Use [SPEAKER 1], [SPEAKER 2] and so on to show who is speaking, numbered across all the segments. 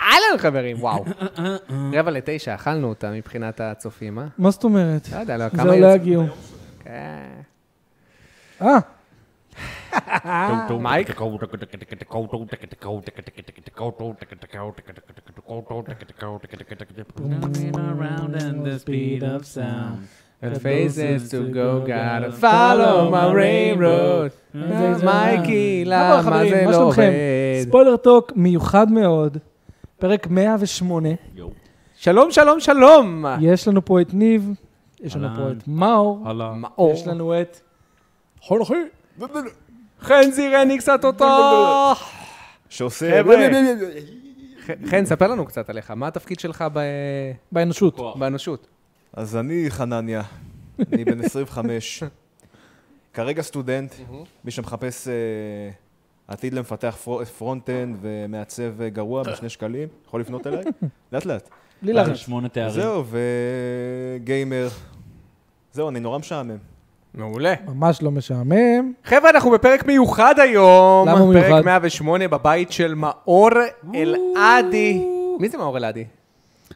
[SPEAKER 1] אהלן חברים, וואו. רבע לתשע, אכלנו אותה מבחינת הצופים, אה?
[SPEAKER 2] מה זאת אומרת?
[SPEAKER 1] לא יודע, לא,
[SPEAKER 2] זה
[SPEAKER 1] כמה
[SPEAKER 2] לא
[SPEAKER 1] יוצא?
[SPEAKER 2] יגיעו.
[SPEAKER 1] כן.
[SPEAKER 2] אה,
[SPEAKER 1] מייק? The faces to go, gotta follow my railroad.
[SPEAKER 2] אה,
[SPEAKER 1] מייקי,
[SPEAKER 2] אבל,
[SPEAKER 1] למה
[SPEAKER 2] חברים,
[SPEAKER 1] זה
[SPEAKER 2] מה
[SPEAKER 1] לא
[SPEAKER 2] שלומכם?
[SPEAKER 1] עובד?
[SPEAKER 2] ספוילר טוק מיוחד מאוד, פרק 108.
[SPEAKER 1] אה. שלום, שלום, שלום!
[SPEAKER 2] יש לנו פה את ניב, יש לנו פה
[SPEAKER 3] אהלן.
[SPEAKER 2] את מאור,
[SPEAKER 3] הלאה.
[SPEAKER 1] מאור.
[SPEAKER 2] יש לנו את...
[SPEAKER 1] חן זירני קצת אותו!
[SPEAKER 4] שעושה...
[SPEAKER 3] כן,
[SPEAKER 1] חבר'ה. חן, ספר לנו קצת עליך, מה התפקיד שלך ב-
[SPEAKER 2] באנושות.
[SPEAKER 1] באנושות?
[SPEAKER 4] אז אני חנניה, אני בן 25, כרגע סטודנט, מי שמחפש אה, עתיד למפתח פרו- פרונט-אנד ומעצב אה, גרוע בשני שקלים, יכול לפנות אליי, לאט לאט.
[SPEAKER 2] בלי
[SPEAKER 3] היה לי
[SPEAKER 2] לחץ.
[SPEAKER 3] שמונה תארים.
[SPEAKER 4] זהו, וגיימר. זהו, אני נורא משעמם.
[SPEAKER 1] מעולה.
[SPEAKER 2] ממש לא משעמם.
[SPEAKER 1] חבר'ה, אנחנו בפרק מיוחד היום.
[SPEAKER 2] למה מיוחד?
[SPEAKER 1] פרק 108 בבית של מאור אלעדי. מי זה מאור אלעדי?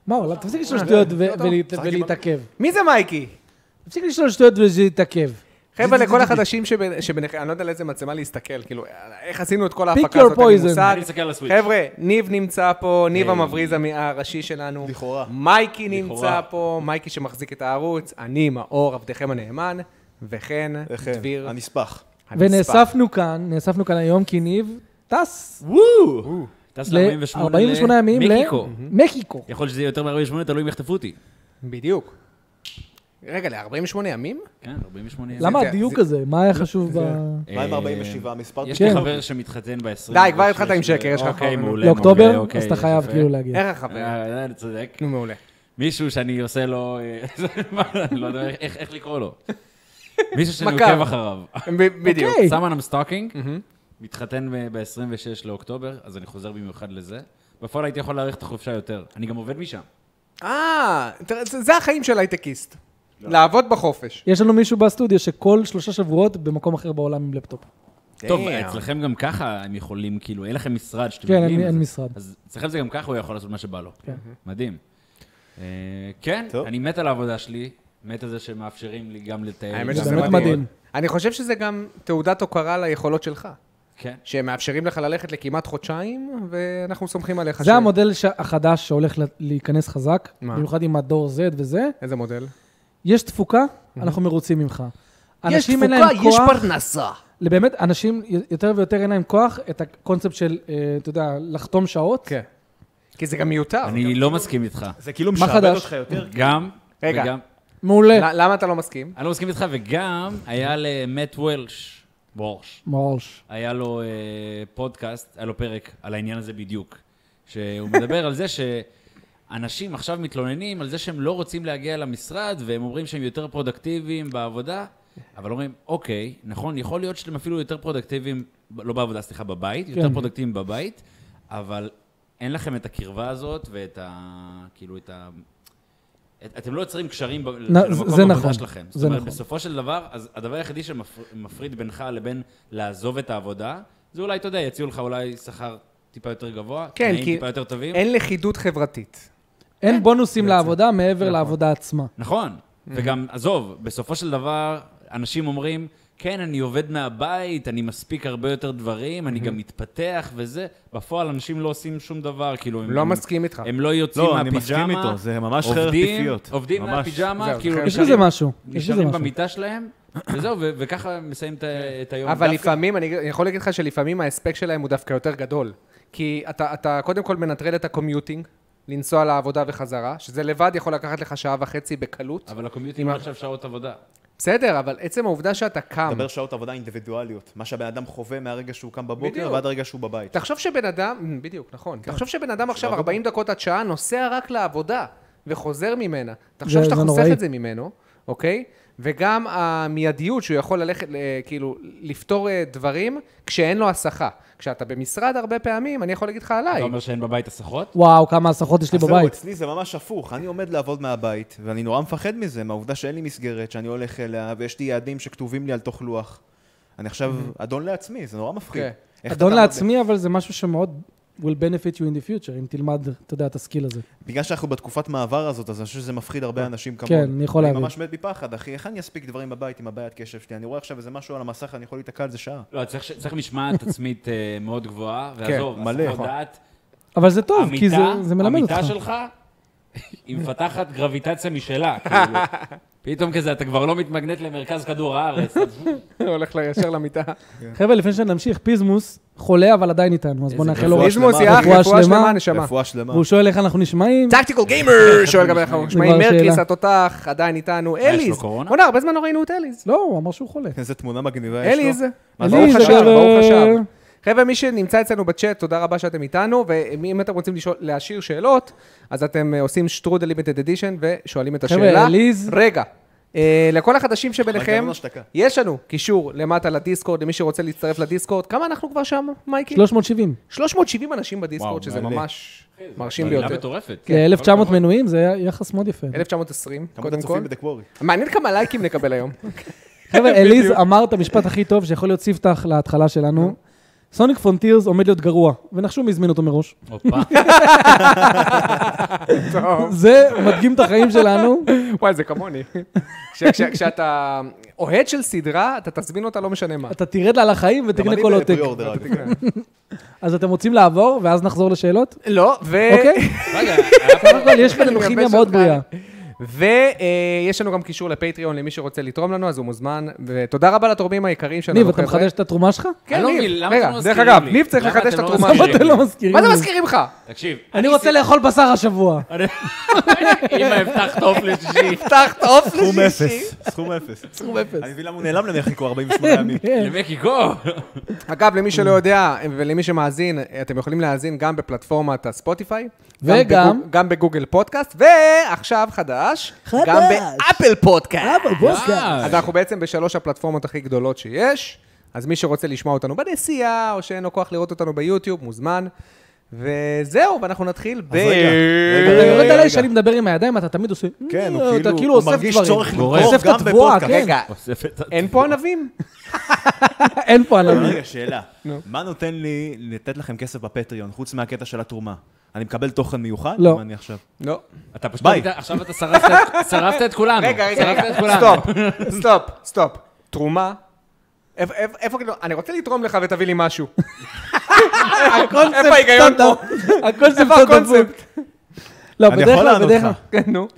[SPEAKER 2] מאור,
[SPEAKER 1] אה,
[SPEAKER 2] לא, תפסיק לשאול שטויות ו-
[SPEAKER 1] לא טוב.
[SPEAKER 2] ול-
[SPEAKER 4] צחקתי
[SPEAKER 2] ולהתעכב.
[SPEAKER 1] מי זה מייקי?
[SPEAKER 2] תפסיק לשאול שטויות ולהתעכב.
[SPEAKER 1] חבר'ה, לכל החדשים שבין- שביניכם, אני לא יודע לאיזה מצלמה להסתכל, כאילו, איך עשינו את כל
[SPEAKER 2] Pick
[SPEAKER 1] ההפקה
[SPEAKER 2] your
[SPEAKER 1] הזאת, אין לי
[SPEAKER 2] poison. אה,
[SPEAKER 1] מושג.
[SPEAKER 3] אני מסתכל על הסוויץ'.
[SPEAKER 1] חבר'ה, ניב נמצא פה, ניב המבריז המ- הראשי שלנו.
[SPEAKER 4] לכאורה.
[SPEAKER 1] מייקי נמצא
[SPEAKER 3] לכאורה.
[SPEAKER 1] פה, מייקי שמחזיק את הערוץ, אני, מאור, עבדכם הנאמן, וכן,
[SPEAKER 4] לכן,
[SPEAKER 1] דביר
[SPEAKER 4] הנספח.
[SPEAKER 1] הנספח.
[SPEAKER 2] ונאספנו כאן, נאספנו כאן היום כי ניב טס
[SPEAKER 3] וואו! טס ל-48
[SPEAKER 2] ל-48 ימים Mhm.
[SPEAKER 3] למקסיקו.
[SPEAKER 2] למקסיקו.
[SPEAKER 1] כן.
[SPEAKER 3] יכול להיות שזה יהיה יותר מ-48, תלוי אם יחטפו אותי.
[SPEAKER 1] בדיוק. רגע, ל-48 ימים?
[SPEAKER 3] כן, 48 ימים. אה,
[SPEAKER 2] למה
[SPEAKER 1] זה-
[SPEAKER 2] הדיוק
[SPEAKER 1] זה-
[SPEAKER 2] הזה? מה היה חשוב ב...
[SPEAKER 4] מה עם 47 מספר?
[SPEAKER 3] יש
[SPEAKER 2] כן.
[SPEAKER 3] לי חבר שמתחתן ב-20.
[SPEAKER 1] די, כבר התחלת עם שקר, יש לך
[SPEAKER 3] אוקיי,
[SPEAKER 1] חבר.
[SPEAKER 3] מעולה. מעולה,
[SPEAKER 2] לאוקטובר?
[SPEAKER 3] אוקיי,
[SPEAKER 2] אז אתה
[SPEAKER 3] יפה.
[SPEAKER 2] חייב כאילו להגיד.
[SPEAKER 1] איך החבר?
[SPEAKER 3] אה, אני צודק.
[SPEAKER 1] נו, מעולה.
[SPEAKER 3] מישהו שאני עושה לו... אה, לא יודע איך- איך לקרוא לו. מישהו שאני
[SPEAKER 1] מכר.
[SPEAKER 3] עוקב אחריו.
[SPEAKER 1] ב- בדיוק.
[SPEAKER 2] אוקיי.
[SPEAKER 3] someone I'm stalking, מתחתן ב-26 לאוקטובר, אז אני חוזר במיוחד לזה. בפועל הייתי יכול להאריך את החופשה יותר. אני גם עובד משם.
[SPEAKER 1] אה, תראה, זה זה החיים של הייטקיסט.
[SPEAKER 3] לא.
[SPEAKER 1] לעבוד בחופש.
[SPEAKER 2] יש לנו מישהו בסטודיו שכל שלושה שבועות במקום אחר בעולם עם לפטופ.
[SPEAKER 3] טוב,
[SPEAKER 1] Damn.
[SPEAKER 3] אצלכם גם ככה הם יכולים, כאילו, אין לכם משרד שאתם
[SPEAKER 2] כן,
[SPEAKER 3] יודעים.
[SPEAKER 2] אין-
[SPEAKER 3] אז-
[SPEAKER 2] אין משרד.
[SPEAKER 3] אז אצלכם זה גם ככה, הוא יכול לעשות מה שבא לו.
[SPEAKER 2] כן.
[SPEAKER 3] מדהים. אה, כן,
[SPEAKER 4] טוב.
[SPEAKER 3] אני מת על העבודה שלי, מת על זה שמאפשרים לי גם לטייל.
[SPEAKER 1] האמת
[SPEAKER 3] גם
[SPEAKER 1] שזה
[SPEAKER 2] באמת
[SPEAKER 3] לעבוד.
[SPEAKER 2] מדהים.
[SPEAKER 1] אני חושב שזה גם תעודת הוקרה ליכולות שלך.
[SPEAKER 3] כן.
[SPEAKER 1] שמאפשרים לך ללכת לכמעט חודשיים, ואנחנו סומכים עליך. ש-
[SPEAKER 2] זה המודל ש- החדש שהולך ל- להיכנס חזק,
[SPEAKER 1] מה?
[SPEAKER 2] במיוחד עם הדור Z וזה.
[SPEAKER 1] איזה מודל?
[SPEAKER 2] יש תפוקה, אנחנו מרוצים ממך.
[SPEAKER 1] יש
[SPEAKER 2] אנשים אין
[SPEAKER 1] תפוקה,
[SPEAKER 2] להם
[SPEAKER 1] יש
[SPEAKER 2] כוח-
[SPEAKER 1] פרנסה.
[SPEAKER 2] באמת, אנשים יותר ויותר אין להם כוח את הקונספט של, אה, אתה יודע, לחתום שעות.
[SPEAKER 1] כן. כי אה, זה גם מיותר.
[SPEAKER 3] אני לא מסכים איתך.
[SPEAKER 4] זה כאילו
[SPEAKER 2] מה
[SPEAKER 4] משעבד
[SPEAKER 2] חדש?
[SPEAKER 4] אותך יותר.
[SPEAKER 3] גם,
[SPEAKER 1] רגע.
[SPEAKER 3] וגם...
[SPEAKER 2] מעולה.
[SPEAKER 1] ל- למה אתה לא מסכים?
[SPEAKER 3] אני לא מסכים איתך, וגם היה למט וולש, וורש,
[SPEAKER 2] מורש.
[SPEAKER 3] היה לו אה, פודקאסט, היה לו פרק על העניין הזה בדיוק, שהוא מדבר על זה שאנשים עכשיו מתלוננים על זה שהם לא רוצים להגיע למשרד, והם אומרים שהם יותר פרודקטיביים בעבודה, אבל אומרים, אוקיי, נכון, יכול להיות שאתם אפילו יותר פרודקטיביים, ב- לא בעבודה, סליחה, בבית, כן. יותר
[SPEAKER 2] כן.
[SPEAKER 3] פרודקטיביים בבית, אבל אין לכם את הקרבה הזאת ואת ה... כאילו, את ה... את- אתם לא יוצרים קשרים ב- של
[SPEAKER 2] זה-
[SPEAKER 3] המקום
[SPEAKER 2] זה
[SPEAKER 3] העבודה
[SPEAKER 2] נכון,
[SPEAKER 3] שלכם.
[SPEAKER 2] זה
[SPEAKER 3] זאת אומרת,
[SPEAKER 2] נכון.
[SPEAKER 3] בסופו של דבר, אז הדבר היחידי שמפריד בינך לבין לעזוב את העבודה, זה אולי, אתה יודע, יציעו לך אולי שכר טיפה יותר גבוה,
[SPEAKER 1] כן,
[SPEAKER 3] תנאים
[SPEAKER 1] כי-
[SPEAKER 3] טיפה יותר טובים.
[SPEAKER 1] אין לכידות חברתית.
[SPEAKER 2] אין בונוסים לעבודה מעבר לעבודה עצמה.
[SPEAKER 3] נכון,
[SPEAKER 1] Mm-hmm.
[SPEAKER 3] וגם, עזוב, בסופו של דבר, אנשים אומרים, כן, אני עובד מהבית, אני מספיק הרבה יותר דברים,
[SPEAKER 1] Mm-hmm.
[SPEAKER 3] אני גם מתפתח וזה. בפועל, אנשים לא עושים שום דבר, כאילו, הם...
[SPEAKER 1] לא
[SPEAKER 3] הם-
[SPEAKER 1] מסכים איתך.
[SPEAKER 3] הם לא יוצאים
[SPEAKER 4] לא, אני
[SPEAKER 3] מהפיג'מה.
[SPEAKER 4] מסכים איתו, זה ממש חרב
[SPEAKER 3] עובדים-
[SPEAKER 4] פיפיות.
[SPEAKER 3] עובדים
[SPEAKER 4] ממש.
[SPEAKER 3] מהפיג'מה,
[SPEAKER 1] זהו,
[SPEAKER 3] כאילו...
[SPEAKER 1] חרב.
[SPEAKER 2] יש
[SPEAKER 3] נשארים-
[SPEAKER 2] לזה משהו. יש לזה
[SPEAKER 3] נשארים
[SPEAKER 2] משהו.
[SPEAKER 3] במיטה שלהם, וזהו, ו- וככה הם מסיים את ה- את היום.
[SPEAKER 1] אבל
[SPEAKER 3] דווקא-
[SPEAKER 1] לפעמים, אני יכול להגיד לך שלפעמים ההספק שלהם הוא דווקא יותר גדול. כי אתה, אתה קודם כל מנטרל את הקומיוטינג, לנסוע לעבודה וחזרה, שזה לבד יכול לקחת לך שעה וחצי בקלות.
[SPEAKER 3] אבל הקומיוטים עכשיו שעות עבודה.
[SPEAKER 1] אה, בסדר, אבל עצם העובדה שאתה קם...
[SPEAKER 4] מדבר שעות עבודה אינדיבידואליות, מה שהבן אדם חווה מהרגע שהוא קם
[SPEAKER 1] בדיוק.
[SPEAKER 4] בבוקר ועד הרגע שהוא בבית.
[SPEAKER 1] תחשוב שבן אדם, בדיוק, נכון. תחשוב שבן אדם עכשיו 40 דקות עד שעה נוסע רק לעבודה וחוזר ממנה. תחשוב
[SPEAKER 2] זה-
[SPEAKER 1] שאתה
[SPEAKER 2] זה
[SPEAKER 1] חוסך
[SPEAKER 2] נוראי.
[SPEAKER 1] את זה ממנו, אוקיי? וגם המיידיות שהוא יכול ללכת, אה, כאילו, לפתור אה, דברים כשאין לו הסחה. כשאתה במשרד הרבה פעמים, אני יכול להגיד לך
[SPEAKER 3] אתה
[SPEAKER 1] עליי.
[SPEAKER 3] אומר שאין בבית הסחות?
[SPEAKER 2] וואו, כמה הסחות יש לי
[SPEAKER 4] אז זהו,
[SPEAKER 2] בבית.
[SPEAKER 4] אצלי זה ממש הפוך, אני עומד לעבוד מהבית, ואני נורא מפחד מזה, מהעובדה שאין לי מסגרת שאני הולך אליה, ויש לי יעדים שכתובים לי על תוך לוח. אני עכשיו אדון לעצמי, זה נורא מפחיד.
[SPEAKER 1] כן.
[SPEAKER 4] איך אתה
[SPEAKER 2] אדון
[SPEAKER 4] תעמוד
[SPEAKER 2] לעצמי, אבל זה משהו שמאוד will benefit you in the future, אם תלמד, אתה יודע, את הסקיל הזה.
[SPEAKER 4] בגלל שאנחנו בתקופת מעבר הזאת, אז אני חושב שזה מפחיד הרבה אנשים כמוני.
[SPEAKER 2] כן, אני יכול
[SPEAKER 4] אני
[SPEAKER 2] להבין.
[SPEAKER 4] ממש מת מפחד, אחי. איך אני אספיק דברים בבית עם הבעיית קשב שלי? אני רואה עכשיו איזה משהו על המסך, אני יכול להיתקע על זה שעה.
[SPEAKER 3] לא, צריך ש- צריך משמעת עצמית אה, מאוד גבוהה,
[SPEAKER 1] כן,
[SPEAKER 3] ועזוב,
[SPEAKER 4] מלא,
[SPEAKER 3] הסחות
[SPEAKER 4] נכון.
[SPEAKER 3] דעת,
[SPEAKER 2] אבל זה טוב, כי זה- זה
[SPEAKER 3] המיטה,
[SPEAKER 2] מלמד
[SPEAKER 3] המיטה
[SPEAKER 2] אותך.
[SPEAKER 3] שלך, היא מפתחת גרביטציה משלה, כאילו. פתאום כזה, אתה כבר לא מתמגנט למרכז כדור הארץ.
[SPEAKER 1] הולך ישר למיטה.
[SPEAKER 4] כן.
[SPEAKER 2] חבר'ה, לפני שנמשיך, פיזמוס חולה אבל עדיין איתנו, אז בואו
[SPEAKER 3] איזה
[SPEAKER 2] נאחל לו.
[SPEAKER 4] רפואה
[SPEAKER 1] פיזמוס,
[SPEAKER 4] שלמה.
[SPEAKER 1] יא אח,
[SPEAKER 2] רפואה
[SPEAKER 1] רפואה שלמה,
[SPEAKER 2] שלמה.
[SPEAKER 1] נשמה.
[SPEAKER 4] רפואה שלמה.
[SPEAKER 2] והוא שואל איך אנחנו נשמעים.
[SPEAKER 1] טקטיקל גיימר, שואל גם איך אנחנו נשמעים.
[SPEAKER 2] נגמר
[SPEAKER 1] מרקריס
[SPEAKER 2] השאלה.
[SPEAKER 1] התותח, עדיין איתנו.
[SPEAKER 3] אה, יש לו
[SPEAKER 1] אליז.
[SPEAKER 3] קורונה?
[SPEAKER 1] בוא'נה, הרבה זמן לא ראינו את אליז.
[SPEAKER 2] לא, הוא אמר שהוא חולה.
[SPEAKER 4] איזה תמונה מגניבה יש לו.
[SPEAKER 1] אליז.
[SPEAKER 4] אז
[SPEAKER 1] ברוך
[SPEAKER 4] אליז,
[SPEAKER 1] השם,
[SPEAKER 2] לא-
[SPEAKER 4] אבל-
[SPEAKER 1] ברוך השם. חבר'ה, מי שנמצא אצלנו בצ'אט, תודה רבה שאתם איתנו, ואם אתם רוצים לשאול- להשאיר שאלות, אז אתם אה, עושים שטרוד לימיטד אדישן ושואלים את השאלה.
[SPEAKER 2] חבר'ה, אליז-
[SPEAKER 1] רגע, אה, לכל החדשים שביניכם,
[SPEAKER 4] מנגנון השתקה.
[SPEAKER 1] יש לנו קישור למטה לדיסקורד, למי שרוצה להצטרף לדיסקורד. כמה אנחנו כבר שם, מייקי?
[SPEAKER 2] 370.
[SPEAKER 1] 370 אנשים בדיסקורד,
[SPEAKER 4] וואו,
[SPEAKER 1] שזה
[SPEAKER 4] מלא.
[SPEAKER 1] ממש מרשים ביותר.
[SPEAKER 3] מטורפת.
[SPEAKER 4] כן,
[SPEAKER 2] זה 1,900
[SPEAKER 4] נכון.
[SPEAKER 2] מנויים, זה היה יחס מאוד יפה.
[SPEAKER 1] 1920,
[SPEAKER 4] כמה
[SPEAKER 1] קודם כל.
[SPEAKER 4] תצופים בדקוורי.
[SPEAKER 1] מעניין כמה לייקים נקבל היום.
[SPEAKER 2] חבר'ה, אליז אמר את המשפט הכי טוב שיכול להיות ספתח להתחלה שלנו. סוניק פונטירס עומד להיות גרוע, ונחשו מי הזמין אותו מראש.
[SPEAKER 3] הופה.
[SPEAKER 4] אה.
[SPEAKER 1] טוב.
[SPEAKER 2] זה מדגים את החיים שלנו.
[SPEAKER 1] וואי, זה כמוני. כש- כש- כשאתה אוהד של סדרה, אתה תזמין אותה לא משנה מה.
[SPEAKER 2] אתה תרד לה לחיים
[SPEAKER 4] גם
[SPEAKER 2] ותקנה
[SPEAKER 4] אני
[SPEAKER 2] כל עותק.
[SPEAKER 4] בפרי-אורדר, אגב.
[SPEAKER 2] אז אתם רוצים לעבור, ואז נחזור לשאלות?
[SPEAKER 1] לא, ו...
[SPEAKER 2] אוקיי?
[SPEAKER 3] רגע, היה פה-
[SPEAKER 2] קודם כל, יש בינינו
[SPEAKER 1] אני
[SPEAKER 2] כימיה
[SPEAKER 1] מגבש
[SPEAKER 2] מאוד
[SPEAKER 1] אותך.
[SPEAKER 2] בריאה.
[SPEAKER 1] ויש אה, לנו גם קישור לפטריון למי שרוצה לתרום לנו, אז הוא מוזמן. ותודה רבה לתורמים היקרים שלנו.
[SPEAKER 2] ניב, אתה
[SPEAKER 1] חבר'ה.
[SPEAKER 2] מחדש את התרומה שלך?
[SPEAKER 1] כן,
[SPEAKER 3] אני לא
[SPEAKER 1] ניב.
[SPEAKER 3] מבין, למה
[SPEAKER 1] רגע,
[SPEAKER 3] אתם לא
[SPEAKER 1] דרך
[SPEAKER 3] מזכירים
[SPEAKER 1] אגב,
[SPEAKER 3] לי?
[SPEAKER 1] ניב צריך
[SPEAKER 3] למה
[SPEAKER 1] לחדש
[SPEAKER 3] אתם
[SPEAKER 1] את
[SPEAKER 3] לא
[SPEAKER 1] התרומה
[SPEAKER 2] למה
[SPEAKER 3] מזכירים
[SPEAKER 1] שלי.
[SPEAKER 2] אתם לא מזכירים?
[SPEAKER 1] מה זה
[SPEAKER 2] לי?
[SPEAKER 1] מזכירים לך?
[SPEAKER 3] תקשיב.
[SPEAKER 2] אני רוצה לאכול בשר השבוע.
[SPEAKER 3] אמא, הבטחת עוף לשישי.
[SPEAKER 1] הבטחת עוף לשישי.
[SPEAKER 4] סכום אפס. סכום אפס.
[SPEAKER 1] סכום אפס.
[SPEAKER 4] אני מבין למה הוא נעלם למחיקו 48 ימים.
[SPEAKER 2] כן.
[SPEAKER 3] למקיקו.
[SPEAKER 1] אגב, למי שלא יודע ולמי שמאזין, אתם יכולים להאזין גם בפלטפורמת הספוטיפיי. גם
[SPEAKER 2] וגם-
[SPEAKER 1] בגוג- גם בגוגל פודקאסט, ועכשיו חדש.
[SPEAKER 2] חדש.
[SPEAKER 1] גם באפל פודקאסט.
[SPEAKER 3] אה,
[SPEAKER 1] אז אנחנו בעצם בשלוש הפלטפורמות הכי גדולות שיש, אז מי שרוצה לשמוע אותנו בנסיעה, או שאין לו כוח לראות אותנו ביוטיוב, מוזמן. וזהו, ואנחנו נתחיל ב...
[SPEAKER 4] רגע, רגע,
[SPEAKER 2] אתה יורד
[SPEAKER 4] רגע,
[SPEAKER 2] עליי
[SPEAKER 4] רגע.
[SPEAKER 2] שאני מדבר עם הידיים, אתה תמיד עושה...
[SPEAKER 4] כן, הוא
[SPEAKER 2] אתה
[SPEAKER 4] כאילו,
[SPEAKER 2] כאילו
[SPEAKER 4] הוא
[SPEAKER 2] אוסף
[SPEAKER 4] מרגיש
[SPEAKER 2] דברים.
[SPEAKER 4] צורך
[SPEAKER 3] גורף.
[SPEAKER 4] למכור
[SPEAKER 2] אוסף את
[SPEAKER 4] גם
[SPEAKER 2] התבואה,
[SPEAKER 4] בפודקאסט.
[SPEAKER 2] כן.
[SPEAKER 1] רגע,
[SPEAKER 3] אוסף את ה-
[SPEAKER 1] אין פה ענבים?
[SPEAKER 2] אין פה עליו.
[SPEAKER 4] רגע, שאלה. מה נותן לי לתת לכם כסף בפטריון, חוץ מהקטע של התרומה? אני מקבל תוכן מיוחד?
[SPEAKER 2] לא.
[SPEAKER 4] מה אני עכשיו?
[SPEAKER 1] לא.
[SPEAKER 3] אתה פשוט...
[SPEAKER 4] ביי.
[SPEAKER 3] עכשיו אתה שרפת את- שרפת את כולנו.
[SPEAKER 1] רגע, רגע,
[SPEAKER 3] שרפת לא. את
[SPEAKER 1] רגע,
[SPEAKER 3] כולנו.
[SPEAKER 1] סטופ, סטופ, סטופ. תרומה. איפה- איפה איפה כאילו, אני רוצה לתרום לך ותביא לי משהו. איפה ההיגיון פה?
[SPEAKER 2] הקונספט
[SPEAKER 1] איפה הקונספט?
[SPEAKER 2] לא,
[SPEAKER 4] אני
[SPEAKER 2] בדרך
[SPEAKER 4] יכול
[SPEAKER 2] כלל,
[SPEAKER 4] לענות
[SPEAKER 2] בדרך כלל.
[SPEAKER 4] לך.
[SPEAKER 1] כן, נו.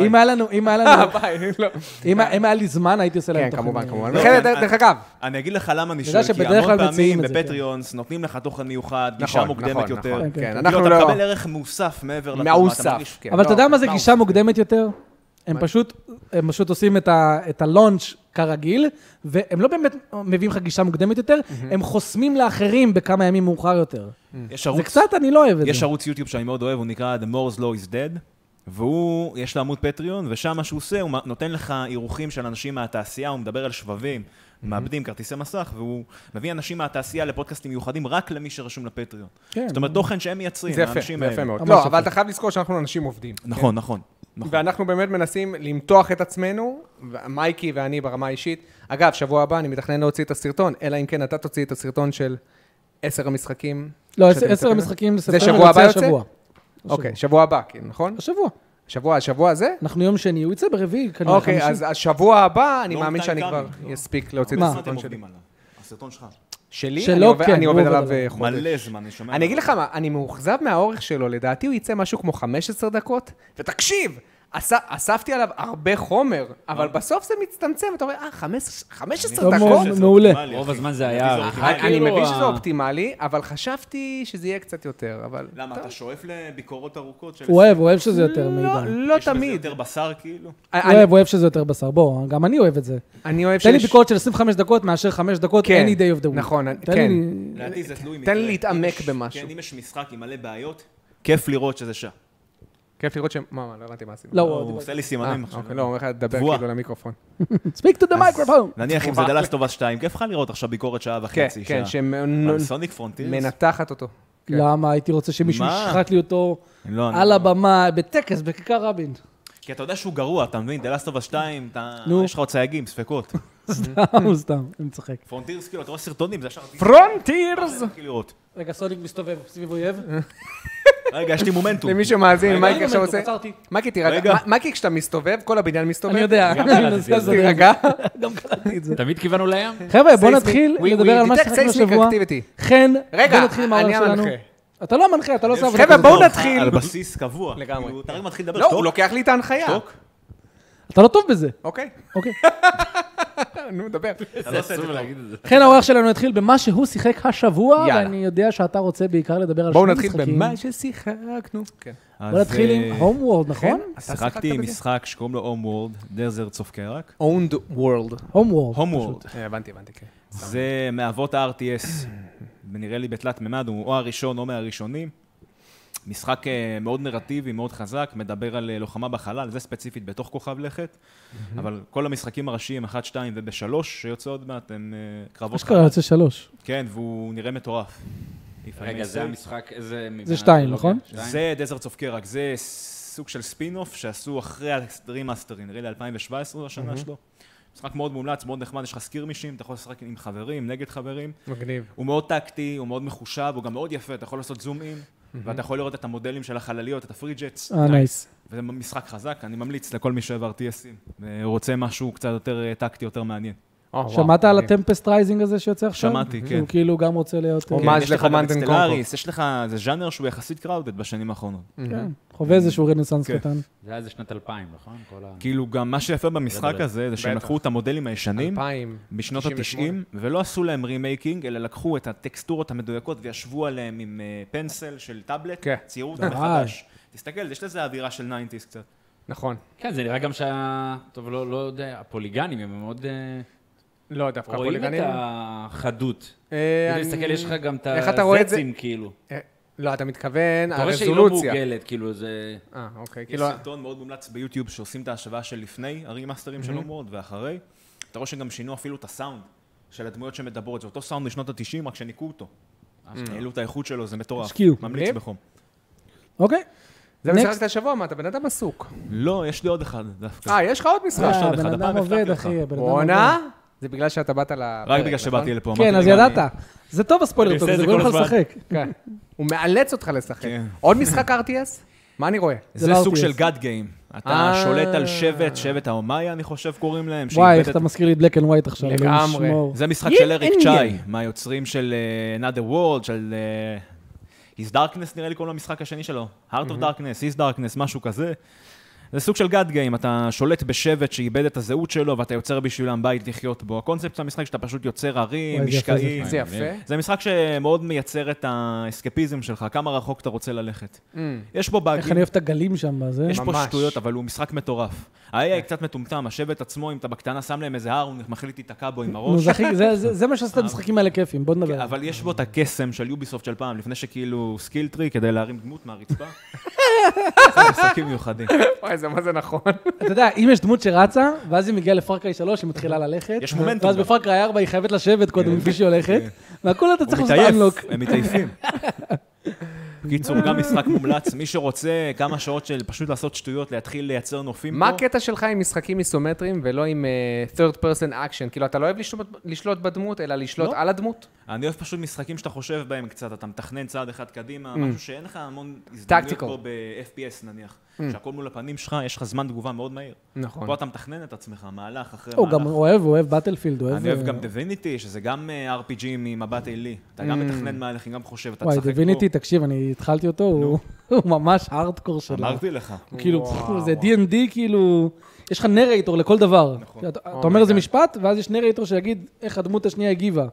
[SPEAKER 2] אם היה לנו, אם היה
[SPEAKER 1] אה,
[SPEAKER 2] לנו,
[SPEAKER 1] ביי, לא.
[SPEAKER 2] אם היה- אם היה לי זמן, הייתי עושה להם
[SPEAKER 1] כן,
[SPEAKER 2] תוכן.
[SPEAKER 1] כמובן, כמובן.
[SPEAKER 4] לא,
[SPEAKER 1] וכן,
[SPEAKER 4] כן,
[SPEAKER 1] דרך אגב,
[SPEAKER 4] אני אגיד לך למה אני
[SPEAKER 2] אתה יודע
[SPEAKER 4] שואל, כי
[SPEAKER 2] שבדרך
[SPEAKER 4] המון
[SPEAKER 2] כלל מציעים
[SPEAKER 4] פעמים
[SPEAKER 2] את זה, כן.
[SPEAKER 4] בפטריונס נותנים לך תוכן מיוחד, גישה
[SPEAKER 1] נכון,
[SPEAKER 4] מוקדמת
[SPEAKER 1] נכון,
[SPEAKER 4] יותר.
[SPEAKER 1] נכון,
[SPEAKER 2] כן,
[SPEAKER 1] כן,
[SPEAKER 4] כאילו,
[SPEAKER 1] אנחנו
[SPEAKER 4] אתה
[SPEAKER 1] לא...
[SPEAKER 4] מקבל ערך מוסף מעבר לתרומה. אתה
[SPEAKER 1] מעוסף.
[SPEAKER 4] מרגיש-
[SPEAKER 1] כן,
[SPEAKER 2] אבל אתה
[SPEAKER 1] לא,
[SPEAKER 2] יודע מה זה
[SPEAKER 1] מעוסף.
[SPEAKER 2] גישה מוקדמת יותר? הם פשוט, הם פשוט עושים את ה- את הלונץ' כרגיל, והם לא באמת מביאים לך גישה מוקדמת יותר, הם חוסמים לאחרים בכמה ימים מאוחר יותר.
[SPEAKER 4] יש ערוץ-
[SPEAKER 2] זה קצת, אני לא אוהב את
[SPEAKER 4] יש
[SPEAKER 2] זה.
[SPEAKER 4] ערוץ יוטיוב שאני מאוד אוהב, הוא נקרא The Moore's Law is Dead, והוא, יש לו עמוד פטריון, ושם מה שהוא עושה, הוא נותן לך אירוחים של אנשים מהתעשייה, הוא מדבר על שבבים,
[SPEAKER 1] Mhm.
[SPEAKER 4] מעבדים, כרטיסי מסך, והוא מביא אנשים מהתעשייה לפודקאסטים מיוחדים רק למי שרשום לפטריון.
[SPEAKER 2] כן.
[SPEAKER 4] זאת אומרת, תוכן שהם מייצרים,
[SPEAKER 1] זה יפה,
[SPEAKER 4] האנשים
[SPEAKER 1] זה יפה
[SPEAKER 4] האלה.
[SPEAKER 1] מאוד.
[SPEAKER 2] ממש
[SPEAKER 1] לא,
[SPEAKER 2] יפה.
[SPEAKER 1] אבל אתה חייב לזכור שאנחנו אנשים עובדים.
[SPEAKER 4] נכון, נכון. נכון.
[SPEAKER 1] ואנחנו באמת מנסים למתוח את עצמנו, ו- מייקי ואני ברמה האישית. אגב, שבוע הבא אני מתכנן להוציא את הסרטון, אלא אם כן אתה תוציא את הסרטון של עשר המשחקים.
[SPEAKER 2] לא,
[SPEAKER 1] שאתם
[SPEAKER 2] עשר
[SPEAKER 1] מסתכלים?
[SPEAKER 2] המשחקים
[SPEAKER 1] זה
[SPEAKER 2] לספטמבר,
[SPEAKER 1] שבוע הבא
[SPEAKER 2] יוצא
[SPEAKER 1] יוצא?
[SPEAKER 2] השבוע.
[SPEAKER 1] אוקיי, שבוע הבא, כן, נכון?
[SPEAKER 2] השבוע.
[SPEAKER 1] שבוע, השבוע זה?
[SPEAKER 2] אנחנו יום שני, הוא יצא ברביעי, כנראה לא, חמישי.
[SPEAKER 1] אוקיי, אז השבוע הבא, אני
[SPEAKER 4] Long
[SPEAKER 1] מאמין
[SPEAKER 4] time
[SPEAKER 1] שאני
[SPEAKER 4] coming,
[SPEAKER 1] כבר
[SPEAKER 4] לא?
[SPEAKER 1] אספיק להוציא את
[SPEAKER 2] מה?
[SPEAKER 1] הסרטון שלי.
[SPEAKER 4] הסרטון שלך.
[SPEAKER 1] שלי?
[SPEAKER 2] שלו,
[SPEAKER 1] אני עובד-
[SPEAKER 2] כן,
[SPEAKER 1] אני
[SPEAKER 2] הוא
[SPEAKER 1] עובד
[SPEAKER 2] עובד
[SPEAKER 1] עליו
[SPEAKER 2] עליו.
[SPEAKER 1] אה, חודש.
[SPEAKER 4] מלא זמן, אני שומע.
[SPEAKER 1] אני אגיד לך מה, אני מאוכזב מהאורך שלו, לדעתי הוא יצא משהו כמו 15 דקות, ותקשיב, אס- אספתי עליו הרבה חומר,
[SPEAKER 4] אה.
[SPEAKER 1] אבל בסוף זה מצטמצם, אתה אומר, אה, 15 15
[SPEAKER 4] לא
[SPEAKER 2] טוב
[SPEAKER 1] דקות?
[SPEAKER 2] מאוד. מעולה.
[SPEAKER 3] רוב הזמן זה היה עריכה.
[SPEAKER 1] אני- אני
[SPEAKER 3] כאילו
[SPEAKER 1] מבין
[SPEAKER 3] ה-
[SPEAKER 1] שזה אופטימלי, אבל חשבתי שזה יהיה קצת יותר, אבל...
[SPEAKER 4] למה, אתה שואף לביקורות ארוכות של...
[SPEAKER 2] הוא אוהב, הוא אוהב שזה יותר
[SPEAKER 1] לא,
[SPEAKER 2] מידע.
[SPEAKER 1] לא
[SPEAKER 4] יש בזה
[SPEAKER 1] תמיד.
[SPEAKER 4] יותר בשר, כאילו?
[SPEAKER 1] אני-
[SPEAKER 2] הוא אוהב, הוא אוהב שזה יותר בשר. בוא, גם אני אוהב את זה.
[SPEAKER 1] אני אוהב
[SPEAKER 2] תן לי ביקורת של 25 דקות מאשר 5 דקות,
[SPEAKER 1] כן,
[SPEAKER 2] any day of the week.
[SPEAKER 1] נכון,
[SPEAKER 2] תן
[SPEAKER 1] כן.
[SPEAKER 2] לי-
[SPEAKER 4] לדעתי זה תלוי
[SPEAKER 1] תן
[SPEAKER 4] מקרה.
[SPEAKER 1] לי להתעמק
[SPEAKER 4] אם יש-
[SPEAKER 1] במשהו.
[SPEAKER 4] כן, אם יש משחק עם מלא בעיות, כיף לראות שזה שם.
[SPEAKER 1] כיף לראות ש... מה, מה, לא הבנתי מה עשינו.
[SPEAKER 2] לא, הוא-
[SPEAKER 4] הוא עושה לי
[SPEAKER 1] אה,
[SPEAKER 4] סימנים עכשיו.
[SPEAKER 1] אוקיי, לא, הוא אומר לך לדבר
[SPEAKER 4] תבואה.
[SPEAKER 1] כאילו למיקרופון.
[SPEAKER 2] speak to the microphone.
[SPEAKER 4] נניח אם זה דלסטובס 2, כיף לך לראות עכשיו ביקורת שעה
[SPEAKER 1] כן,
[SPEAKER 4] וחצי, שעה.
[SPEAKER 1] כן,
[SPEAKER 4] אבל סוניק פרונטירס?
[SPEAKER 1] שמנתחת אותו. כן.
[SPEAKER 2] למה הייתי רוצה שמישהו
[SPEAKER 4] מה?
[SPEAKER 2] ישחט לי אותו
[SPEAKER 4] לא, אני
[SPEAKER 2] על
[SPEAKER 4] לא.
[SPEAKER 2] הבמה, בטקס, בכיכר רבין?
[SPEAKER 4] כי אתה יודע שהוא גרוע, אתה מבין? דלסטובס 2, אתה-
[SPEAKER 2] נו.
[SPEAKER 4] יש לך עוד צייגים, ספקות.
[SPEAKER 2] סתם, סתם, אני מצחק.
[SPEAKER 5] פרונטירס, כאילו, אתה רואה סרטונים, זה ישר...
[SPEAKER 1] פרונטירס!
[SPEAKER 5] כאילו לראות.
[SPEAKER 2] רגע, סוניק מסתובב סביב אויב.
[SPEAKER 5] רגע, יש לי מומנטום.
[SPEAKER 1] למי שמאזין,
[SPEAKER 4] לא
[SPEAKER 1] מייקי עכשיו
[SPEAKER 2] אה? רגע,
[SPEAKER 1] עושה...
[SPEAKER 2] עצרתי.
[SPEAKER 1] מייקי, תירגע.
[SPEAKER 5] רגע.
[SPEAKER 1] מ- מייקי, כשאתה מסתובב, כל הבניין מסתובב.
[SPEAKER 2] אני יודע, אני
[SPEAKER 5] גם קלטתי
[SPEAKER 2] מנסה
[SPEAKER 5] את זה.
[SPEAKER 2] לזהות.
[SPEAKER 1] תירגע.
[SPEAKER 2] גם קראתי את זה.
[SPEAKER 3] תמיד כיוונו לים?
[SPEAKER 2] חבר'ה, בוא
[SPEAKER 1] Seismic-
[SPEAKER 2] נתחיל
[SPEAKER 1] we-
[SPEAKER 2] לדבר
[SPEAKER 1] we
[SPEAKER 2] על מה
[SPEAKER 1] detect
[SPEAKER 2] שחקנו
[SPEAKER 1] seismic
[SPEAKER 2] השבוע.
[SPEAKER 1] activity.
[SPEAKER 2] חן,
[SPEAKER 1] רגע,
[SPEAKER 2] בוא נתחיל עם
[SPEAKER 1] אני
[SPEAKER 2] העולם שלנו.
[SPEAKER 1] המנחה.
[SPEAKER 2] אתה לא המנחה, אתה לא עושה עבודה.
[SPEAKER 1] חבר'ה,
[SPEAKER 2] טובה.
[SPEAKER 1] בואו נתחיל.
[SPEAKER 5] על בסיס קבוע.
[SPEAKER 1] לגמרי.
[SPEAKER 5] כאילו, אתה רק מתחיל לדבר,
[SPEAKER 1] לא,
[SPEAKER 5] שתוק.
[SPEAKER 1] הוא לוקח לי את ההנחיה.
[SPEAKER 5] שתוק.
[SPEAKER 2] אתה לא טוב בזה.
[SPEAKER 1] אוקיי,
[SPEAKER 2] אוקיי.
[SPEAKER 1] נו, דבר.
[SPEAKER 5] אתה לא עושה את זה. טוב.
[SPEAKER 2] חן, האורח שלנו יתחיל במה שהוא שיחק השבוע,
[SPEAKER 1] יאללה.
[SPEAKER 2] ואני יודע שאתה רוצה בעיקר לדבר על
[SPEAKER 1] בואו
[SPEAKER 2] שני
[SPEAKER 1] נתחיל
[SPEAKER 2] משחקים.
[SPEAKER 1] במה ששיחקנו. כן.
[SPEAKER 2] בוא
[SPEAKER 4] אז,
[SPEAKER 2] נתחיל
[SPEAKER 4] אה,
[SPEAKER 2] עם הום וורד, נכון?
[SPEAKER 1] אתה שיחקת
[SPEAKER 4] שיחקתי עם
[SPEAKER 1] בזה?
[SPEAKER 4] משחק שקוראים לו הום וורד, דזרט סוף קרק.
[SPEAKER 1] Owned World.
[SPEAKER 2] הום וורד.
[SPEAKER 4] הום וורד.
[SPEAKER 1] הבנתי, הבנתי, כן.
[SPEAKER 4] זה מאבות ה-RTS, נראה לי בתלת מימד, הוא או הראשון או מהראשונים. משחק אה, מאוד נרטיבי, מאוד חזק, מדבר על אה, לוחמה בחלל, זה ספציפית בתוך כוכב לכת, אבל כל המשחקים הראשיים, 1, 2 וב-3, שיוצא עוד מעט, הם אה,
[SPEAKER 2] מה
[SPEAKER 4] קרבות
[SPEAKER 2] שקרה,
[SPEAKER 4] חלל.
[SPEAKER 2] יוצא שלוש.
[SPEAKER 4] כן, והוא נראה מטורף. If I
[SPEAKER 3] רגע,
[SPEAKER 4] may
[SPEAKER 3] זה
[SPEAKER 4] say.
[SPEAKER 3] המשחק, איזה...
[SPEAKER 2] זה שתיים, נכון?
[SPEAKER 3] זה...
[SPEAKER 4] זה דזרט סוף קרק, זה סוג של ספין-אוף שעשו אחרי הדרימאסטרים, נראה לי 2017 השנה שלו. משחק מאוד מומלץ, מאוד נחמד, יש לך סקיר מישים, אתה יכול לשחק עם חברים, נגד חברים.
[SPEAKER 1] מגניב.
[SPEAKER 4] הוא מאוד טקטי, הוא מאוד מחושב, הוא גם מאוד יפה, אתה יכול לעשות זום אין, ואתה יכול לראות את המודלים של החלליות, את הפרי ג'טס.
[SPEAKER 2] אה, נייס.
[SPEAKER 4] וזה משחק חזק, אני ממליץ לכל מי שאוהב RTSים, אה, רוצה משהו קצת יותר אה, טקטי, יותר מעניין.
[SPEAKER 1] אה,
[SPEAKER 2] שמעת על הטמפסט רייזינג הזה שיוצא עכשיו?
[SPEAKER 4] שמעתי, כן.
[SPEAKER 2] הוא כאילו גם רוצה להיות... אה,
[SPEAKER 1] הומאז'
[SPEAKER 4] כן, יש לך גם
[SPEAKER 1] לקומנד
[SPEAKER 4] את
[SPEAKER 1] אנד
[SPEAKER 4] סטלאריס,
[SPEAKER 1] קונקור.
[SPEAKER 4] יש לך, זה ז'אנר שהוא יחסית קראודד בשנים האחרונות.
[SPEAKER 2] כן. חווה איזשהו רנסאנס
[SPEAKER 4] כן.
[SPEAKER 2] קטן.
[SPEAKER 3] זה היה איזה שנת 2000, נכון? כל ה...
[SPEAKER 4] כאילו, גם מה שיפה במשחק
[SPEAKER 3] גדול.
[SPEAKER 4] הזה, זה שהם
[SPEAKER 1] בטח.
[SPEAKER 4] לקחו את המודלים הישנים,
[SPEAKER 1] אלפיים.
[SPEAKER 4] משנות
[SPEAKER 1] 98.
[SPEAKER 4] ה-90, ולא עשו להם רימייקינג, אלא לקחו את הטקסטורות המדויקות וישבו עליהם עם אה, פנסל של טאבלט,
[SPEAKER 1] כן.
[SPEAKER 4] ציירו אותם
[SPEAKER 2] די.
[SPEAKER 4] מחדש. תסתכל, יש לזה אווירה של 90's קצת.
[SPEAKER 1] נכון.
[SPEAKER 3] כן, זה נראה גם שה... טוב, לא לא יודע, הפוליגנים הם מאוד... אה,
[SPEAKER 1] לא, דווקא
[SPEAKER 3] רואים את
[SPEAKER 1] פוליגנים.
[SPEAKER 3] החדות.
[SPEAKER 1] אה,
[SPEAKER 3] אני...
[SPEAKER 1] אני-
[SPEAKER 3] תסתכל, יש לך גם את
[SPEAKER 1] איך אתה רואה את זה?
[SPEAKER 3] הזצים, כאילו.
[SPEAKER 1] אה, לא, אתה מתכוון,
[SPEAKER 3] אתה רואה שהיא לא
[SPEAKER 1] הרזולוציה.
[SPEAKER 3] מעוגלת, כאילו, זה...
[SPEAKER 1] אה, אוקיי,
[SPEAKER 4] יש
[SPEAKER 1] כאילו...
[SPEAKER 4] סרטון מאוד מומלץ ביוטיוב שעושים את ההשוואה של לפני הרימאסטרים של הומורד ואחרי. אתה רואה שגם שינו אפילו את הסאונד של הדמויות שמדברות. זה אותו סאונד משנות ה-90, רק שניקו אותו. העלו את האיכות שלו, זה מטורף.
[SPEAKER 2] השקיעו.
[SPEAKER 4] ממליץ
[SPEAKER 1] מגניב.
[SPEAKER 4] בחום.
[SPEAKER 2] אוקיי.
[SPEAKER 1] זה
[SPEAKER 2] Next.
[SPEAKER 1] משחק השבוע, מה, אתה בן אדם עסוק.
[SPEAKER 4] לא, יש לי עוד אחד דווקא.
[SPEAKER 1] אה, יש לך עוד משחק.
[SPEAKER 2] אה,
[SPEAKER 4] עכשיו לך,
[SPEAKER 2] הבן
[SPEAKER 4] הפעם
[SPEAKER 2] אדם
[SPEAKER 4] הפתעתי
[SPEAKER 2] עובד,
[SPEAKER 4] אותך.
[SPEAKER 2] אחי, הבן אדם עובד.
[SPEAKER 1] בואנה. זה בגלל שאתה באת לפרק,
[SPEAKER 4] רק בגלל
[SPEAKER 1] נכון?
[SPEAKER 4] שבאתי לפה.
[SPEAKER 2] כן,
[SPEAKER 4] לא אמרתי
[SPEAKER 2] אז
[SPEAKER 4] לי, מה,
[SPEAKER 2] ידעת. זה טוב הספוילר
[SPEAKER 4] אני
[SPEAKER 2] טוב,
[SPEAKER 4] עושה את
[SPEAKER 2] זה
[SPEAKER 4] זה
[SPEAKER 2] גורם לך
[SPEAKER 4] כל הזמן.
[SPEAKER 2] לשחק.
[SPEAKER 1] כן. הוא מאלץ אותך לשחק.
[SPEAKER 4] כן.
[SPEAKER 1] עוד משחק RTS? מה אני רואה?
[SPEAKER 4] זה
[SPEAKER 2] זה לא
[SPEAKER 4] סוג
[SPEAKER 2] RTS.
[SPEAKER 4] של גאד גיים. אתה
[SPEAKER 1] אה.
[SPEAKER 4] שולט על שבט, שבט האומאיה, אני חושב קוראים להם.
[SPEAKER 2] וואי,
[SPEAKER 4] שאיבד
[SPEAKER 2] איך
[SPEAKER 4] את-
[SPEAKER 2] אתה מזכיר לי את בלק אנד ווייט עכשיו. אלוהים
[SPEAKER 1] לגמרי.
[SPEAKER 2] ישמור.
[SPEAKER 4] זה משחק
[SPEAKER 1] יהיה
[SPEAKER 4] של אריק
[SPEAKER 1] עניין.
[SPEAKER 4] צ'אי, מהיוצרים של אה, another world, של... אה, His Darkness נראה לי קוראים למשחק השני שלו. Heart
[SPEAKER 2] Mhm.
[SPEAKER 4] of Darkness, His Darkness, משהו כזה. זה סוג של גאד גיים, אתה שולט בשבט שאיבד את הזהות שלו ואתה יוצר בשבילם בית לחיות בו. הקונספט של המשחק שאתה פשוט יוצר ערים,
[SPEAKER 2] וואי, זה יפה, זה
[SPEAKER 4] משקעים.
[SPEAKER 1] זה יפה.
[SPEAKER 4] זה משחק שמאוד מייצר את האסקפיזם שלך, כמה רחוק אתה רוצה ללכת. יש בו
[SPEAKER 2] איך
[SPEAKER 4] באגים,
[SPEAKER 2] אני אוהב את הגלים שם בזה.
[SPEAKER 4] יש פה
[SPEAKER 1] Mm. ממש. כן.
[SPEAKER 4] שטויות, אבל הוא משחק מטורף. ה-AI קצת מטומטם, השבט עצמו, אם אתה בקטנה שם להם איזה הר, הוא מחליט להיתקע בו עם
[SPEAKER 2] נו,
[SPEAKER 4] הראש.
[SPEAKER 2] זה הכי- זה- זה- זה מה שעשית במשחקים האלה כיפים, בוא נדבר.
[SPEAKER 4] אה. כן, אבל יש בו את הקסם של יוביסופט של פעם, לפני שכאילו סקיל טרי כדי להרים דמות מהרצפה. זה משחקים מיוחדים.
[SPEAKER 1] וואי, זה מה זה נכון.
[SPEAKER 2] אתה יודע, אם יש דמות שרצה, ואז היא מגיעה לפארקריי 3, היא מתחילה ללכת.
[SPEAKER 4] יש מומנטום
[SPEAKER 2] ואז
[SPEAKER 4] גם. כן.
[SPEAKER 2] בפארקריי 4 היא חייבת לשבת קודם לפני שהיא הולכת, והכול אתה
[SPEAKER 4] הוא
[SPEAKER 2] צריך לעשות
[SPEAKER 4] מתעייף,
[SPEAKER 2] אנלוק.
[SPEAKER 4] הם מתעייפים. בקיצור, גם משחק מומלץ, מי שרוצה כמה שעות של פשוט לעשות שטויות, להתחיל לייצר נופים פה.
[SPEAKER 1] מה הקטע שלך עם משחקים איסומטריים ולא עם אה, third person action? כאילו, אתה לא אוהב לשלוט- לשלוט בדמות, אלא לשלוט
[SPEAKER 4] לא.
[SPEAKER 1] על הדמות?
[SPEAKER 4] אני אוהב פשוט משחקים שאתה חושב בהם קצת, אתה מתכנן צעד אחד קדימה, משהו שאין לך המון
[SPEAKER 1] Mm.
[SPEAKER 4] הזדמנויות
[SPEAKER 1] Tactical. Mm.
[SPEAKER 4] פה ב-FPS נניח. שהכל מול הפנים שלך, יש לך זמן תגובה מאוד מהיר.
[SPEAKER 1] נכון.
[SPEAKER 4] פה אתה מתכנן את עצמך, מהלך אחרי
[SPEAKER 2] הוא
[SPEAKER 4] מהלך.
[SPEAKER 2] גם אוהב, הוא אוהב באטלפילד, הוא אוהב...
[SPEAKER 4] אני אוהב גם
[SPEAKER 2] אה,
[SPEAKER 4] דוויניטי, שזה גם אה, RPG ממבט עילי. אתה גם מתכנן מהלכים, גם חושב,
[SPEAKER 2] Mm.
[SPEAKER 4] אתה
[SPEAKER 2] וואי,
[SPEAKER 4] תשחק פה.
[SPEAKER 2] דיוויניטי, תקשיב, אני התחלתי אותו, הוא הוא ממש הארדקור שלו.
[SPEAKER 4] אמרתי לך.
[SPEAKER 2] הוא כאילו,
[SPEAKER 1] וואו,
[SPEAKER 2] פפו, זה
[SPEAKER 1] וואו.
[SPEAKER 2] D&D, כאילו, יש לך נרייטור לכל דבר.
[SPEAKER 4] נכון.
[SPEAKER 2] אתה אתה אומר איזה
[SPEAKER 1] Oh God.
[SPEAKER 2] משפט, ואז יש נרייטור שיגיד איך הדמות השנייה הגיבה.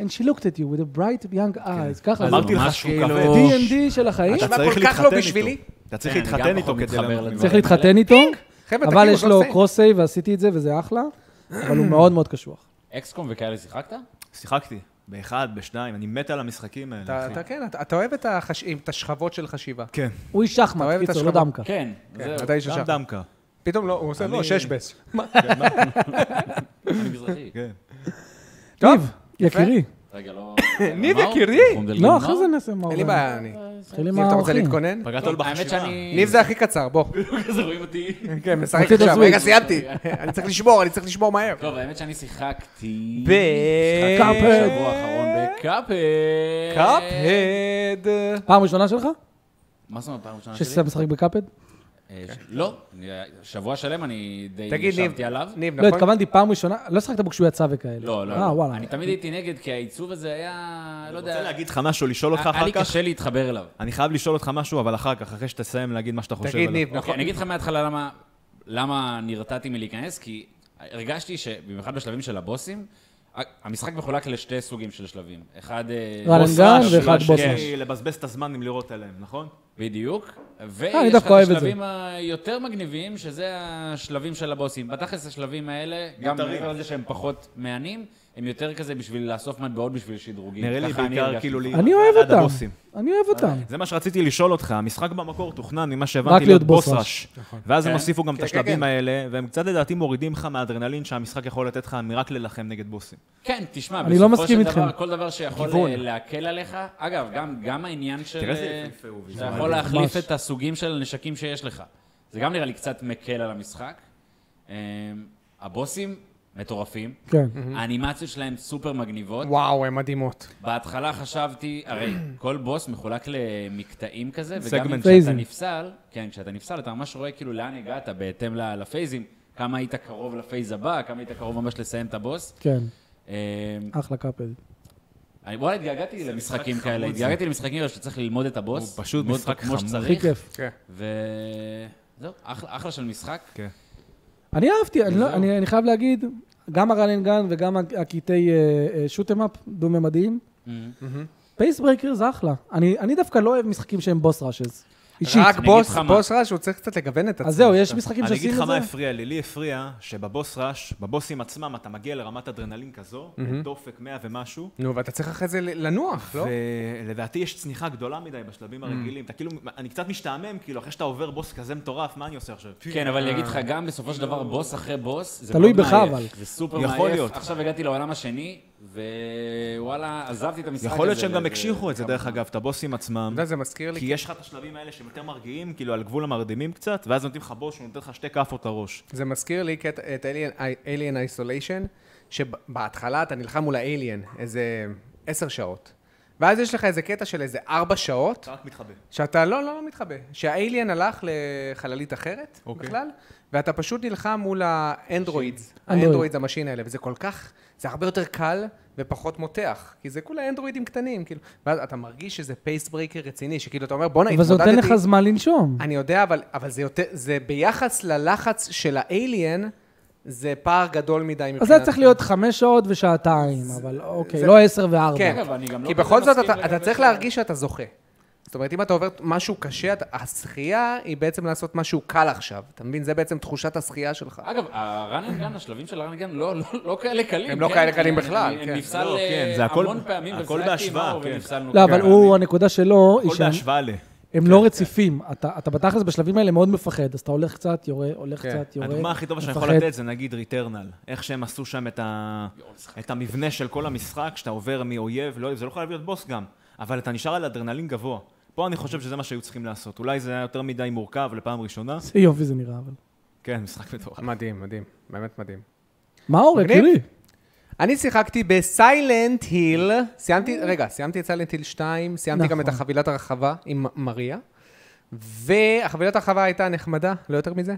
[SPEAKER 2] And she looked at you with a bright young eyes, ככה. זה
[SPEAKER 4] כן. אמרתי לך
[SPEAKER 3] ממש
[SPEAKER 4] שהוא
[SPEAKER 1] כאילו-
[SPEAKER 4] כבד.
[SPEAKER 2] D&D של החיים,
[SPEAKER 4] אתה
[SPEAKER 1] נשמע
[SPEAKER 4] צריך
[SPEAKER 1] כל כך לא
[SPEAKER 4] להתחתן
[SPEAKER 1] בשבילי. כן,
[SPEAKER 4] איתו. אתה צריך להתחתן איתו כדי... לענות לי.
[SPEAKER 2] צריך להתחתן איתו,
[SPEAKER 4] כן,
[SPEAKER 1] חבר'ה,
[SPEAKER 2] אבל
[SPEAKER 4] כאילו
[SPEAKER 1] תקימו,
[SPEAKER 2] יש לו
[SPEAKER 1] קרוסי.
[SPEAKER 2] קרוס סייב ועשיתי את זה, וזה אחלה, אבל הוא מאוד מאוד קשוח.
[SPEAKER 3] אקסקום וכאלה שיחקת?
[SPEAKER 4] שיחקתי. באחד, בשניים, אני מת על המשחקים
[SPEAKER 1] אתה
[SPEAKER 4] האלה, אחי.
[SPEAKER 1] אתה כן, אתה- אתה אוהב את החש- את השכבות של חשיבה.
[SPEAKER 4] כן,
[SPEAKER 2] הוא איש
[SPEAKER 1] אתה
[SPEAKER 2] שחמט,
[SPEAKER 1] אוהב את
[SPEAKER 2] קיצור, לא
[SPEAKER 1] השכבה?
[SPEAKER 2] דמקה.
[SPEAKER 3] כן,
[SPEAKER 1] כן,
[SPEAKER 3] זהו.
[SPEAKER 1] אתה איש ישר.
[SPEAKER 4] גם דמקה.
[SPEAKER 1] פתאום לא, הוא עושה, לא,
[SPEAKER 4] אני-
[SPEAKER 1] שש בס.
[SPEAKER 3] אני מזרחי.
[SPEAKER 4] כן.
[SPEAKER 2] ניב, יקירי.
[SPEAKER 3] רגע, לא...
[SPEAKER 1] ניב
[SPEAKER 3] מה הוא?
[SPEAKER 1] יקירי?
[SPEAKER 3] חום דל
[SPEAKER 2] לא,
[SPEAKER 3] גמור? לא?
[SPEAKER 2] אחרי זה נעשה מה
[SPEAKER 1] אין לי
[SPEAKER 2] הוא-
[SPEAKER 1] בעיה, אני.
[SPEAKER 2] נתחיל
[SPEAKER 1] ניב,
[SPEAKER 2] עם
[SPEAKER 1] אתה רוצה
[SPEAKER 2] האורחים.
[SPEAKER 1] להתכונן?
[SPEAKER 4] פגעת לו
[SPEAKER 3] האמת
[SPEAKER 4] בחשיבה.
[SPEAKER 3] שאני...
[SPEAKER 1] ניב זה הכי קצר, בוא.
[SPEAKER 3] כזה רואים אותי.
[SPEAKER 1] כן, משחק
[SPEAKER 2] מוציא את
[SPEAKER 1] עכשיו.
[SPEAKER 2] הסוויץ'.
[SPEAKER 1] רגע, סיימתי. אני צריך לשמור, אני צריך לשמור מהר.
[SPEAKER 3] טוב, האמת שאני שיחקתי...
[SPEAKER 1] ב-
[SPEAKER 3] שיחקתי
[SPEAKER 1] קאפהד.
[SPEAKER 3] בשבוע האחרון בקאפד.
[SPEAKER 1] קאפהד.
[SPEAKER 2] פעם ראשונה שלך?
[SPEAKER 3] מה זאת אומרת פעם ראשונה שלי?
[SPEAKER 2] שעשית משחק בקאפד?
[SPEAKER 3] אה, ש- לא, אני- שבוע שלם אני די
[SPEAKER 1] תגיד, ניב,
[SPEAKER 3] ישבתי עליו.
[SPEAKER 1] ניב,
[SPEAKER 2] לא,
[SPEAKER 1] נכון?
[SPEAKER 2] התכוונתי פעם ראשונה, לא שחקת בו כשהוא יצא וכאלה.
[SPEAKER 3] לא, לא,
[SPEAKER 2] אה,
[SPEAKER 3] לא.
[SPEAKER 2] וואלה.
[SPEAKER 3] אני תמיד הייתי נגד, כי העיצוב הזה היה... לא
[SPEAKER 4] אני רוצה
[SPEAKER 3] יודע...
[SPEAKER 4] להגיד לך משהו, לשאול אותך
[SPEAKER 3] היה
[SPEAKER 4] אחר
[SPEAKER 3] לי
[SPEAKER 4] כך. נכון.
[SPEAKER 3] קשה להתחבר אליו.
[SPEAKER 4] אני חייב לשאול אותך משהו, אבל אחר כך, אחרי שתסיים להגיד מה שאתה חושב
[SPEAKER 1] תגיד,
[SPEAKER 4] עליו.
[SPEAKER 1] ניב,
[SPEAKER 3] אוקיי,
[SPEAKER 1] נכון?
[SPEAKER 3] אני אגיד לך מההתחלה למה, למה נרתעתי מלהיכנס, כי הרגשתי שבמיוחד בשלבים של הבוסים, ה- המשחק מחולק לשתי סוגים של שלבים. אחד... אה,
[SPEAKER 2] רלנגן
[SPEAKER 3] בוס ראש,
[SPEAKER 2] ואחד
[SPEAKER 3] שלוש,
[SPEAKER 2] בוס
[SPEAKER 3] כן,
[SPEAKER 2] ראש.
[SPEAKER 4] כדי לבזבז את הזמן עם לראות עליהם, נכון?
[SPEAKER 3] בדיוק. ויש
[SPEAKER 2] אה, אני
[SPEAKER 3] לך
[SPEAKER 2] דווקא
[SPEAKER 3] את
[SPEAKER 2] אוהב את זה.
[SPEAKER 3] השלבים היותר מגניבים, שזה השלבים של הבוסים. בתכלס השלבים האלה, גם
[SPEAKER 4] מיותרים.
[SPEAKER 3] מעבר לזה שהם פחות מהנים, הם יותר כזה בשביל לאסוף מטבעות בשביל שדרוגים.
[SPEAKER 4] נראה לי
[SPEAKER 3] ככה אני
[SPEAKER 4] בעיקר
[SPEAKER 3] הרגשתי.
[SPEAKER 4] כאילו... לי-
[SPEAKER 2] אני אוהב
[SPEAKER 4] עד
[SPEAKER 2] אותם.
[SPEAKER 4] הבוסים.
[SPEAKER 2] אני אוהב
[SPEAKER 3] אה,
[SPEAKER 2] אותם.
[SPEAKER 4] זה מה שרציתי לשאול אותך, המשחק במקור תוכנן ממה
[SPEAKER 2] רק
[SPEAKER 4] שהבנתי
[SPEAKER 2] להיות
[SPEAKER 4] להיות
[SPEAKER 2] בוס
[SPEAKER 4] בוס ראש. ואז הם
[SPEAKER 3] כן.
[SPEAKER 4] הוסיפו גם את
[SPEAKER 1] כן, כן, כן.
[SPEAKER 4] השלבים האלה, והם קצת לדעתי מורידים לך מהאדרנלין שהמשחק יכול לתת לך מרק ללחם נגד בוסים.
[SPEAKER 3] כן, תשמע,
[SPEAKER 2] אני לא מסכים
[SPEAKER 3] בסופו של דבר,
[SPEAKER 2] איתכם.
[SPEAKER 3] כל דבר שיכול
[SPEAKER 4] כיוון.
[SPEAKER 3] אה, להקל עליך, אגב, גם, גם העניין של...
[SPEAKER 4] תראה איזה
[SPEAKER 3] אה,
[SPEAKER 4] יפהפה הוא,
[SPEAKER 3] שאתה
[SPEAKER 4] ויזואלית.
[SPEAKER 3] יכול להחליף
[SPEAKER 2] ממש.
[SPEAKER 3] את הסוגים של הנשקים שיש לך. זה גם נראה לי קצת מקל על המשחק. אה, הבוסים מטורפים,
[SPEAKER 2] כן.
[SPEAKER 3] האנימציות שלהם סופר מגניבות.
[SPEAKER 1] וואו, הן מדהימות.
[SPEAKER 3] בהתחלה חשבתי, הרי כל בוס מחולק למקטעים כזה, וגם אם
[SPEAKER 4] Segment.
[SPEAKER 3] כשאתה
[SPEAKER 2] פייזים.
[SPEAKER 3] נפסל, כן, כשאתה נפסל, אתה ממש רואה כאילו לאן הגעת בהתאם ל- לפייזים, כמה היית קרוב לפייז הבא, כמה היית קרוב ממש לסיים את הבוס.
[SPEAKER 2] כן,
[SPEAKER 3] אה,
[SPEAKER 2] אחלה קאפד.
[SPEAKER 3] אני וואלה, התגעגעתי למשחקים כאלה, התגעגעתי למשחקים כאלה שצריך ללמוד את הבוס.
[SPEAKER 4] הוא פשוט
[SPEAKER 3] ללמוד
[SPEAKER 4] משחק
[SPEAKER 3] אותו כמו
[SPEAKER 4] חמוד.
[SPEAKER 3] שצריך,
[SPEAKER 2] הכי כיף.
[SPEAKER 1] כן.
[SPEAKER 3] וזהו, אחלה אחלה של משחק.
[SPEAKER 2] אני אהבתי, אני, לא, אני, אני חייב להגיד, גם הרלנגן וגם הקטעי אה, שוטם-אפ דו-ממדיים. פייס ברקר זה אחלה. אני, אני דווקא לא אוהב משחקים שהם בוס ראשז. אישית.
[SPEAKER 1] רק
[SPEAKER 3] אני
[SPEAKER 1] בוס,
[SPEAKER 3] אגיד לך מה.
[SPEAKER 1] בוס רעש, הוא צריך קצת לגוון את עצמו.
[SPEAKER 2] אז זהו, יש משחקים
[SPEAKER 4] אני אגיד
[SPEAKER 2] שעושים
[SPEAKER 4] לך
[SPEAKER 2] את
[SPEAKER 4] מה
[SPEAKER 2] זה?
[SPEAKER 4] הפריע לי, לי הפריע שבבוס ראש, בבוסים עצמם אתה מגיע לרמת אדרנלין כזו, דופק 100 ומשהו,
[SPEAKER 1] נו, ואתה צריך אחרי זה ל- לנוח, לא?
[SPEAKER 4] ולדעתי יש צניחה גדולה מדי בשלבים הרגילים. אתה כאילו, אני קצת משתעמם, כאילו, אחרי שאתה עובר בוס כזה מטורף, מה אני עושה עכשיו?
[SPEAKER 3] כן, אבל אני אגיד
[SPEAKER 4] אה,
[SPEAKER 3] לך, גם בסופו של דבר, בוס אחרי בוס, זה
[SPEAKER 2] תלוי
[SPEAKER 3] מאוד
[SPEAKER 2] בך,
[SPEAKER 3] מעייף.
[SPEAKER 2] אבל.
[SPEAKER 3] זה סופר
[SPEAKER 4] לא. יכול
[SPEAKER 3] מעייף.
[SPEAKER 4] להיות.
[SPEAKER 3] עכשיו הגעתי לעולם השני, ווואלה, עזבתי את המשחק הזה.
[SPEAKER 4] יכול להיות שהם גם
[SPEAKER 3] לאיזה
[SPEAKER 4] הקשיחו את זה,
[SPEAKER 3] כמה-
[SPEAKER 4] דרך אגב, את הבוסים עצמם.
[SPEAKER 1] אתה יודע, זה מזכיר לי,
[SPEAKER 4] כי יש לך את השלבים האלה שהם יותר מרגיעים, כאילו על גבול המרדימים קצת, ואז נותנים לך בוש, הוא נותן לך שתי כאפות לראש.
[SPEAKER 1] זה מזכיר לי קטע- את Alien- Alien Isolation, שבהתחלה אתה נלחם מול האליאן איזה עשר שעות. ואז יש לך איזה קטע של איזה ארבע שעות,
[SPEAKER 4] אתה רק מתחבא.
[SPEAKER 1] שאתה לא, לא, לא מתחבא. שהאליאן הלך לחללית אחרת
[SPEAKER 4] אוקיי.
[SPEAKER 1] בכלל, ואתה פשוט נלחם מול האנדרואידס,
[SPEAKER 2] אנדרואיד.
[SPEAKER 1] האנדרואידס המשין האלה, וזה כל כך, זה הרבה יותר קל ופחות מותח, כי זה כולה אנדרואידים קטנים, כאילו, ואז אתה מרגיש שזה פייס ברקר רציני, שכאילו אתה אומר, בואנה,
[SPEAKER 2] אבל זה נותן לך
[SPEAKER 1] התמודדתי,
[SPEAKER 2] זמן לנשום.
[SPEAKER 1] אני יודע, אבל, אבל זה יותר, זה ביחס ללחץ של האליאן, זה פער גדול מדי מבחינת...
[SPEAKER 2] אז זה צריך להיות חמש שעות ושעתיים, אבל אוקיי,
[SPEAKER 1] זה-
[SPEAKER 2] לא עשר וארבע.
[SPEAKER 1] כן,
[SPEAKER 3] אגב, אני גם לא
[SPEAKER 1] כי
[SPEAKER 3] כזה
[SPEAKER 1] בכל זאת
[SPEAKER 3] מסכים
[SPEAKER 1] אתה, אתה
[SPEAKER 3] לגבי
[SPEAKER 1] צריך
[SPEAKER 3] זה.
[SPEAKER 1] להרגיש שאתה זוכה. זאת אומרת, אם אתה עובר משהו קשה, אתה, השחייה היא בעצם לעשות משהו קל עכשיו. אתה מבין? זה בעצם תחושת השחייה שלך.
[SPEAKER 3] אגב, הרננגן, השלבים של הרננגן לא לא- לא כאלה קלים.
[SPEAKER 1] הם לא
[SPEAKER 3] כן?
[SPEAKER 1] כאלה קלים
[SPEAKER 3] אני-
[SPEAKER 1] בכלל,
[SPEAKER 3] אני-
[SPEAKER 1] כן.
[SPEAKER 3] נפסל
[SPEAKER 4] לא, כן,
[SPEAKER 3] אה,
[SPEAKER 4] זה הכל-
[SPEAKER 3] המון פעמים,
[SPEAKER 4] הכל
[SPEAKER 3] ונפסלתי
[SPEAKER 4] בהשוואה,
[SPEAKER 3] מאור
[SPEAKER 4] כן.
[SPEAKER 3] ונפסלנו.
[SPEAKER 2] לא,
[SPEAKER 3] כן.
[SPEAKER 2] אבל הוא, הנקודה שלו היא
[SPEAKER 4] הכל
[SPEAKER 2] שהם
[SPEAKER 4] בהשוואה ל...
[SPEAKER 2] הם
[SPEAKER 1] כן,
[SPEAKER 2] לא רציפים. אתה אתה בתכלס בשלבים האלה מאוד מפחד, אז אתה הולך קצת, יורה, הולך
[SPEAKER 1] כן.
[SPEAKER 2] קצת, יורה.
[SPEAKER 4] הדוגמה הכי טובה שאני יכול
[SPEAKER 2] מפחד.
[SPEAKER 4] לתת זה נגיד ריטרנל. איך שהם עשו שם את, ה... את המבנה של כל המשחק, שאתה עובר מאויב, לא, זה לא חייב להיות בוס גם, אבל אתה נשאר על אדרנלין גבוה. פה אני חושב שזה מה שהיו צריכים לעשות. אולי זה היה יותר מדי מורכב לפעם ראשונה.
[SPEAKER 2] איזה יופי זה נראה, אבל.
[SPEAKER 4] כן, משחק מטורף.
[SPEAKER 1] מדהים, מדהים. באמת מדהים.
[SPEAKER 2] מה אורן,
[SPEAKER 1] מגניב.
[SPEAKER 2] תראי.
[SPEAKER 1] אני שיחקתי בסיילנט היל, סיימתי, רגע, סיימתי את סיילנט היל 2, סיימתי גם
[SPEAKER 2] נכון.
[SPEAKER 1] את החבילת הרחבה עם מ- מריה, והחבילת הרחבה הייתה נחמדה, לא יותר מזה.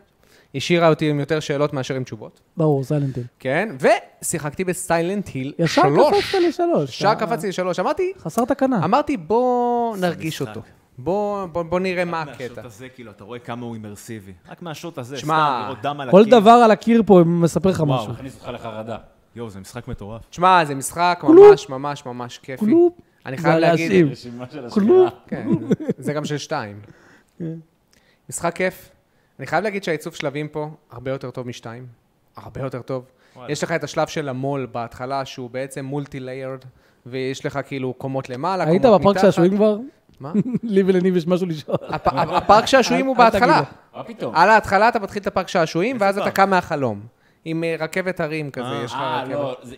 [SPEAKER 1] השאירה אותי עם יותר שאלות מאשר עם תשובות,
[SPEAKER 2] ברור, סיילנטים.
[SPEAKER 1] כן? ושיחקתי בסיילנט היל
[SPEAKER 2] ישר
[SPEAKER 1] 3.
[SPEAKER 2] קפצת לשלוש.
[SPEAKER 1] ישר
[SPEAKER 2] אתה-
[SPEAKER 1] קפצתי לשלוש, אמרתי,
[SPEAKER 2] חסר תקנה.
[SPEAKER 1] אמרתי, בוא נרגיש
[SPEAKER 4] משחק. לא
[SPEAKER 1] אותו. בוא, בוא, בוא נראה מה
[SPEAKER 4] מהשוט
[SPEAKER 1] הקטע.
[SPEAKER 4] הזה, כאילו, אתה רואה כמה הוא אימרסיבי. רק מהשוט הזה,
[SPEAKER 1] שמע,
[SPEAKER 4] סתם לראות דם על
[SPEAKER 2] כל
[SPEAKER 4] הקיר.
[SPEAKER 2] דבר על הקיר פה מספר לך
[SPEAKER 4] וואו.
[SPEAKER 2] משהו.
[SPEAKER 3] הכניס אותך לחרדה.
[SPEAKER 4] יואו, זה משחק מטורף.
[SPEAKER 1] תשמע, זה משחק
[SPEAKER 2] כלום.
[SPEAKER 1] ממש ממש ממש כיפי.
[SPEAKER 2] כלום.
[SPEAKER 1] אני חייב
[SPEAKER 2] זה
[SPEAKER 1] להגיד,
[SPEAKER 2] להשיב.
[SPEAKER 3] רשימה של
[SPEAKER 2] כלום. כן.
[SPEAKER 3] השאלה.
[SPEAKER 1] כן, זה גם של שתיים. משחק כיף. אני חייב להגיד שהעיצוב שלבים פה הרבה יותר טוב משתיים. הרבה יותר טוב.
[SPEAKER 4] וואלה.
[SPEAKER 1] יש לך את השלב של המו"ל בהתחלה, שהוא בעצם מולטי-ליירד, ויש לך כאילו קומות למעלה, קומות
[SPEAKER 2] היית
[SPEAKER 1] מתחת.
[SPEAKER 2] בפארק שעשועים כבר?
[SPEAKER 1] מה?
[SPEAKER 2] לי ולניב יש משהו לשאול.
[SPEAKER 1] הפ- הפארק שעשועים הוא
[SPEAKER 2] אל- אל תגיד
[SPEAKER 1] בהתחלה.
[SPEAKER 2] לו.
[SPEAKER 3] מה פתאום?
[SPEAKER 1] על ההתחלה אתה מתחיל את הפארק שעשועים,
[SPEAKER 4] איזה
[SPEAKER 1] ואז אתה
[SPEAKER 4] פארק?
[SPEAKER 1] קם מהחלום. עם אה, רכבת הרים כזה, יש לך
[SPEAKER 3] אה,
[SPEAKER 1] רכבת.
[SPEAKER 3] לא, זה-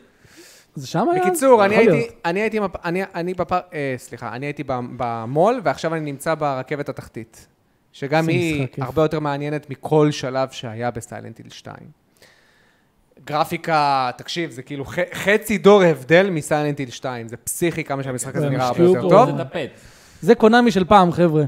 [SPEAKER 2] זה שם היה?
[SPEAKER 1] בקיצור, אני
[SPEAKER 2] יכול
[SPEAKER 1] הייתי,
[SPEAKER 2] להיות.
[SPEAKER 1] אני הייתי, עם הפ- אני, אני בפר... אה, סליחה, אני הייתי במ- במו"ל, ועכשיו אני נמצא ברכבת התחתית. שגם
[SPEAKER 2] זה
[SPEAKER 1] היא
[SPEAKER 2] משחק כיף.
[SPEAKER 1] הרבה יותר מעניינת מכל שלב שהיה בסיילנטיל 2. גרפיקה, תקשיב, זה כאילו ח, חצי דור הבדל מסיילנטיל 2. זה פסיכי כמה שהמשחק הזה
[SPEAKER 2] הם
[SPEAKER 1] נראה הרבה
[SPEAKER 2] השקיעו
[SPEAKER 1] יותר
[SPEAKER 2] פה.
[SPEAKER 1] טוב.
[SPEAKER 3] זה טפט.
[SPEAKER 2] זה קונאמי של פעם, חבר'ה.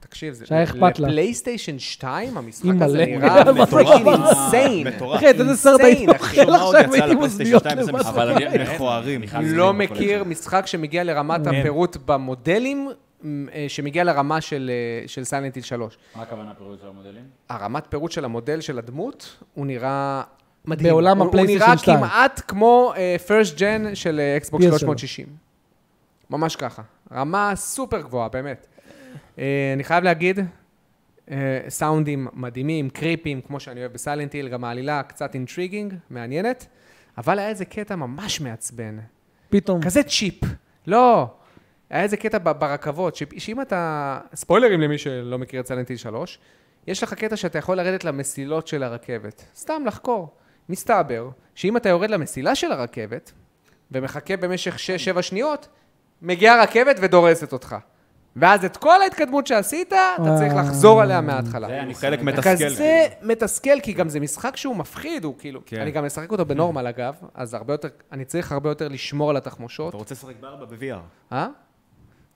[SPEAKER 1] תקשיב, זה...
[SPEAKER 2] שהיה אכפת לה.
[SPEAKER 1] לפלייסטיישן 2, המשחק
[SPEAKER 2] אימא'לה.
[SPEAKER 1] הזה נראה
[SPEAKER 2] מה זה
[SPEAKER 1] פאקינג
[SPEAKER 2] הדבר
[SPEAKER 1] אינסיין.
[SPEAKER 5] מטורף.
[SPEAKER 2] אחי, אתה איזה סרט
[SPEAKER 1] אינסיין,
[SPEAKER 2] היית
[SPEAKER 1] אחי.
[SPEAKER 2] אוכל
[SPEAKER 5] שמה עוד
[SPEAKER 2] עכשיו,
[SPEAKER 5] יצא
[SPEAKER 2] הייתי
[SPEAKER 5] לפלייסטיישן
[SPEAKER 2] מוזניות
[SPEAKER 5] 2 זה
[SPEAKER 2] למטה.
[SPEAKER 5] משחק
[SPEAKER 3] אבל אני-
[SPEAKER 5] מכוערים.
[SPEAKER 1] לא מכיר משחק שמגיע לרמת הפירוט במודלים, מ, אה, שמגיע לרמה של, אה, של סיילנטיל 3.
[SPEAKER 3] מה הכוונה פירוט של המודלים?
[SPEAKER 1] הרמת פירוט של המודל של הדמות, הוא נראה מדהים.
[SPEAKER 2] בעולם
[SPEAKER 1] הוא-
[SPEAKER 2] הפלייסטיישן
[SPEAKER 1] הוא
[SPEAKER 2] 2.
[SPEAKER 1] נראה כמעט כמו פרסט ג'ן של אה, אקסבוקס
[SPEAKER 2] PS3.
[SPEAKER 1] 360. ממש ככה. רמה סופר גבוהה, באמת. אה, אני חייב להגיד, אה, סאונדים מדהימים, קריפים, כמו שאני אוהב בסיילנטיל, גם העלילה קצת אינטריגינג, מעניינת, אבל היה איזה קטע ממש מעצבן.
[SPEAKER 2] פתאום.
[SPEAKER 1] כזה צ'יפ. לא. היה איזה קטע ב- ברכבות, ש- שאם אתה... ספוילרים למי שלא מכיר את סלנטיל 3, יש לך קטע שאתה יכול לרדת למסילות של הרכבת. סתם לחקור. מסתבר שאם אתה יורד למסילה של הרכבת, ומחכה במשך 6-7 שניות, מגיעה רכבת ודורסת אותך. ואז את כל ההתקדמות שעשית, אתה צריך לחזור עליה מההתחלה.
[SPEAKER 3] זה אני
[SPEAKER 5] חלק מתסכל. כאילו.
[SPEAKER 1] כזה מתסכל, כי גם זה משחק שהוא מפחיד, הוא כאילו...
[SPEAKER 5] כן.
[SPEAKER 1] אני גם משחק אותו בנורמל, אגב, אז הרבה יותר... אני צריך הרבה יותר לשמור על התחמושות.
[SPEAKER 5] אתה רוצה לשחק בארבע ב-VR?
[SPEAKER 1] אה?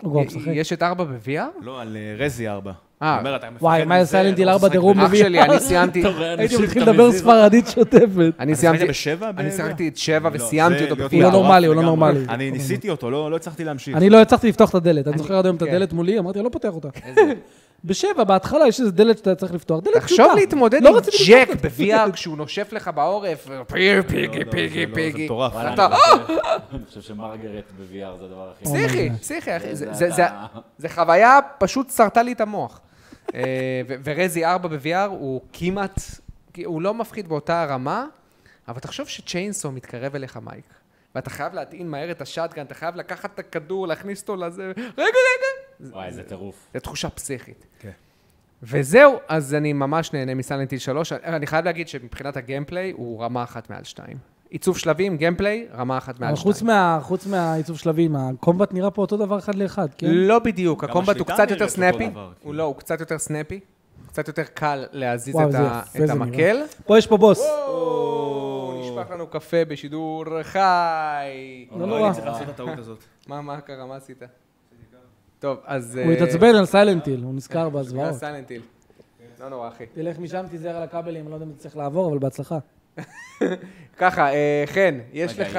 [SPEAKER 2] הוא כבר משחק.
[SPEAKER 1] יש את ארבע ב-VR?
[SPEAKER 5] לא, על אה, רזי ארבע.
[SPEAKER 1] אה.
[SPEAKER 5] אתה אומר, אתה מפחד
[SPEAKER 2] וואי, מה
[SPEAKER 5] מזה,
[SPEAKER 2] היה סיילנט היל
[SPEAKER 5] לא
[SPEAKER 2] 4
[SPEAKER 5] משחק
[SPEAKER 2] דירוג
[SPEAKER 1] אח
[SPEAKER 2] ב-VR?
[SPEAKER 1] שלי, אני סיימתי...
[SPEAKER 3] אתה רואה
[SPEAKER 2] הייתי
[SPEAKER 3] אנשים
[SPEAKER 2] מתחיל
[SPEAKER 3] שאתה
[SPEAKER 2] לדבר
[SPEAKER 3] מזיז.
[SPEAKER 2] ספרדית שוטפת.
[SPEAKER 1] אני
[SPEAKER 5] אתה
[SPEAKER 1] סיימתי...
[SPEAKER 5] שחקת בשבע
[SPEAKER 1] אני
[SPEAKER 5] ב-
[SPEAKER 1] שחקתי את שבע
[SPEAKER 5] לא, זה
[SPEAKER 1] וסיימתי אותו
[SPEAKER 5] להיות
[SPEAKER 2] הוא לא
[SPEAKER 1] ב-VR.
[SPEAKER 5] מטורף
[SPEAKER 2] נורמלי, הוא לא
[SPEAKER 5] לגמרי.
[SPEAKER 2] נורמלי.
[SPEAKER 5] אני ניסיתי אותו, לא לא הצלחתי להמשיך.
[SPEAKER 2] אני לא הצלחתי לפתוח את הדלת, אני זוכר עד היום את
[SPEAKER 1] כן.
[SPEAKER 2] הדלת מולי, אמרתי, אני לא פותח אותה. בשבע, בהתחלה יש איזה דלת שאתה צריך לפתוח, דלת פשוטה.
[SPEAKER 1] תחשוב להתמודד
[SPEAKER 2] לא
[SPEAKER 1] עם
[SPEAKER 2] רציתי לפתוח
[SPEAKER 1] ג'ק
[SPEAKER 2] את הדלת.
[SPEAKER 1] ב-VR כשהוא נושף לך בעורף, פיגי, פיגי, פיגי,
[SPEAKER 5] לא, זה
[SPEAKER 1] פיגי.
[SPEAKER 5] מטורף. לא,
[SPEAKER 3] וואלה,
[SPEAKER 1] אתה-
[SPEAKER 3] אני חושב- אני חושב שמרגרט ב-VR זה הדבר הכי...
[SPEAKER 1] פסיכי, פסיכי, אחי.
[SPEAKER 3] זה-
[SPEAKER 1] זה-
[SPEAKER 3] זה
[SPEAKER 1] זה- זה-
[SPEAKER 3] אתה-
[SPEAKER 1] זה חוויה, פשוט סרטה לי את המוח. אה, ו- ורזי 4 ב-VR הוא כמעט... הוא לא מפחיד באותה הרמה, אבל תחשוב שצ'יינסו מתקרב אליך, מייק. ואתה חייב להטעין מהר את השאטגן, אתה חייב לקחת את הכדור, להכניס אותו לזה, רגע, רגע.
[SPEAKER 3] וואי, זה טירוף.
[SPEAKER 1] זו תחושה פסיכית. כן. וזהו, אז אני ממש נהנה מסלנטיל 3. אני חייב להגיד שמבחינת הגיימפליי, הוא רמה אחת מעל שתיים. עיצוב שלבים, גיימפליי, רמה אחת
[SPEAKER 2] אבל
[SPEAKER 1] מעל
[SPEAKER 2] חוץ
[SPEAKER 1] שתיים.
[SPEAKER 2] מה- חוץ מהעיצוב שלבים, הקומבט נראה פה אותו דבר אחד לאחד, כן?
[SPEAKER 1] לא בדיוק,
[SPEAKER 5] גם
[SPEAKER 1] הקומבט הוא
[SPEAKER 5] השליטה
[SPEAKER 1] קצת
[SPEAKER 5] נראית
[SPEAKER 1] יותר
[SPEAKER 5] אותו
[SPEAKER 1] סנאפי.
[SPEAKER 5] דבר, כאילו.
[SPEAKER 1] הוא לא, הוא קצת יותר סנאפי. קצת יותר קל להזיז
[SPEAKER 2] וואו,
[SPEAKER 1] את
[SPEAKER 2] זה
[SPEAKER 1] ה-
[SPEAKER 2] יפה,
[SPEAKER 1] את
[SPEAKER 2] זה נראה.
[SPEAKER 1] המקל.
[SPEAKER 2] פה יש פה בוס.
[SPEAKER 1] וואו, נשפך לנו קפה בשידור חי.
[SPEAKER 2] לא
[SPEAKER 5] לא,
[SPEAKER 2] נורא.
[SPEAKER 5] אני צריך לעשות את הטעות הזאת.
[SPEAKER 1] מה, מה קרה? מה עשית? טוב, אז... אה,
[SPEAKER 2] הוא התעצבן על סיילנטיל, הוא נזכר
[SPEAKER 1] בגלל
[SPEAKER 2] בהזוועות.
[SPEAKER 1] Silent Hill. לא נורא, אחי.
[SPEAKER 2] תלך משם, תיזהר על הכבלים, אני לא יודע אם תצטרך לעבור, אבל בהצלחה.
[SPEAKER 1] ככה, אה, חן, יש לך...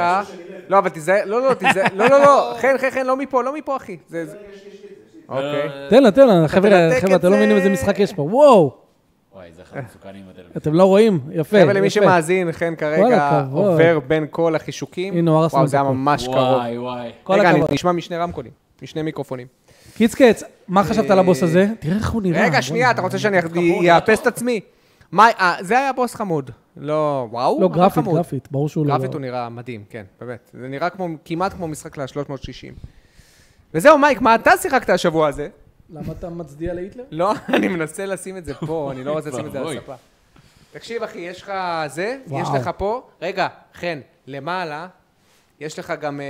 [SPEAKER 1] לא, אבל תיזהר, לא, לא, תיזהר, לא, לא, לא, חן, חן, חן, לא מפה, לא מפה, אחי. זה... זה-
[SPEAKER 5] אה,
[SPEAKER 1] אוקיי.
[SPEAKER 2] תן לה, תן לה, חבר'ה,
[SPEAKER 1] תנתק
[SPEAKER 2] חבר'ה,
[SPEAKER 1] את
[SPEAKER 2] אתם לא
[SPEAKER 1] זה.
[SPEAKER 2] מבינים איזה משחק יש פה. וואו,
[SPEAKER 3] וואי, זה
[SPEAKER 2] אה.
[SPEAKER 3] אחד מסוכנים בטלפון.
[SPEAKER 2] אתם לא רואים? יפה,
[SPEAKER 1] חבר'ה, למי
[SPEAKER 2] יפה.
[SPEAKER 1] שמאזין, חן כרגע
[SPEAKER 2] וואלה, כבוד.
[SPEAKER 1] עובר בין כל החישוקים.
[SPEAKER 2] הנה, הוא הרס לנו
[SPEAKER 1] וואו, זה היה
[SPEAKER 2] את הכל.
[SPEAKER 1] ממש קרוב.
[SPEAKER 3] וואי, וואי.
[SPEAKER 2] כל
[SPEAKER 1] רגע, אני
[SPEAKER 2] הכבוד.
[SPEAKER 1] נשמע משני רמקולים, משני מיקרופונים.
[SPEAKER 2] קיצקץ, מה חשבת על הבוס הזה? תראה איך הוא נראה.
[SPEAKER 1] רגע, שנייה, אתה רוצה שאני אאפס את עצמי? מה, אה, זה היה בוס חמוד. לא, וואו,
[SPEAKER 2] לא,
[SPEAKER 1] אבל
[SPEAKER 2] גרפית,
[SPEAKER 1] חמוד.
[SPEAKER 2] גרפית, ברור שהוא לא...
[SPEAKER 1] גרפית הוא נראה מדהים, כן, באמת. זה נראה כמו, כמעט כמו משחק ל-360. וזהו, מייק, מה אתה שיחקת השבוע הזה?
[SPEAKER 2] למה אתה מצדיע להיטלר?
[SPEAKER 1] לא, אני מנסה לשים את זה פה, אני לא רוצה לשים את זה על
[SPEAKER 3] אוי.
[SPEAKER 1] הספה. תקשיב, אחי, יש לך זה,
[SPEAKER 2] וואו.
[SPEAKER 1] יש לך פה, רגע, חן, למעלה, יש לך גם אה,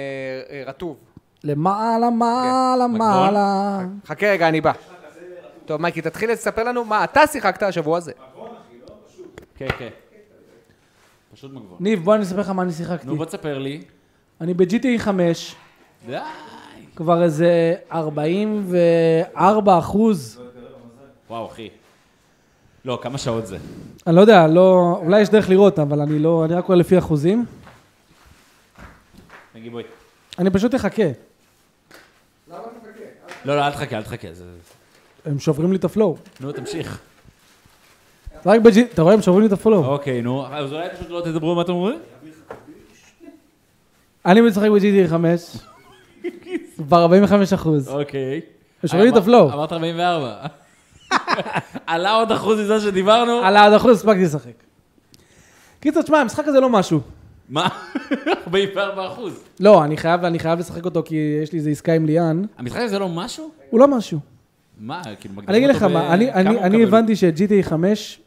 [SPEAKER 1] אה, רטוב.
[SPEAKER 2] למעלה, מעלה, מעלה.
[SPEAKER 1] חכה רגע, אני בא. טוב, מייקי, תתחיל לספר לנו מה אתה שיחקת השבוע הזה.
[SPEAKER 3] כן, כן. פשוט מגבון.
[SPEAKER 2] ניב, בוא אני אספר לך מה אני שיחקתי.
[SPEAKER 3] נו, בוא תספר לי.
[SPEAKER 2] אני ב-GTA 5,
[SPEAKER 3] די.
[SPEAKER 2] כבר איזה 44 אחוז.
[SPEAKER 3] וואו, אחי. לא, כמה שעות זה?
[SPEAKER 2] אני לא יודע, לא... אולי יש דרך לראות, אבל אני לא... אני רק רואה לפי אחוזים.
[SPEAKER 3] נגיד בואי.
[SPEAKER 2] אני פשוט אחכה.
[SPEAKER 3] לא, לא, אל תחכה, אל תחכה. זה-
[SPEAKER 2] הם שוברים לי את הפלואו.
[SPEAKER 3] נו, תמשיך.
[SPEAKER 2] זה רק ב-G... אתה רואה, הם שוברים לי את הפלואו.
[SPEAKER 3] אוקיי, נו. אז אולי פשוט לא תדברו מה אתם אומרים?
[SPEAKER 2] אני משחק ב-GTA 5, כבר 45 אחוז.
[SPEAKER 3] אוקיי.
[SPEAKER 2] הם שוברים לי את
[SPEAKER 3] אמר-
[SPEAKER 2] הפלואו.
[SPEAKER 3] אמרת 44. עלה עוד אחוז מזה שדיברנו.
[SPEAKER 2] על העד אחוז הספקתי לשחק. קיצור, תשמע, המשחק הזה לא משהו.
[SPEAKER 3] מה? 44 אחוז.
[SPEAKER 2] לא, אני חייב, אני חייב לשחק אותו כי יש לי איזו עסקה עם ליאן.
[SPEAKER 3] המשחק הזה לא משהו?
[SPEAKER 2] הוא לא משהו.
[SPEAKER 3] מה, כאילו, מגדירים
[SPEAKER 2] אני אגיד לך
[SPEAKER 3] אותו ב-
[SPEAKER 2] מה, אני,
[SPEAKER 3] כמה
[SPEAKER 2] אני,
[SPEAKER 3] הוא
[SPEAKER 2] אני
[SPEAKER 3] מקבל?
[SPEAKER 2] הבנתי שאת GTA 5,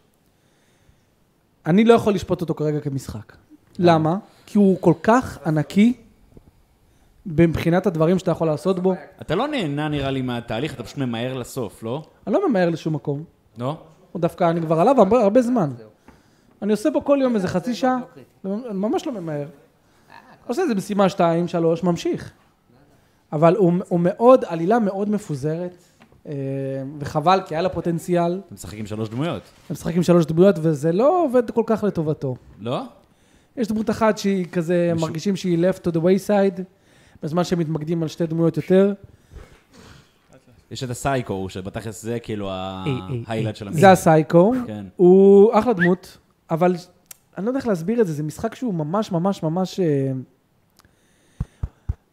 [SPEAKER 2] אני לא יכול לשפוט אותו כרגע כמשחק. למה? כי הוא כל כך ענקי מבחינת הדברים שאתה יכול לעשות בו.
[SPEAKER 3] אתה לא נהנה, נראה לי, מהתהליך, אתה פשוט ממהר לסוף, לא?
[SPEAKER 2] אני לא ממהר לשום מקום.
[SPEAKER 3] לא?
[SPEAKER 2] הוא דווקא, אני כבר עליו הרבה, הרבה זמן. אני עושה בו כל יום איזה חצי שעה, אני ממש לא ממהר. עושה איזה משימה שתיים, שלוש, ממשיך. אבל הוא, הוא מאוד, עלילה מאוד מפוזרת, אה, וחבל, כי היה לה פוטנציאל.
[SPEAKER 3] אתם משחקים שלוש דמויות.
[SPEAKER 2] אתה משחק עם שלוש דמויות, וזה לא עובד כל כך לטובתו.
[SPEAKER 3] לא?
[SPEAKER 2] יש דמות אחת שהיא כזה,
[SPEAKER 3] מישהו-
[SPEAKER 2] מרגישים שהיא left to the wayside, בזמן שהם מתמקדים על שתי דמויות יותר.
[SPEAKER 3] יש את הסייקו, שבתכלס זה כאילו ה-
[SPEAKER 1] אי, אי,
[SPEAKER 3] ההילד של
[SPEAKER 2] זה
[SPEAKER 3] המשחק.
[SPEAKER 2] הסייקו.
[SPEAKER 3] כן.
[SPEAKER 2] הוא אחלה דמות, אבל אני לא יודע איך להסביר את זה, זה משחק שהוא ממש ממש ממש... אה,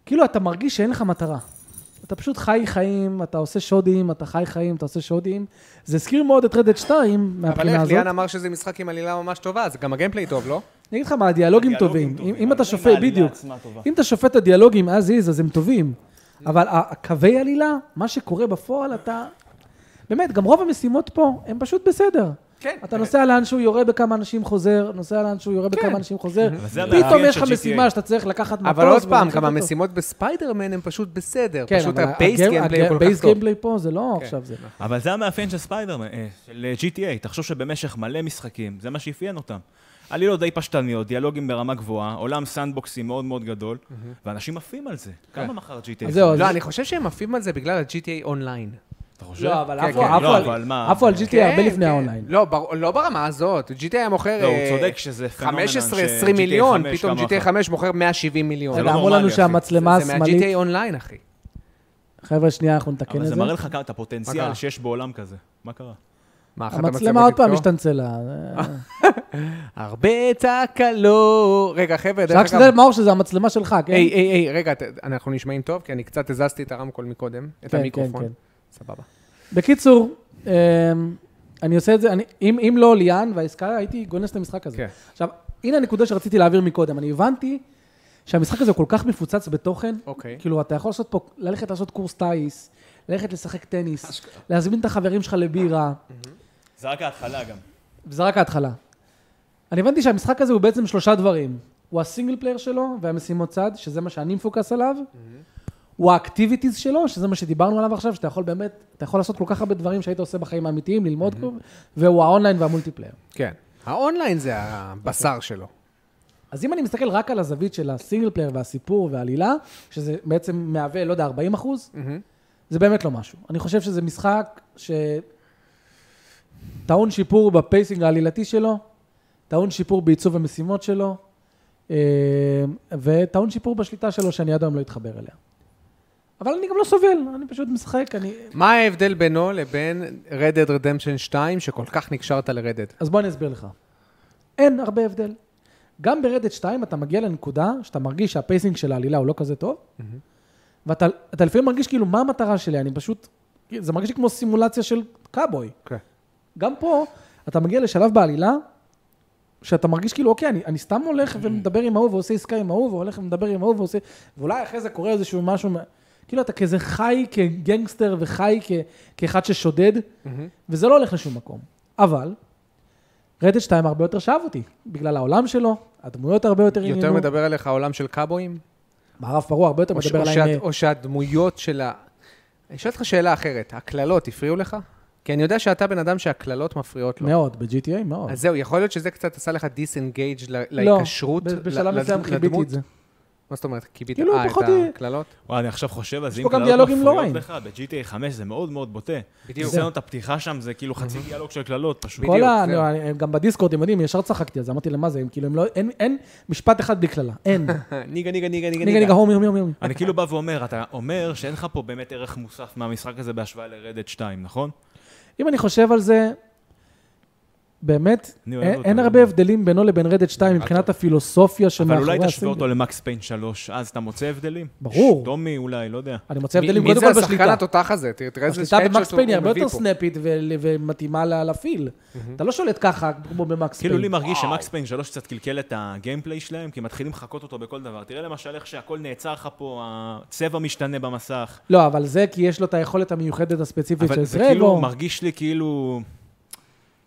[SPEAKER 2] כאילו, אתה מרגיש שאין לך מטרה. אתה פשוט חי חיים, אתה עושה שודים, אתה חי חיים, אתה עושה שודים. זה הזכיר מאוד את רדד 2
[SPEAKER 1] אבל
[SPEAKER 2] מהבחינה
[SPEAKER 1] איך,
[SPEAKER 2] הזאת.
[SPEAKER 1] ליאן אמר שזה משחק עם עלילה ממש טובה, אז גם הגיימפליי טוב, לא?
[SPEAKER 2] אני אגיד לך מה, הדיאלוגים טובים. אם- אם אתה שופט, בדיוק. אם אתה שופט את הדיאלוגים as is, אז הם טובים. אבל ה- הקווי עלילה, מה שקורה בפועל, אתה... באמת, גם רוב המשימות פה, הן פשוט בסדר.
[SPEAKER 1] כן.
[SPEAKER 2] אתה נוסע לאן שהוא יורה בכמה אנשים חוזר, נוסע לאן שהוא יורה בכמה אנשים חוזר,
[SPEAKER 5] זה
[SPEAKER 2] פתאום
[SPEAKER 5] המאפיין
[SPEAKER 2] יש
[SPEAKER 5] של
[SPEAKER 2] לך
[SPEAKER 5] GTA.
[SPEAKER 2] משימה שאתה צריך לקחת מטוס.
[SPEAKER 1] כן. אבל עוד פעם,
[SPEAKER 2] ולהנחית
[SPEAKER 1] גם
[SPEAKER 2] אותו.
[SPEAKER 1] המשימות בספיידרמן הן פשוט בסדר.
[SPEAKER 2] כן,
[SPEAKER 1] פשוט
[SPEAKER 2] אבל
[SPEAKER 1] הבייס
[SPEAKER 2] הגיימ-
[SPEAKER 1] גיימפליי הוא כל
[SPEAKER 2] הבייס
[SPEAKER 1] כך טוב. כן.
[SPEAKER 2] גיימפליי פה זה לא עכשיו זה.
[SPEAKER 5] אבל זה המאפיין של ספיידרמן, אה, של אה, GTA, תחשוב שבמשך מלא משחקים, זה מה שאפיין אותם. עלילות די פשטניות, דיאלוגים ברמה גבוהה, עולם סנדבוקסים מאוד מאוד גדול, ואנשים עפים על זה. כמה מכר GTA?
[SPEAKER 2] כן. אז זהו, אז...
[SPEAKER 1] לא, אני חושב שהם עפים על זה בגלל ה-GTA אונליין.
[SPEAKER 5] אתה חושב?
[SPEAKER 2] לא, אבל
[SPEAKER 1] כן,
[SPEAKER 2] עפו-
[SPEAKER 1] כן.
[SPEAKER 2] עפו
[SPEAKER 5] לא,
[SPEAKER 2] על-
[SPEAKER 5] אבל מה-
[SPEAKER 2] עפו על GTA הרבה
[SPEAKER 1] כן,
[SPEAKER 2] לפני
[SPEAKER 1] כן.
[SPEAKER 2] האונליין.
[SPEAKER 1] לא, בר- לא ברמה הזאת. GTA היה מוכר...
[SPEAKER 5] לא, הוא
[SPEAKER 1] אה,
[SPEAKER 5] צודק שזה פנומנן
[SPEAKER 1] 15,
[SPEAKER 5] ש-
[SPEAKER 1] 20
[SPEAKER 5] GTA
[SPEAKER 1] מיליון,
[SPEAKER 5] חמש
[SPEAKER 1] פתאום
[SPEAKER 5] כמה
[SPEAKER 1] GTA
[SPEAKER 5] אחת.
[SPEAKER 1] 5 מוכר 170 מיליון.
[SPEAKER 5] זה
[SPEAKER 2] רגע,
[SPEAKER 5] לא
[SPEAKER 2] אמרו
[SPEAKER 5] נורמלי,
[SPEAKER 2] לנו
[SPEAKER 5] אחי.
[SPEAKER 2] שהמצלמה
[SPEAKER 1] זה מה-GTA
[SPEAKER 2] השמאלית...
[SPEAKER 1] אונליין, אחי.
[SPEAKER 2] חבר'ה, שנייה, אנחנו נתקן
[SPEAKER 5] אבל
[SPEAKER 2] את
[SPEAKER 5] זה
[SPEAKER 2] כן, זה.
[SPEAKER 5] מראה לך כמה את
[SPEAKER 1] מה קרה?
[SPEAKER 5] הפוטנציאל שיש בעולם כזה. מה קרה?
[SPEAKER 1] מה, אחת
[SPEAKER 2] המצלמה
[SPEAKER 1] המצלמות אה,
[SPEAKER 2] עוד פעם
[SPEAKER 1] איתו?
[SPEAKER 2] השתנצלה. אה,
[SPEAKER 1] הרבה תקלות. רגע, חבר'ה,
[SPEAKER 2] רק
[SPEAKER 1] דרך
[SPEAKER 2] שתדע,
[SPEAKER 1] אגב...
[SPEAKER 2] מאור, שזה לא- המצלמה שלך, כן?
[SPEAKER 1] היי, היי, היי, רגע, ת- אנחנו נשמעים טוב, כי אני קצת הזזתי את הרמקול מקודם, את
[SPEAKER 2] כן,
[SPEAKER 1] המיקרופון.
[SPEAKER 2] כן,
[SPEAKER 1] סבבה.
[SPEAKER 2] בקיצור, אמ, אני עושה את זה, אני- אם אם לא ליאן והעסקה, הייתי גונס למשחק הזה.
[SPEAKER 1] כן.
[SPEAKER 2] עכשיו, הנה הנקודה שרציתי להעביר מקודם. אני הבנתי שהמשחק הזה הוא כל כך מפוצץ בתוכן,
[SPEAKER 1] אוקיי.
[SPEAKER 2] כאילו, אתה יכול לעשות פה, ללכת לעשות קורס טיס, ללכת לשחק טניס, להזמין את החברים שלך לבירה,
[SPEAKER 5] זה רק ההתחלה גם.
[SPEAKER 2] וזה רק ההתחלה. אני הבנתי שהמשחק הזה הוא בעצם שלושה דברים. הוא הסינגל פלייר שלו והמשימות צד, שזה מה שאני מפוקס עליו. הוא האקטיביטיז שלו, שזה מה שדיברנו עליו עכשיו, שאתה יכול באמת, אתה יכול לעשות כל כך הרבה דברים שהיית עושה בחיים האמיתיים, ללמוד כבר, והוא האונליין והמולטיפלייר.
[SPEAKER 1] כן. האונליין זה הבשר שלו.
[SPEAKER 2] אז אם אני מסתכל רק על הזווית של הסינגל פלייר והסיפור והעלילה, שזה בעצם מהווה, לא יודע, 40 אחוז, זה באמת לא משהו. אני חושב שזה משחק ש... טעון שיפור בפייסינג העלילתי שלו, טעון שיפור בעיצוב המשימות שלו, אה, וטעון שיפור בשליטה שלו, שאני עד היום לא אתחבר אליה. אבל אני גם לא סובל, אני פשוט משחק, אני...
[SPEAKER 1] מה ההבדל בינו לבין Red Dead Redemption 2, שכל כך נקשרת ל-Red Dead?
[SPEAKER 2] אז בוא אני אסביר לך. אין הרבה הבדל. גם ברדד 2 אתה מגיע לנקודה שאתה מרגיש שהפייסינג של העלילה הוא לא כזה טוב, ואתה אתה לפעמים מרגיש כאילו, מה המטרה שלי? אני פשוט... זה מרגיש לי כמו סימולציה של קאבוי.
[SPEAKER 1] כן.
[SPEAKER 2] גם פה, אתה מגיע לשלב בעלילה, שאתה מרגיש כאילו, אוקיי, אני, אני סתם הולך
[SPEAKER 1] Mm.
[SPEAKER 2] ומדבר עם ההוא ועושה עסקה עם ההוא, והולך ומדבר עם ההוא ועושה... ואולי אחרי זה קורה איזשהו משהו... מה- כאילו, אתה כזה חי כגנגסטר וחי כ, כאחד ששודד, וזה לא הולך לשום מקום. אבל, רדד 2 הרבה יותר שאב אותי, בגלל העולם שלו, הדמויות הרבה יותר עניינו.
[SPEAKER 1] יותר מדבר עליך העולם של קאבויים?
[SPEAKER 2] מערב פרוע הרבה יותר
[SPEAKER 1] או ש-
[SPEAKER 2] מדבר
[SPEAKER 1] או
[SPEAKER 2] עליי...
[SPEAKER 1] שאת- או שהדמויות של ה... אני אשאל אותך שאלה אחרת, הקללות הפריעו לך? כי אני יודע שאתה בן אדם שהקללות מפריעות לו.
[SPEAKER 2] מאוד, ב-GTA מאוד.
[SPEAKER 1] לא. אז זהו, יכול להיות שזה קצת עשה לך דיסנגייג'
[SPEAKER 2] לא,
[SPEAKER 1] להיקשרות?
[SPEAKER 2] ב-
[SPEAKER 1] ל-
[SPEAKER 2] בשלב
[SPEAKER 1] ל-
[SPEAKER 2] מסוים חיביתי
[SPEAKER 1] לדמות?
[SPEAKER 2] את זה.
[SPEAKER 1] מה זאת אומרת? כיבית
[SPEAKER 2] כאילו,
[SPEAKER 1] אה, את
[SPEAKER 2] פחות-
[SPEAKER 1] הקללות?
[SPEAKER 5] וואי, אני עכשיו חושב על זה,
[SPEAKER 2] פה גם
[SPEAKER 5] קללות
[SPEAKER 2] דיאלוגים לא
[SPEAKER 5] מפריעות
[SPEAKER 2] רעים.
[SPEAKER 5] לך, ב-GTA 5 זה מאוד מאוד בוטה.
[SPEAKER 1] בדיוק.
[SPEAKER 5] בדיוק. ניסיון את הפתיחה שם, זה כאילו חצי דיאלוג של קללות, פשוט.
[SPEAKER 1] בדיוק,
[SPEAKER 2] כל ה... לא,
[SPEAKER 1] זהו.
[SPEAKER 2] אני- אני- גם בדיסקורד, אתם יודעים, ישר צחקתי, אז אמרתי להם, מה זה, הם כאילו, הם לא... אין- אין משפט אחד בלי קללה, אין.
[SPEAKER 1] ניגה, ניגה, ניגה, ניגה,
[SPEAKER 2] ניגה, ניגה, הומי, הומי, הומי. הומי.
[SPEAKER 5] אני כאילו בא ואומר, אתה אומר שאין לך פה באמת ערך מוסף מהמשחק הזה בהשוואה לרדד 2, נכון?
[SPEAKER 2] אם אני חושב על זה, באמת,
[SPEAKER 5] אני אוהב
[SPEAKER 2] אין
[SPEAKER 5] אותו,
[SPEAKER 2] אין
[SPEAKER 5] אני
[SPEAKER 2] הרבה
[SPEAKER 5] אוהב.
[SPEAKER 2] הבדלים בינו לבין רדד 2 מבחינת הפילוסופיה
[SPEAKER 5] אבל
[SPEAKER 2] שמאחורי
[SPEAKER 5] אולי תשווה
[SPEAKER 2] הסינגל.
[SPEAKER 5] אותו למקס פיין 3, אז אתה מוצא הבדלים?
[SPEAKER 2] ברור.
[SPEAKER 5] דומי אולי, לא יודע.
[SPEAKER 2] אני מוצא הבדלים
[SPEAKER 1] מי
[SPEAKER 2] קודם
[SPEAKER 1] זה
[SPEAKER 2] כל
[SPEAKER 1] השחקן
[SPEAKER 2] בשליטה.
[SPEAKER 1] התותח הזה? תראה תראה איזה
[SPEAKER 2] השליטה במקס
[SPEAKER 1] headshots הוא
[SPEAKER 2] פיין היא הרבה
[SPEAKER 1] מביא
[SPEAKER 2] יותר
[SPEAKER 1] פה.
[SPEAKER 2] סנאפית ו- ומתאימה ל- לפיל. אתה לא שולט ככה כמו במקס
[SPEAKER 5] כאילו לי
[SPEAKER 2] פיין.
[SPEAKER 5] מרגיש שמקס פיין 3 קצת קלקל את הגיימפליי שלהם, כי מתחילים לחקות אותו בכל דבר. תראה למשל איך שהכל נעצר לך פה, הצבע משתנה במסך.
[SPEAKER 2] לא, אבל זה כי יש לו את היכולת המיוחדת הספציפית של
[SPEAKER 5] אבל זה
[SPEAKER 2] טרבור.
[SPEAKER 5] כאילו מרגיש לי כאילו...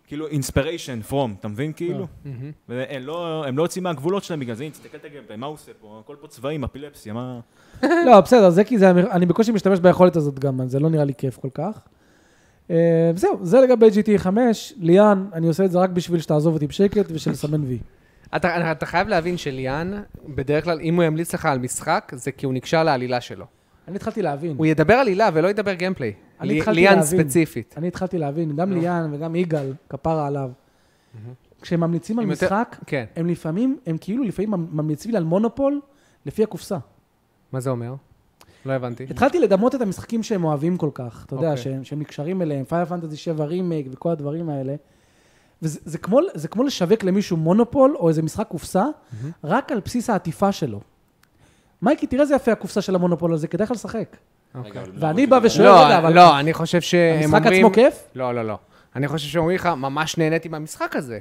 [SPEAKER 4] כאילו inspiration from, אתה
[SPEAKER 2] אה.
[SPEAKER 4] מבין כאילו?
[SPEAKER 1] מהמם.
[SPEAKER 4] והם לא, הם לא יוצאים מהגבולות שלהם בגלל זה, הנה, תסתכל את הגמפל, מה הוא עושה פה? הכל פה צבעים, אפילפסיה, מה...
[SPEAKER 2] לא, בסדר, זה כי זה, אני בקושי משתמש ביכולת הזאת גם, זה לא נראה לי כיף כל כך. אה, זהו, זה לגבי GT 5. ליאן, אני עושה את זה רק בשביל שתעזוב אותי בשקט ושלסמן וי.
[SPEAKER 1] אתה, אתה חייב להבין שליאן, בדרך כלל, אם הוא ימליץ לך על משחק, זה כי הוא נקשר לעלילה שלו.
[SPEAKER 2] אני התחלתי להבין.
[SPEAKER 1] הוא ידבר עלילה ולא ידבר גיימפליי.
[SPEAKER 2] אני
[SPEAKER 1] לי-
[SPEAKER 2] התחלתי
[SPEAKER 1] ליאן
[SPEAKER 2] להבין.
[SPEAKER 1] ספציפית.
[SPEAKER 2] אני התחלתי להבין, גם ליאן וגם יגאל, כפרה עליו. כשהם ממליצים על
[SPEAKER 1] הם יותר-
[SPEAKER 2] משחק,
[SPEAKER 1] כן.
[SPEAKER 2] הם לפעמים, הם כאילו לפעמים ממליצים לי על מונופול לפי הקופסה.
[SPEAKER 1] מה זה אומר? לא הבנתי.
[SPEAKER 2] התחלתי לדמות את המשחקים שהם אוהבים כל כך, אתה יודע,
[SPEAKER 1] אוקיי.
[SPEAKER 2] שהם, שהם נקשרים אליהם, פייל פנטזי 7 רימייק וכל הדברים האלה. וזה זה כמו, זה כמו לשווק למישהו מונופול או איזה משחק קופסה, רק על בסיס העטיפה שלו. מייקי, תראה איזה יפה הקופסה של המונופול הזה, כדאי לך לשחק.
[SPEAKER 3] רגע, אבל למה
[SPEAKER 2] ואני
[SPEAKER 3] זה
[SPEAKER 2] בא
[SPEAKER 3] בגלל-
[SPEAKER 2] ושואל, רגע,
[SPEAKER 1] אוקיי. לא,
[SPEAKER 2] אבל
[SPEAKER 1] לא, אני חושב שהם
[SPEAKER 2] המשחק
[SPEAKER 1] אומרים...
[SPEAKER 2] עצמו כן? כיף?
[SPEAKER 1] לא, לא, לא. אני חושב שהם אומרים לך, ממש נהניתי מהמשחק הזה.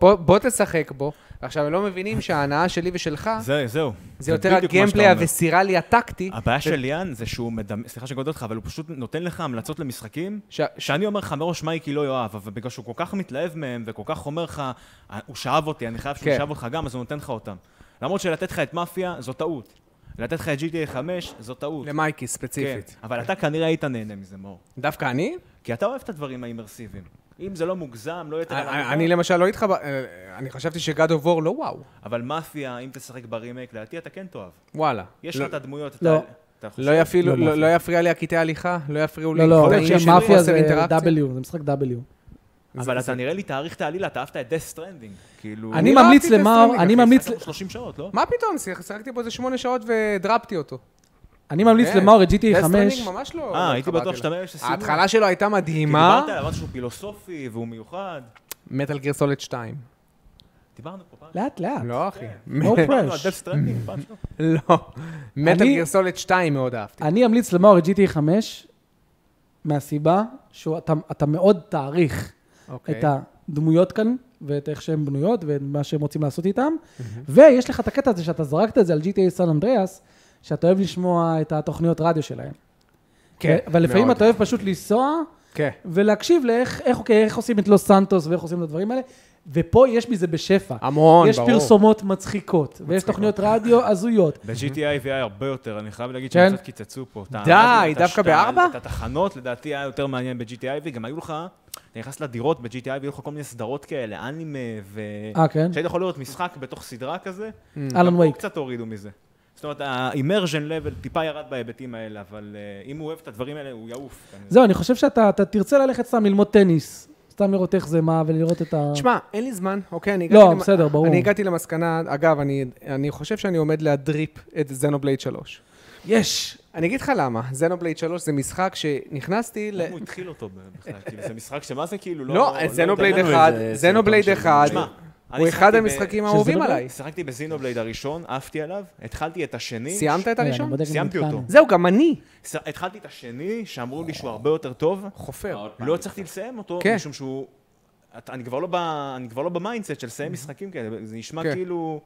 [SPEAKER 1] בוא, בוא תשחק בו. עכשיו, הם לא מבינים שההנאה שלי ושלך,
[SPEAKER 4] זה, זהו.
[SPEAKER 1] אה. זה יותר
[SPEAKER 4] בדיוק מה שאתה
[SPEAKER 1] הגיימפליי
[SPEAKER 4] אומר.
[SPEAKER 1] הווסירלי הטקטי,
[SPEAKER 4] הבעיה של ליאן זה שהוא מדמ... סליחה שאני קוטע אותך, אבל הוא פשוט נותן לך המלצות למשחקים,
[SPEAKER 1] ש-
[SPEAKER 4] שאני אומר לך מראש מייקי לא יאהב, אבל בגלל שהוא כל כך מתלהב מהם, וכל כך אומר לך, "אה, הוא שאב אותי, אני חייב שהוא
[SPEAKER 1] כן.
[SPEAKER 4] שאב אותך גם, אז הוא נותן לך אותם. למרות שלתת לך את מאפיה, זו טעות. לתת לך את GTA 5, זו טעות.
[SPEAKER 1] למייקי
[SPEAKER 4] כן,
[SPEAKER 1] ספציפית.
[SPEAKER 4] אבל אתה כנראה היית נהנה מזה, מאור.
[SPEAKER 2] כן.
[SPEAKER 1] דווקא אני?
[SPEAKER 4] כי אתה אוהב את הדברים האימרסיביים. אם זה לא מוגזם, לא יהיה את הדבר
[SPEAKER 1] אני
[SPEAKER 4] הזה.
[SPEAKER 1] אני למשל לא איתך, ב- אה, אני חשבתי שגד אוף וור לא וואו.
[SPEAKER 4] אבל מאפיה, אם תשחק ברימייק, לדעתי אתה כן תאהב.
[SPEAKER 1] וואלה.
[SPEAKER 4] יש
[SPEAKER 1] לא-
[SPEAKER 4] לך את הדמויות, אתה...
[SPEAKER 2] לא.
[SPEAKER 4] אתה חושב-
[SPEAKER 1] לא יפעילו,
[SPEAKER 2] לא
[SPEAKER 1] לא
[SPEAKER 2] מאפיה.
[SPEAKER 1] לא יפריע לי הקטעי הליכה? לא יפריעו לי
[SPEAKER 2] לא, לא,
[SPEAKER 1] קטעים של
[SPEAKER 2] מאפיה
[SPEAKER 1] חוסר
[SPEAKER 2] זה
[SPEAKER 1] אינטראקציה?
[SPEAKER 2] W, זה משחק W.
[SPEAKER 4] אבל אתה נראה לי תאריך את העלילה, אתה אהבת את Death Stranding. כאילו...
[SPEAKER 2] אני
[SPEAKER 1] לא
[SPEAKER 2] ממליץ
[SPEAKER 1] אהבתי את
[SPEAKER 2] למר,
[SPEAKER 1] הסטרימינג, אחי,
[SPEAKER 2] אני ממליץ,
[SPEAKER 4] ממליץ... 30 שעות, לא?
[SPEAKER 1] מה פתאום, שיח- שיחקתי בו איזה שמונה שעות ודרפתי אותו.
[SPEAKER 2] אני ממליץ
[SPEAKER 1] כן.
[SPEAKER 2] למאור את GTA
[SPEAKER 1] Death
[SPEAKER 2] 5.
[SPEAKER 1] Stranding ממש לא...
[SPEAKER 4] אה,
[SPEAKER 1] לא
[SPEAKER 4] הייתי
[SPEAKER 1] התחברתי
[SPEAKER 4] בטוח
[SPEAKER 1] לה.
[SPEAKER 4] שאתה מאלה שסיימו.
[SPEAKER 1] ההתחלה שלו הייתה
[SPEAKER 4] כי
[SPEAKER 1] מדהימה,
[SPEAKER 4] דיברת עליו שהוא פילוסופי והוא מיוחד.
[SPEAKER 1] מטאל גיר סולד 2.
[SPEAKER 4] דיברנו פה פעם.
[SPEAKER 2] לאט לאט.
[SPEAKER 1] לא, אחי.
[SPEAKER 4] כן.
[SPEAKER 2] No pressure.
[SPEAKER 4] דיברנו על Death Stranding פעם שלו.
[SPEAKER 1] לא. מטאל
[SPEAKER 2] אני-
[SPEAKER 1] גיר סולד 2 מאוד אהבתי.
[SPEAKER 2] אני אמליץ למאור את GTA 5, מהסיבה שאתה אתה מאוד תעריך
[SPEAKER 1] אוקיי.
[SPEAKER 2] את הדמויות כאן, ואת איך שהן בנויות, ואת מה שהם רוצים לעשות איתן. ויש לך את הקטע הזה שאתה זרקת את זה על GTA סן אנדריאס, שאתה אוהב לשמוע את התוכניות רדיו שלהם.
[SPEAKER 1] כן,
[SPEAKER 2] אה, אבל לפעמים
[SPEAKER 1] מאוד.
[SPEAKER 2] אתה אוהב פשוט לנסוע
[SPEAKER 1] כן.
[SPEAKER 2] ולהקשיב לאיך איך, אוקיי, איך עושים את לוס סנטוס ואיך עושים את הדברים האלה, ופה יש מזה בשפע.
[SPEAKER 1] המון,
[SPEAKER 2] יש
[SPEAKER 1] ברור.
[SPEAKER 2] פרסומות מצחיקות, ויש תוכניות רדיו הזויות.
[SPEAKER 4] ב-GTA VI הרבה יותר, אני חייב להגיד
[SPEAKER 2] כן.
[SPEAKER 4] שהם קצת קיצצו פה. את ה-
[SPEAKER 1] די,
[SPEAKER 4] את ה-
[SPEAKER 1] דווקא
[SPEAKER 4] את ה-
[SPEAKER 1] בארבע?
[SPEAKER 4] את התחנות, לדעתי היה יותר מעניין ב-GTA וגם היו לך, אתה נכנס לדירות ב-GTA והיו לך כל מיני סדרות כאלה, אנימה ו...
[SPEAKER 2] אה, כן? Hmm.
[SPEAKER 4] שהיית יכול לראות משחק בתוך סדרה כזה,
[SPEAKER 2] אלן
[SPEAKER 4] פה
[SPEAKER 2] וייק.
[SPEAKER 4] קצת הורידו מזה. זאת אומרת, ה-immersion level טיפה ירד בהיבטים האלה, אבל אה, אם הוא אוהב את הדברים האלה, הוא יעוף. לא כנראה.
[SPEAKER 2] זהו, אני חושב שאתה אתה תרצה ללכת סתם ללמוד טניס, סתם לראות איך זה מה, ולראות את ה...
[SPEAKER 1] תשמע, אין לי זמן, אוקיי? אני
[SPEAKER 2] לא,
[SPEAKER 1] הגעתי למ-
[SPEAKER 2] בסדר, ברור.
[SPEAKER 1] אני הגעתי למסקנה, אגב, אני- אני חושב שאני עומד להדריפ את זנובלייד 3.
[SPEAKER 2] יש!
[SPEAKER 1] אני אגיד לך למה, זנובלייד 3 זה משחק שנכנסתי ל...
[SPEAKER 4] למה הוא התחיל אותו בכלל? כאילו, זה משחק שמה זה כאילו?
[SPEAKER 1] לא, זנובלייד
[SPEAKER 4] התעניין.
[SPEAKER 3] איזה
[SPEAKER 1] 1,
[SPEAKER 3] סרטון
[SPEAKER 1] זנובלייד
[SPEAKER 3] של
[SPEAKER 1] 1,
[SPEAKER 4] תשמע, אני
[SPEAKER 1] הוא אחד
[SPEAKER 4] שיחקתי ב-
[SPEAKER 1] המשחקים האהובים
[SPEAKER 2] זנובלייד?
[SPEAKER 1] עליי.
[SPEAKER 4] שיחקתי בזינובלייד הראשון, עפתי עליו, התחלתי את השני.
[SPEAKER 1] סיימת את
[SPEAKER 2] רגע, אה, אני
[SPEAKER 1] הראשון?
[SPEAKER 2] בודק אם
[SPEAKER 4] סיימתי
[SPEAKER 2] נתקענו.
[SPEAKER 4] אותו.
[SPEAKER 1] זהו, גם אני.
[SPEAKER 4] ס- התחלתי את השני, שאמרו לי שהוא הרבה יותר טוב.
[SPEAKER 1] חופר.
[SPEAKER 3] עוד פעם.
[SPEAKER 4] לא הצלחתי לסיים אותו,
[SPEAKER 1] כן.
[SPEAKER 4] משום שהוא... את- אני כבר לא ב- אני כבר לא במיינדסט של לסיים משחקים כאלה, זה נשמע
[SPEAKER 1] Mhm. כן.
[SPEAKER 4] כאילו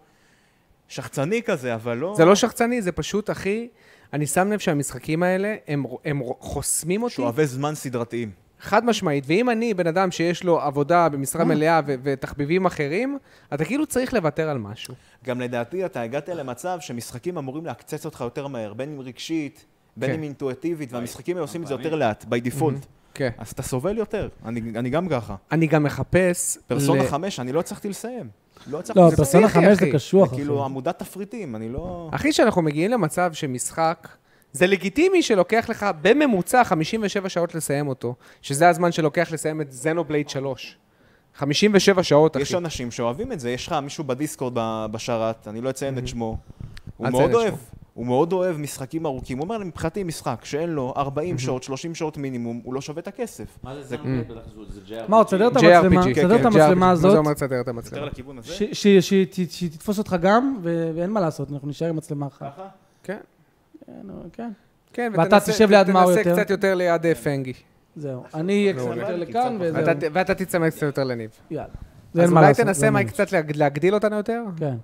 [SPEAKER 4] שחצני כזה, אבל לא...
[SPEAKER 1] זה לא שחצני, זה פשוט, אחי, אני שם לב שהמשחקים האלה, הם- הם חוסמים אותי.
[SPEAKER 4] שואבי זמן סדרתיים.
[SPEAKER 1] חד משמעית. ואם אני בן אדם שיש לו עבודה במשרה מלאה ו- ותחביבים אחרים, אתה כאילו צריך לוותר על משהו.
[SPEAKER 4] גם לדעתי אתה הגעת למצב שמשחקים אמורים להקצץ אותך יותר מהר, בין אם רגשית, בין
[SPEAKER 1] כן.
[SPEAKER 4] אם אינטואיטיבית, והמשחקים האלה עושים את זה יותר לאט, by default.
[SPEAKER 1] כן.
[SPEAKER 4] אז אתה סובל יותר, אני אני גם ככה.
[SPEAKER 1] אני גם מחפש...
[SPEAKER 4] פרסונה
[SPEAKER 1] ל-
[SPEAKER 4] 5, אני לא הצלחתי לסיים. לא הצלחתי
[SPEAKER 2] לא,
[SPEAKER 4] לסיים.
[SPEAKER 2] פרסונה
[SPEAKER 1] פסיכי,
[SPEAKER 2] 5 זה
[SPEAKER 1] אחי.
[SPEAKER 2] קשוח,
[SPEAKER 4] זה
[SPEAKER 2] אחי.
[SPEAKER 4] כאילו עמודת תפריטים, אני לא...
[SPEAKER 1] אחי, שאנחנו מגיעים למצב שמשחק, זה לגיטימי שלוקח לך בממוצע 57 שעות לסיים אותו, שזה הזמן שלוקח לסיים את זנובלייד 3. 57 שעות, אחי.
[SPEAKER 4] יש אנשים שאוהבים את זה, יש לך מישהו בדיסקורד ב- בשרת, אני לא אציין את שמו. הוא
[SPEAKER 1] אל
[SPEAKER 4] מאוד
[SPEAKER 1] תציין את
[SPEAKER 4] אוהב, הוא מאוד אוהב משחקים ארוכים. הוא אומר לי, מבחינתי משחק שאין לו 40 שעות, 30 שעות מינימום, הוא לא שווה את הכסף.
[SPEAKER 3] מה
[SPEAKER 1] Mm.
[SPEAKER 3] זה זנובלייד בטח זו- זה JRPG?
[SPEAKER 2] מאור, תסדר את
[SPEAKER 1] JRPG,
[SPEAKER 2] המצלמה,
[SPEAKER 1] כן,
[SPEAKER 2] תסדר
[SPEAKER 1] כן,
[SPEAKER 2] את המצלמה
[SPEAKER 1] JRPG. מה זה
[SPEAKER 2] הזאת,
[SPEAKER 1] אומר תסדר את
[SPEAKER 4] יותר
[SPEAKER 1] המצלמה?
[SPEAKER 4] לכיוון הזה?
[SPEAKER 2] ש- ש- ש- ת- שהיא תתפוס אותך גם, ו- ואין מה לעשות, אנחנו נישאר עם מצלמה אחת.
[SPEAKER 4] ככה?
[SPEAKER 1] כן.
[SPEAKER 2] כן, נו, כן,
[SPEAKER 1] כן,
[SPEAKER 2] ואתה תשב ליד מאור יותר.
[SPEAKER 1] ותנסה קצת יותר ליד אה, פנגי.
[SPEAKER 2] זהו. אני אהיה קצת
[SPEAKER 4] מעולה.
[SPEAKER 2] יותר
[SPEAKER 4] כי
[SPEAKER 2] לכאן,
[SPEAKER 4] קצת
[SPEAKER 2] וזהו.
[SPEAKER 1] ואתה ת- ואתה תצמא קצת יותר לניב.
[SPEAKER 2] יאללה. זה אין
[SPEAKER 1] אז
[SPEAKER 2] מה
[SPEAKER 1] אולי
[SPEAKER 2] לעשות, זה
[SPEAKER 1] תנסה,
[SPEAKER 2] אין מה
[SPEAKER 1] מייק, קצת להג- להגדיל אותנו יותר?
[SPEAKER 2] לעשות. כן,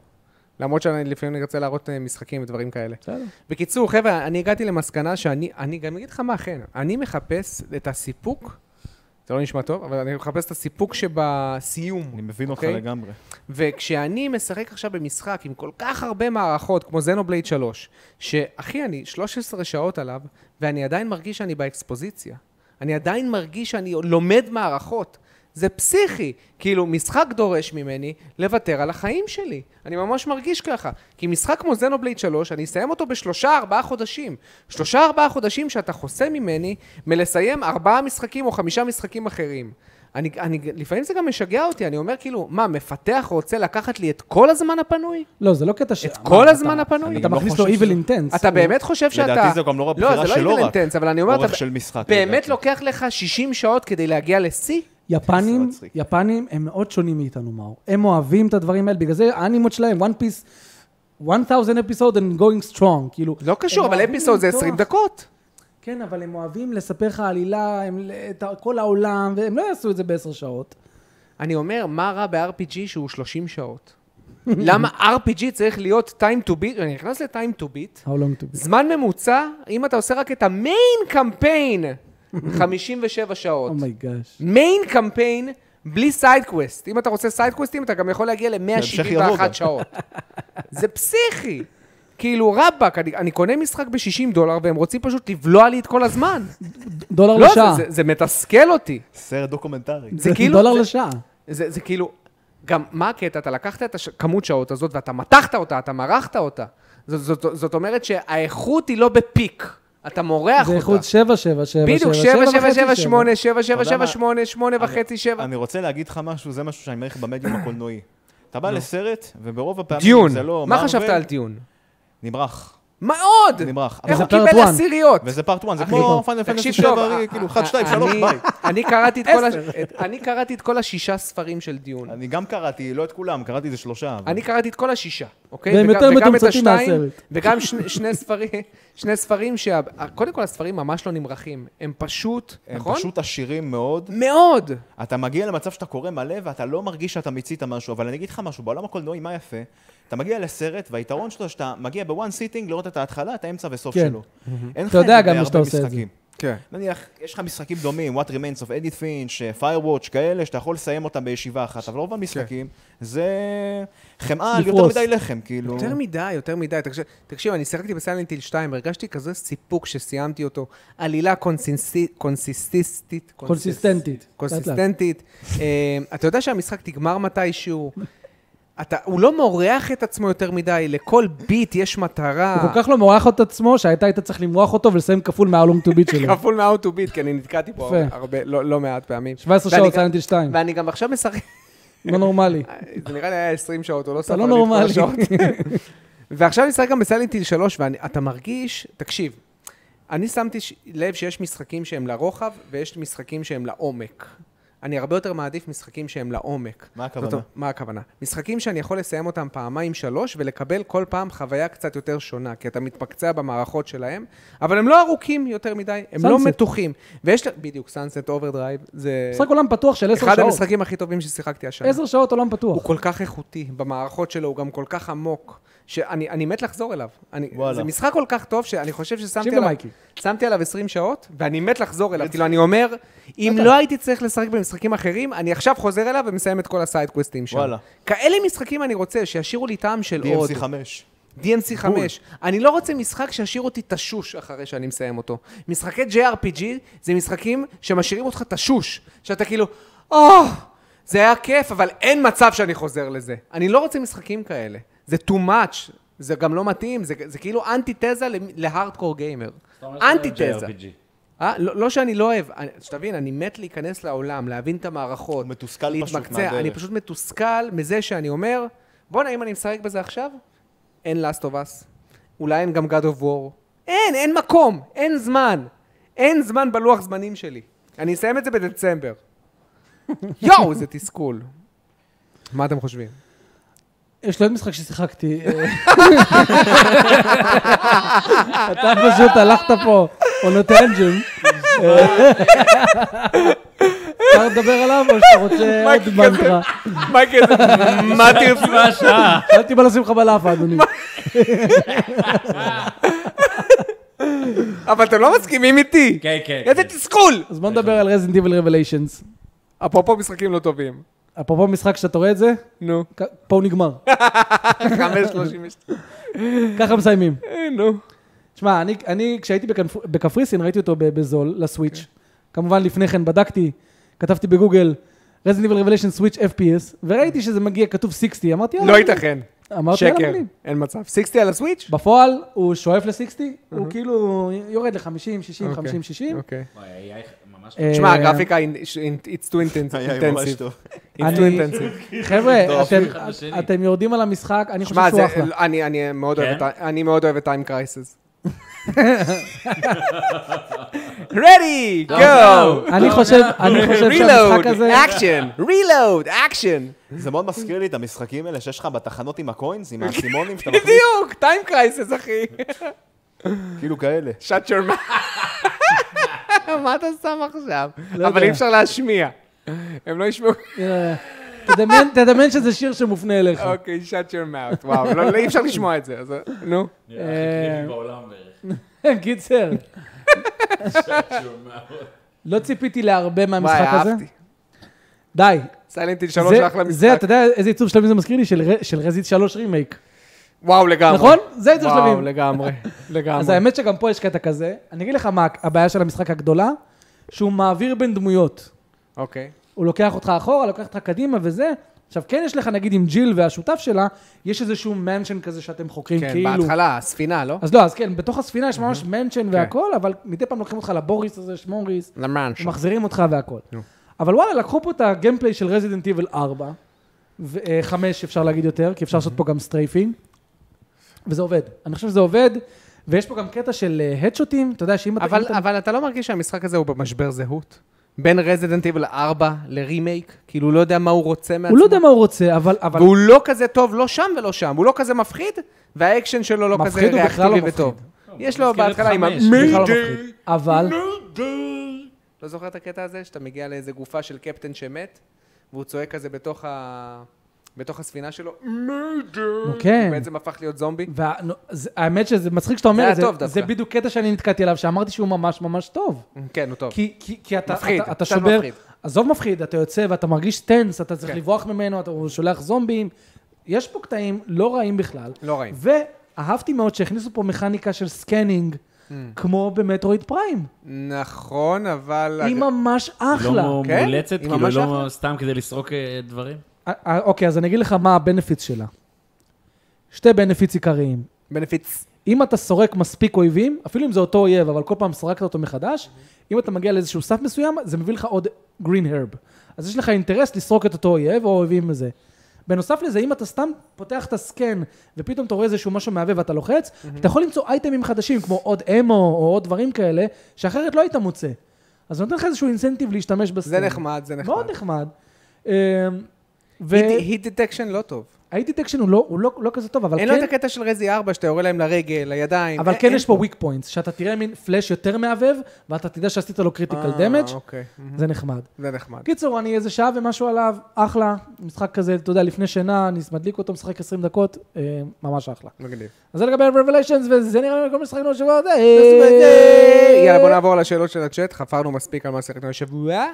[SPEAKER 1] למרות שלפעמים נרצה להראות אה, משחקים ודברים כאלה.
[SPEAKER 2] בסדר.
[SPEAKER 1] בקיצור, כן, חבר'ה, אני הגעתי למסקנה שאני, אני גם אגיד לך מה, חן, אני מחפש את הסיפוק זה לא נשמע טוב, אבל אני מחפש את הסיפוק שבסיום.
[SPEAKER 4] אני מבין אותך
[SPEAKER 1] אוקיי?
[SPEAKER 4] לגמרי.
[SPEAKER 1] וכשאני משחק עכשיו במשחק עם כל כך הרבה מערכות, כמו זנובלייד 3, שאחי, אני 13 שעות עליו, ואני עדיין מרגיש שאני באקספוזיציה. אני עדיין מרגיש שאני לומד מערכות. זה פסיכי. כאילו, משחק דורש ממני לוותר על החיים שלי. אני ממש מרגיש ככה. כי משחק כמו זנובלייד 3, אני אסיים אותו בשלושה, ארבעה חודשים. שלושה, ארבעה חודשים שאתה חוסם ממני מלסיים ארבעה משחקים או חמישה משחקים אחרים. אני, אני, לפעמים זה גם משגע אותי, אני אומר כאילו, מה, מפתח רוצה לקחת לי את כל הזמן הפנוי?
[SPEAKER 2] לא, זה לא קטע ש...
[SPEAKER 1] את כל הזמן הפנוי?
[SPEAKER 2] אתה
[SPEAKER 4] אני לא
[SPEAKER 2] מכניס לו
[SPEAKER 4] חושב
[SPEAKER 2] evil
[SPEAKER 4] שזה-
[SPEAKER 2] intense.
[SPEAKER 1] אתה באמת חושב שאתה...
[SPEAKER 4] לדעתי זה גם לא רק בחירה
[SPEAKER 1] לא, זה
[SPEAKER 4] שלו
[SPEAKER 1] לא
[SPEAKER 4] רק,
[SPEAKER 1] אינטנס, אבל אני אומר,
[SPEAKER 4] אורך
[SPEAKER 1] אתה
[SPEAKER 4] של משחק.
[SPEAKER 1] באמת
[SPEAKER 4] לדעתי.
[SPEAKER 1] לוקח לך 60 שעות כדי להגיע לשיא?
[SPEAKER 4] זה
[SPEAKER 2] יפנים,
[SPEAKER 4] מצחיק.
[SPEAKER 2] יפנים הם מאוד שונים מאיתנו, מאור. הם אוהבים את הדברים האלה, בגלל זה האנימות שלהם, one piece, 1,000 episode and going strong, כאילו.
[SPEAKER 1] לא קשור,
[SPEAKER 2] הם
[SPEAKER 1] אבל
[SPEAKER 2] אוהבים
[SPEAKER 1] אפיסוד זה
[SPEAKER 2] למתוח.
[SPEAKER 1] 20 דקות.
[SPEAKER 2] כן, אבל הם אוהבים לספר לך עלילה, הם, ל- את ה- כל העולם, והם לא יעשו את זה בעשר שעות.
[SPEAKER 1] אני אומר, מה רע ב-RPG שהוא 30 שעות? למה RPG צריך להיות time to beat? אני נכנס ל-time to beat,
[SPEAKER 2] How long to be.
[SPEAKER 1] זמן ממוצע, אם אתה עושה רק את המיין קמפיין, 57
[SPEAKER 2] Oh
[SPEAKER 1] שעות.
[SPEAKER 2] אומייגאש.
[SPEAKER 1] מיין קמפיין בלי סיידקווסט. אם אתה רוצה סיידקווסטים, אתה גם יכול להגיע
[SPEAKER 4] יבוא גם.
[SPEAKER 1] ל-171 שעות. זה פסיכי. כאילו, רבאק, אני, אני קונה משחק ב-60 דולר, והם רוצים פשוט לבלוע לי את כל הזמן.
[SPEAKER 2] דולר
[SPEAKER 1] לא, זה,
[SPEAKER 2] לשעה.
[SPEAKER 1] זה, זה מתסכל אותי.
[SPEAKER 4] סרט דוקומנטרי.
[SPEAKER 1] זה כאילו...
[SPEAKER 2] דולר
[SPEAKER 1] זה,
[SPEAKER 2] לשעה.
[SPEAKER 1] זה, זה כאילו... גם, מה הקטע? אתה לקחת את הכמות שעות הזאת, ואתה מתחת אותה, אתה מרחת אותה. זאת, זאת, זאת אומרת שהאיכות היא לא בפיק. אתה מורח אותה.
[SPEAKER 2] זה איכות 7, 7, 7,
[SPEAKER 1] בדיוק, 7, 7, 7, 8, 7, 7,
[SPEAKER 4] אתה יודע
[SPEAKER 1] 7,
[SPEAKER 4] מה?
[SPEAKER 1] 8, 8 וחצי, 7.
[SPEAKER 4] אני רוצה להגיד לך משהו, זה משהו שאני מעריך במדיום הקולנועי. אתה בא לסרט, וברוב הפעמים
[SPEAKER 1] דיון.
[SPEAKER 4] זה לא...
[SPEAKER 1] מה
[SPEAKER 4] מארוול,
[SPEAKER 1] חשבת על דיון?
[SPEAKER 4] נמרח.
[SPEAKER 1] מאוד!
[SPEAKER 4] נמרח.
[SPEAKER 1] איך
[SPEAKER 4] אבל-
[SPEAKER 1] הוא
[SPEAKER 2] זה פרט
[SPEAKER 1] קיבל
[SPEAKER 2] one.
[SPEAKER 1] עשיריות?
[SPEAKER 4] וזה פארט 1, זה
[SPEAKER 1] אחי,
[SPEAKER 4] כמו פיינל פנטסי
[SPEAKER 1] תקשיב
[SPEAKER 4] 7,
[SPEAKER 1] טוב,
[SPEAKER 4] אחי,
[SPEAKER 1] א-
[SPEAKER 4] כאילו
[SPEAKER 1] א-
[SPEAKER 4] 1, 2,
[SPEAKER 1] א-
[SPEAKER 4] 3,
[SPEAKER 1] אני-
[SPEAKER 4] ביי.
[SPEAKER 1] אני קראתי את כל הש- את- אני קראתי את כל השישה ספרים של דיון.
[SPEAKER 4] אני גם קראתי, לא את כולם, קראתי איזה שלושה. אבל-
[SPEAKER 1] אני קראתי את כל השישה, אוקיי?
[SPEAKER 2] והם
[SPEAKER 1] וגם-
[SPEAKER 2] יותר
[SPEAKER 1] וגם את
[SPEAKER 2] מתומצתים
[SPEAKER 1] השתיים,
[SPEAKER 2] מהסרט.
[SPEAKER 1] וגם שני- שני ספרים, שני ספרים שה... קודם כל הספרים ממש לא נמרחים, הם פשוט,
[SPEAKER 4] הם
[SPEAKER 1] נכון?
[SPEAKER 4] פשוט עשירים מאוד.
[SPEAKER 1] מאוד!
[SPEAKER 4] אתה מגיע למצב שאתה קורא מלא ואתה לא מרגיש שאתה מיצית משהו, אבל אני אגיד לך משהו, בעולם הקולנועי, מה יפה? אתה מגיע לסרט, והיתרון שלו שאתה מגיע בוואן סיטינג לראות את ההתחלה, את האמצע וסוף
[SPEAKER 2] כן.
[SPEAKER 4] שלו. אין לך
[SPEAKER 2] אתה
[SPEAKER 4] את
[SPEAKER 2] יודע
[SPEAKER 4] זה
[SPEAKER 2] גם
[SPEAKER 4] בהרבה
[SPEAKER 2] שאתה עושה את
[SPEAKER 4] משחקים.
[SPEAKER 1] כן.
[SPEAKER 4] נניח, יש לך משחקים דומים, What Remains of Edith Finch, אה, Firewatch, כאלה, שאתה יכול לסיים אותם בישיבה אחת, אבל רוב המשחקים זה חמאה על יותר
[SPEAKER 2] לפרוס.
[SPEAKER 4] מדי לחם, כאילו.
[SPEAKER 1] יותר מדי, יותר מדי. תקשיב, תקשיב אני שיחקתי בסיילנטיל 2, הרגשתי כזה סיפוק שסיימתי אותו. עלילה קונסיסטית. קונסיסטית.
[SPEAKER 2] קונסיסטנטית.
[SPEAKER 1] קונסיסטנטית. אה, אתה יודע שהמשחק תגמר מתישהו. אתה, הוא לא מורח את עצמו יותר מדי, לכל ביט יש מטרה.
[SPEAKER 2] הוא כל כך לא מורח את עצמו, שהייתה היית צריך למרוח אותו ולסיים כפול מהלום טו ביט שלו.
[SPEAKER 1] כפול מהאוט טו ביט, כי אני נתקעתי פה
[SPEAKER 2] יפה.
[SPEAKER 1] הרבה, לא, לא מעט פעמים.
[SPEAKER 2] 17
[SPEAKER 1] ואני
[SPEAKER 2] שעות,
[SPEAKER 1] גם-
[SPEAKER 2] סיינטיל 2.
[SPEAKER 1] ואני גם עכשיו משחק,
[SPEAKER 2] לא נורמלי.
[SPEAKER 1] זה נראה לי היה 20 שעות, הוא לא ספר לי
[SPEAKER 2] אתה לא
[SPEAKER 1] את כל
[SPEAKER 2] נורמלי.
[SPEAKER 1] השעות. ועכשיו אני משחק גם בסיילנטיל 3, ואתה מרגיש, תקשיב, אני שמתי ש- לב שיש משחקים שהם לרוחב, ויש משחקים שהם לעומק. אני הרבה יותר מעדיף משחקים שהם לעומק.
[SPEAKER 4] מה הכוונה?
[SPEAKER 1] זאת- מה הכוונה? משחקים שאני יכול לסיים אותם פעמיים שלוש ולקבל כל פעם חוויה קצת יותר שונה, כי אתה מתמקצע במערכות שלהם, אבל הם לא ארוכים יותר מדי, הם לא
[SPEAKER 2] Sunset.
[SPEAKER 1] מתוחים. ויש, ל- בדיוק, סאנסט אוברדרייב, זה
[SPEAKER 2] משחק עולם פתוח של 10
[SPEAKER 1] אחד
[SPEAKER 2] שעות.
[SPEAKER 1] המשחקים הכי טובים ששיחקתי השנה.
[SPEAKER 2] 10 שעות עולם
[SPEAKER 1] הוא
[SPEAKER 2] פתוח.
[SPEAKER 1] כל כך איכותי במערכות שלו, הוא גם כל כך עמוק, שאני אני מת לחזור אליו. אני,
[SPEAKER 4] וואלה.
[SPEAKER 1] זה משחק כל כך טוב, שאני חושב ששמתי
[SPEAKER 2] תקשיב
[SPEAKER 1] עליו,
[SPEAKER 2] למייקי.
[SPEAKER 1] שמתי עליו 20 שעות, ואני מת לחזור אליו. כאילו, אני אומר, אם לא הייתי צריך לשחק במשחקים אחרים, אני עכשיו חוזר אליו ומסיים את כל הסיידקווסטים שם.
[SPEAKER 4] וואלה.
[SPEAKER 1] כאלה משחקים אני רוצה, שישאירו לי טעם של עוד.
[SPEAKER 4] DMC 5.
[SPEAKER 1] DMC 5. אני לא רוצה משחק שישאיר אותי תשוש אחרי שאני מסיים אותו. משחקי JRPG זה משחקים שמשאירים אותך תשוש, שאתה כאילו, או, זה היה כיף, אבל אין מצב שאני חוזר לזה. אני לא רוצה משחקים כאלה. זה too much, זה גם לא מתאים, זה, זה כאילו אנטיתזה למ- להארדקור גיימר. אנטיתזה. אה? לא, לא שאני לא אוהב, אני- שתבין, אני מת להיכנס לעולם, להבין את המערכות.
[SPEAKER 4] הוא מתוסכל פשוט
[SPEAKER 1] להתמקצע,
[SPEAKER 4] מהדרך.
[SPEAKER 1] אני פשוט מתוסכל מזה שאני אומר, בואנה, אם אני משחק בזה עכשיו, אין Last of Us. אולי אין גם God of War. אין, אין מקום, אין זמן. אין זמן בלוח זמנים שלי. אני אסיים את זה בדצמבר. יואו, זה תסכול. מה אתם חושבים?
[SPEAKER 2] יש לו עוד משחק ששיחקתי. אתה פשוט הלכת פה, on a tangent. אפשר לדבר עליו או שאתה רוצה עוד מנטרה?
[SPEAKER 1] מה כזה? מה תרצה?
[SPEAKER 2] אל תיבא לשים לך בלאפה, אדוני.
[SPEAKER 1] אבל אתם לא מסכימים איתי.
[SPEAKER 3] כן, כן.
[SPEAKER 1] איזה תסכול!
[SPEAKER 2] אז בוא נדבר על רזינט איבל רבליישנס.
[SPEAKER 1] אפרופו משחקים לא טובים.
[SPEAKER 2] אפרופו משחק שאתה רואה את זה,
[SPEAKER 1] נו.
[SPEAKER 2] כ- פה הוא נגמר.
[SPEAKER 1] 5.32.
[SPEAKER 2] ככה מסיימים.
[SPEAKER 1] נו.
[SPEAKER 2] תשמע, אני, אני כשהייתי בקנפ- בקפריסין ראיתי אותו ב- בזול לסוויץ'. כמובן לפני כן בדקתי, כתבתי בגוגל, Resident Evil Revelation Switch FPS, וראיתי שזה מגיע, כתוב 60, אמרתי,
[SPEAKER 1] לא
[SPEAKER 2] יאללה,
[SPEAKER 1] ייתכן.
[SPEAKER 2] אמרתי, יאללה,
[SPEAKER 1] שקר.
[SPEAKER 2] מגניב.
[SPEAKER 1] אין מצב. 60 על הסוויץ'?
[SPEAKER 2] בפועל הוא שואף ל-60, הוא כאילו יורד ל-50, 60,
[SPEAKER 1] אוקיי.
[SPEAKER 2] 50, 60.
[SPEAKER 1] אוקיי.
[SPEAKER 3] וואי, היה איך- ממש...
[SPEAKER 1] תשמע,
[SPEAKER 2] אה,
[SPEAKER 1] הגרפיקה, היא- it's too intense-
[SPEAKER 4] היה ממש
[SPEAKER 1] intensive.
[SPEAKER 4] טוב.
[SPEAKER 1] It's too
[SPEAKER 2] אני-
[SPEAKER 1] intensive.
[SPEAKER 2] חבר'ה, אתם-
[SPEAKER 3] אחד לשני.
[SPEAKER 2] אתם יורדים על המשחק, אני חושב
[SPEAKER 1] שמע,
[SPEAKER 2] שהוא
[SPEAKER 1] זה-
[SPEAKER 2] אחלה.
[SPEAKER 1] אני- אני מאוד אוהב
[SPEAKER 3] כן?
[SPEAKER 1] את ה- אני מאוד אוהב את טיים קרייסס. רדי! גו!
[SPEAKER 2] אני חושב
[SPEAKER 1] לא.
[SPEAKER 2] אני חושב
[SPEAKER 1] רילוד!
[SPEAKER 2] שהמשחק הזה...
[SPEAKER 1] אקשן! רילוד! אקשן!
[SPEAKER 4] זה מאוד מזכיר לי את המשחקים האלה שיש לך בתחנות עם הקוינס, עם האסימונים שאתה מחליט,
[SPEAKER 1] בדיוק! טיים קרייסס, אחי!
[SPEAKER 4] כאילו כאלה.
[SPEAKER 1] שאט שרמה. מה אתה שם עכשיו?
[SPEAKER 2] לא
[SPEAKER 1] אבל
[SPEAKER 2] יודע.
[SPEAKER 1] אי אפשר להשמיע. הם לא ישמעו.
[SPEAKER 2] אה, תדמיין- תדמיין שזה שיר שמופנה אליך.
[SPEAKER 1] אוקיי, shut your mouth, וואו, לא- לא- אי אפשר לשמוע את זה, אז נו.
[SPEAKER 3] נראה
[SPEAKER 2] אה,
[SPEAKER 3] הכי קרימי כאילו בעולם בערך.
[SPEAKER 2] קיצר, לא ציפיתי להרבה
[SPEAKER 1] וואי,
[SPEAKER 2] מהמשחק הזה.
[SPEAKER 1] אהבתי.
[SPEAKER 2] די.
[SPEAKER 1] סיילנטין 3
[SPEAKER 2] זה-
[SPEAKER 1] אחלה
[SPEAKER 2] זה,
[SPEAKER 1] משחק.
[SPEAKER 2] אתה יודע איזה עיצוב שלבים זה מזכיר לי? של ר- של רזית 3 רימייק.
[SPEAKER 1] וואו, לגמרי.
[SPEAKER 2] נכון? זה עיצוב
[SPEAKER 1] וואו,
[SPEAKER 2] שלבים.
[SPEAKER 1] לגמרי.
[SPEAKER 2] אז
[SPEAKER 1] לגמרי.
[SPEAKER 2] האמת שגם פה יש קטע כזה. אני אגיד לך מה הבעיה של המשחק הגדולה, שהוא מעביר בין דמויות.
[SPEAKER 1] אוקיי.
[SPEAKER 2] הוא לוקח אותך אחורה, לוקח אותך קדימה וזה. עכשיו, כן יש לך, נגיד, עם ג'יל והשותף שלה, יש איזשהו מנשן כזה שאתם חוקרים,
[SPEAKER 1] כן,
[SPEAKER 2] כאילו.
[SPEAKER 1] בהתחלה, כן. הספינה, לא?
[SPEAKER 2] אז לא, אז כן, בתוך הספינה יש ממש מנשן והכל, אבל מדי פעם לוקחים אותך לבוריס הזה, שמוריס,
[SPEAKER 1] למאנש.
[SPEAKER 2] מחזירים אותך והכל. אבל וואלה, לקחו פה את הגיימפליי של רזידנט איבל 4, ו- אה, 5 אפשר להגיד יותר, כי אפשר לעשות פה גם סטרייפינג, וזה עובד. אני חושב שזה עובד, ויש פה גם קטע של אה, הדשוטים, אתה יודע שאם אתה...
[SPEAKER 1] אבל,
[SPEAKER 2] אם אתה-
[SPEAKER 1] אבל אתה לא מרגיש שהמשחק הזה הוא במשבר זהות? בין רזידנט איבל 4 לרימייק? כאילו, הוא לא יודע מה הוא רוצה מעצמו?
[SPEAKER 2] הוא לא יודע מה הוא רוצה, אבל... אבל-
[SPEAKER 1] והוא לא כזה טוב, לא שם ולא שם. הוא לא כזה מפחיד, והאקשן שלו לא כזה
[SPEAKER 2] מפחיד, הוא בכלל לא
[SPEAKER 1] ריאקטיבי
[SPEAKER 2] מפחיד.
[SPEAKER 1] וטוב. יש
[SPEAKER 3] הוא
[SPEAKER 1] לו
[SPEAKER 3] מזכיר את
[SPEAKER 1] בהתחלה עם
[SPEAKER 3] חמש,
[SPEAKER 1] המ-
[SPEAKER 2] זה בכלל לא מפחיד. אבל...
[SPEAKER 1] לא זוכר את הקטע הזה? שאתה מגיע לאיזה גופה של קפטן שמת, והוא צועק כזה בתוך ה... בתוך הספינה שלו,
[SPEAKER 2] נו,
[SPEAKER 1] הוא
[SPEAKER 2] כן.
[SPEAKER 1] בעצם הפך להיות זומבי.
[SPEAKER 2] וה- נו, זה- האמת שזה מצחיק שאתה אומר
[SPEAKER 1] היה
[SPEAKER 2] את זה,
[SPEAKER 1] טוב דווקא.
[SPEAKER 2] זה בדיוק קטע שאני נתקעתי עליו, שאמרתי שהוא ממש ממש טוב.
[SPEAKER 1] כן, הוא טוב.
[SPEAKER 2] כי, כי, כי אתה,
[SPEAKER 1] מפחיד,
[SPEAKER 2] אתה, אתה
[SPEAKER 1] קצת
[SPEAKER 2] שובר,
[SPEAKER 1] מפחיד.
[SPEAKER 2] עזוב מפחיד, אתה יוצא ואתה מרגיש טנס, אתה צריך
[SPEAKER 1] כן.
[SPEAKER 2] כן. לברוח ממנו, אתה, הוא שולח זומבים. יש פה קטעים לא רעים בכלל.
[SPEAKER 1] לא רעים.
[SPEAKER 2] ואהבתי מאוד שהכניסו פה מכניקה של סקנינג,
[SPEAKER 1] Mm.
[SPEAKER 2] כמו במטרואיד פריים.
[SPEAKER 1] נכון, אבל...
[SPEAKER 2] היא ממש
[SPEAKER 3] לא
[SPEAKER 2] אחלה.
[SPEAKER 3] מו-
[SPEAKER 1] כן?
[SPEAKER 3] מאולצת,
[SPEAKER 1] היא
[SPEAKER 3] כאילו
[SPEAKER 1] ממש
[SPEAKER 3] לא
[SPEAKER 1] אחלה.
[SPEAKER 3] סתם כדי לסרוק אה, דברים?
[SPEAKER 2] אה, אה, אוקיי, אז אני אגיד לך מה הבנפיט שלה. שתי בנפיטס עיקריים.
[SPEAKER 1] בנפיץ.
[SPEAKER 2] אם אתה סורק מספיק אויבים, אפילו אם זה אותו אויב, אבל כל פעם סרקת אותו מחדש, אם אתה מגיע לאיזשהו סף מסוים, זה מביא לך עוד green herb. אז יש לך אינטרס לסרוק את אותו אויב או אויבים מזה. בנוסף לזה, אם אתה סתם פותח את הסקן, ופתאום אתה רואה איזשהו משהו מהבהב ואתה לוחץ, אתה יכול למצוא אייטמים חדשים, כמו עוד אמו או עוד דברים כאלה, שאחרת לא היית מוצא. אז זה נותן לך איזשהו אינסנטיב להשתמש בסקן.
[SPEAKER 1] זה נחמד, זה נחמד.
[SPEAKER 2] כן. מאוד נחמד. אמ, ו-
[SPEAKER 1] היט דטקשן לא טוב.
[SPEAKER 2] ה-hit detection הוא לא- הוא לא לא כזה טוב, אבל כן...
[SPEAKER 1] אין לו את הקטע של רזי 4 שאתה יורה להם לרגל, לידיים.
[SPEAKER 2] אבל
[SPEAKER 1] אין-
[SPEAKER 2] כן
[SPEAKER 1] אה, אין-
[SPEAKER 2] יש פה weak points, שאתה תראה מין פלאש יותר מהבהב, ואתה תדע שעשית לו קריטיקל דמג',
[SPEAKER 1] אה, אוקיי,
[SPEAKER 2] זה נחמד.
[SPEAKER 1] זה נחמד.
[SPEAKER 2] קיצור, אני איזה שעה ומשהו עליו, אחלה, משחק כזה, אתה יודע, לפני שינה, אני מדליק אותו, משחק 20 דקות, אה, ממש אחלה.
[SPEAKER 1] מגניב.
[SPEAKER 2] אז זה לגבי רבליישנס, וזה נראה לי כל משחק לא שבוע, זה...
[SPEAKER 1] אה, יאללה, בוא נעבור לשאלות של הצ'אט, חפרנו מספיק על מה שחקנו השבוע.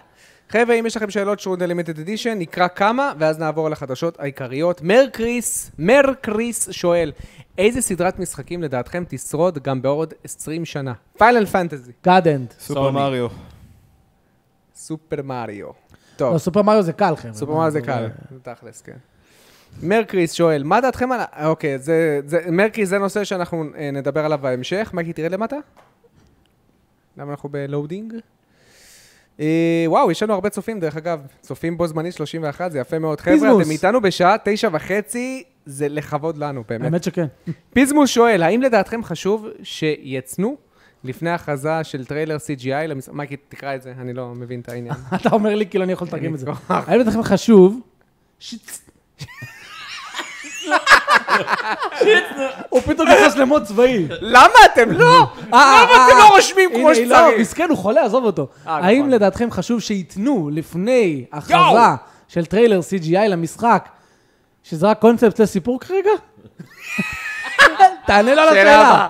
[SPEAKER 1] חבר'ה, אם יש לכם שאלות שרות ללימטד אדישן, נקרא כמה, ואז נעבור לחדשות העיקריות. מרקריס, מרקריס שואל, איזה סדרת משחקים לדעתכם תשרוד גם בעוד 20 שנה? פיינל פנטזי,
[SPEAKER 2] God End.
[SPEAKER 4] סופר מריו.
[SPEAKER 1] סופר מריו.
[SPEAKER 2] לא,
[SPEAKER 1] טוב,
[SPEAKER 2] סופר מריו זה קל, חבר'ה.
[SPEAKER 1] סופר מריו זה קל, זה תכלס, כן. מרקריס שואל, מה דעתכם על... ה- אוקיי, זה... זה- מרקריס זה נושא שאנחנו אה, נדבר עליו בהמשך. מייקי, תרד למטה. למה אנחנו בלואודינג? אה, וואו, יש לנו הרבה צופים, דרך אגב. צופים בו זמנית 31, זה יפה מאוד. חבר'ה,
[SPEAKER 2] פיזמוס.
[SPEAKER 1] אתם איתנו בשעה תשע וחצי, זה לכבוד לנו, באמת.
[SPEAKER 2] האמת שכן.
[SPEAKER 1] פיזמוס שואל, האם לדעתכם חשוב שיצנו לפני הכרזה של טריילר CGI למש... מייקי, תקרא את זה, אני לא מבין את העניין.
[SPEAKER 2] אתה אומר לי, כאילו, אני יכול לתרגם את זה.
[SPEAKER 1] אין לי כוח.
[SPEAKER 2] האם לכם חשוב... שיט. הוא פתאום נכנס למוד צבאי.
[SPEAKER 1] למה אתם לא?
[SPEAKER 2] אה,
[SPEAKER 1] למה
[SPEAKER 2] אה,
[SPEAKER 1] אתם
[SPEAKER 2] אה.
[SPEAKER 1] לא רושמים
[SPEAKER 2] הנה,
[SPEAKER 1] כמו
[SPEAKER 2] היא לא,
[SPEAKER 1] שצריך?
[SPEAKER 2] מסכן, הוא חולה, עזוב אותו.
[SPEAKER 1] אה,
[SPEAKER 2] האם
[SPEAKER 1] נכון.
[SPEAKER 2] לדעתכם חשוב שייתנו לפני הכרזה של טריילר CGI למשחק, שזה רק קונספט לסיפור כרגע? תענה לו על
[SPEAKER 1] שאלה
[SPEAKER 2] השאלה.
[SPEAKER 1] הבאה.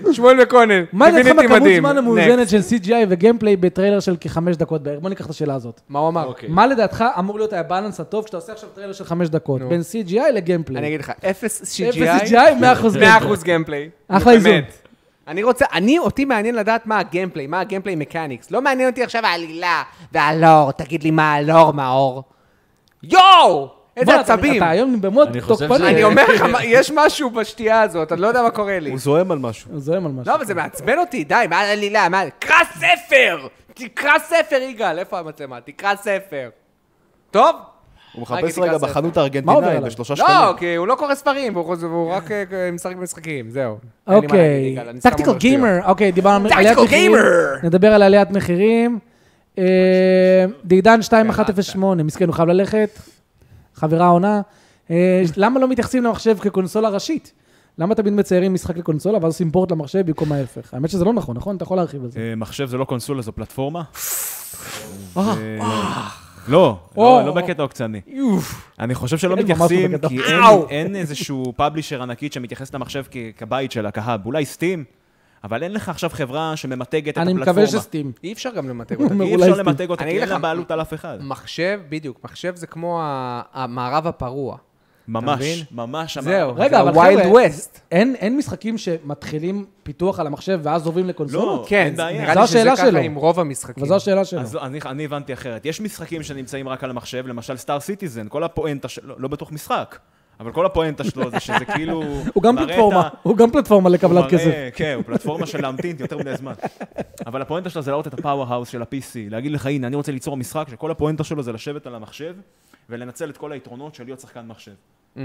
[SPEAKER 1] אוקיי, שמואל וקונן,
[SPEAKER 2] מה דעתך
[SPEAKER 1] דיוויניטי
[SPEAKER 2] בכמות
[SPEAKER 1] מדהים.
[SPEAKER 2] זמן
[SPEAKER 1] Next.
[SPEAKER 2] המאוזנת של CGI וגיימפליי בטריילר של כחמש דקות בערך? בוא ניקח את השאלה הזאת.
[SPEAKER 1] מה הוא אמר?
[SPEAKER 3] אוקיי.
[SPEAKER 2] מה לדעתך אמור להיות הבאלנס הטוב כשאתה עושה עכשיו טריילר של חמש דקות?
[SPEAKER 1] נו.
[SPEAKER 2] בין CGI לגיימפליי.
[SPEAKER 1] אני אגיד לך, אפס
[SPEAKER 2] אפס
[SPEAKER 1] CGI,
[SPEAKER 2] CGI, מאה אחוז
[SPEAKER 1] 100%
[SPEAKER 2] גיימפליי.
[SPEAKER 1] גיימפליי.
[SPEAKER 2] כן. אחלה
[SPEAKER 1] באמת.
[SPEAKER 2] איזון.
[SPEAKER 1] אני רוצה, אני, אותי מעניין לדעת מה הגיימפליי, מה הגיימפליי מקניקס. לא מעניין אותי עכשיו העלילה והלור, תגיד לי מה הלור, מאור. יואו! איזה
[SPEAKER 2] בוא'נה, אתה-
[SPEAKER 1] עצבים.
[SPEAKER 2] אתה היום במוד
[SPEAKER 3] אני חושב
[SPEAKER 2] תוקפני.
[SPEAKER 3] שזה-
[SPEAKER 1] אני אומר לך, מה- יש משהו בשתייה הזאת, אני לא יודע מה קורה לי.
[SPEAKER 6] הוא זועם על משהו.
[SPEAKER 2] הוא זועם על משהו.
[SPEAKER 1] לא, אבל זה מעצבן אותי, די, מה העלילה? מה... קרא ספר! תקרא ספר, יגאל, איפה המצלמה? תקרא ספר. טוב?
[SPEAKER 2] אה,
[SPEAKER 6] הוא
[SPEAKER 1] רגע,
[SPEAKER 6] מחפש
[SPEAKER 1] תיכנס
[SPEAKER 6] רגע
[SPEAKER 1] לזה.
[SPEAKER 6] בחנות
[SPEAKER 2] מה עובר
[SPEAKER 6] הארגנטינאית
[SPEAKER 2] עליו?
[SPEAKER 6] בשלושה שקלים.
[SPEAKER 2] אוקיי.
[SPEAKER 1] לא, כי הוא לא קורא ספרים, והוא חוזר- והוא רק אה, משחק במשחקים, זהו. אין לי מה להגיד,
[SPEAKER 2] אוקיי,
[SPEAKER 1] יגאל, אני סתם
[SPEAKER 2] טקטיקל
[SPEAKER 1] אומר שטויות.
[SPEAKER 2] גיימר, אוקיי, דיברנו על
[SPEAKER 1] Tactical
[SPEAKER 2] עליית מחירים,
[SPEAKER 1] gamer.
[SPEAKER 2] נדבר על עליית מחירים. אה, דידן 2108, מסכן, הוא חייב ללכת, חברה עונה. אה, למה לא מתייחסים למחשב כקונסולה ראשית? למה תמיד מציירים משחק לקונסולה ואז עושים פורט למחשב במקום ההפך? האמת שזה לא נכון, נכון? אתה יכול להרחיב על זה.
[SPEAKER 4] אה, מחשב זה לא קונסולה, זו פלטפורמה. ו- לא, לא
[SPEAKER 2] אה.
[SPEAKER 4] לא בקטע עוקצני. אני חושב שלא
[SPEAKER 2] כן, ממש לא
[SPEAKER 4] מתייחסים,
[SPEAKER 2] בקטע.
[SPEAKER 4] כי אין-
[SPEAKER 1] אאו.
[SPEAKER 4] אין איזשהו פאבלישר ענקית שמתייחס למחשב כ- כבית שלה, כהאב. אולי סטים, אבל אין לך עכשיו חברה שממתגת את
[SPEAKER 2] אני
[SPEAKER 4] הפלטפורמה.
[SPEAKER 2] מקווה שסטים.
[SPEAKER 1] אי אפשר גם למתג אותה.
[SPEAKER 2] אומר,
[SPEAKER 4] אי
[SPEAKER 2] אולי
[SPEAKER 4] אפשר
[SPEAKER 2] סטים.
[SPEAKER 4] למתג אותה,
[SPEAKER 1] אני
[SPEAKER 4] כי
[SPEAKER 1] אגיד
[SPEAKER 4] אין לה
[SPEAKER 1] לך-
[SPEAKER 4] בעלות על אף אחד.
[SPEAKER 1] מחשב, בדיוק, מחשב זה כמו ה- המערב הפרוע. מבין?
[SPEAKER 4] ממש, ממש.
[SPEAKER 1] זהו,
[SPEAKER 2] רגע,
[SPEAKER 1] זה
[SPEAKER 2] אבל
[SPEAKER 1] הווילד
[SPEAKER 2] חבר'ה-
[SPEAKER 1] ווסט.
[SPEAKER 2] אין אין משחקים שמתחילים פיתוח על המחשב ואז עוברים לקונסולות?
[SPEAKER 4] לא.
[SPEAKER 1] כן,
[SPEAKER 4] אין בעיה.
[SPEAKER 1] נראה
[SPEAKER 2] זו
[SPEAKER 1] לי שזה
[SPEAKER 2] השאלה
[SPEAKER 1] ככה
[SPEAKER 2] שלו.
[SPEAKER 1] עם רוב המשחקים.
[SPEAKER 2] וזו השאלה שלו.
[SPEAKER 4] אז אני, אני הבנתי אחרת. יש משחקים שנמצאים רק על המחשב, למשל סטאר סיטיזן, כל הפואנטה שלו, לא, לא בתוך משחק, אבל כל הפואנטה שלו זה שזה כאילו...
[SPEAKER 2] הוא גם
[SPEAKER 4] מראה את
[SPEAKER 2] פלטפורמה,
[SPEAKER 4] ה-
[SPEAKER 2] הוא גם פלטפורמה
[SPEAKER 4] הוא
[SPEAKER 2] לקבלת
[SPEAKER 4] מראה-
[SPEAKER 2] כסף.
[SPEAKER 4] כן, הוא פלטפורמה של להמתין יותר מדי זמן. אבל הפואנטה שלה זה להראות את הפאוור האוס של ה-PC, להגיד לך, הנה, אני רוצה ליצור משחק שכל הפואנטה שלו זה לשבת על המחשב ולנצל את כל היתרונות של להיות שחקן מחשב.
[SPEAKER 1] Mm.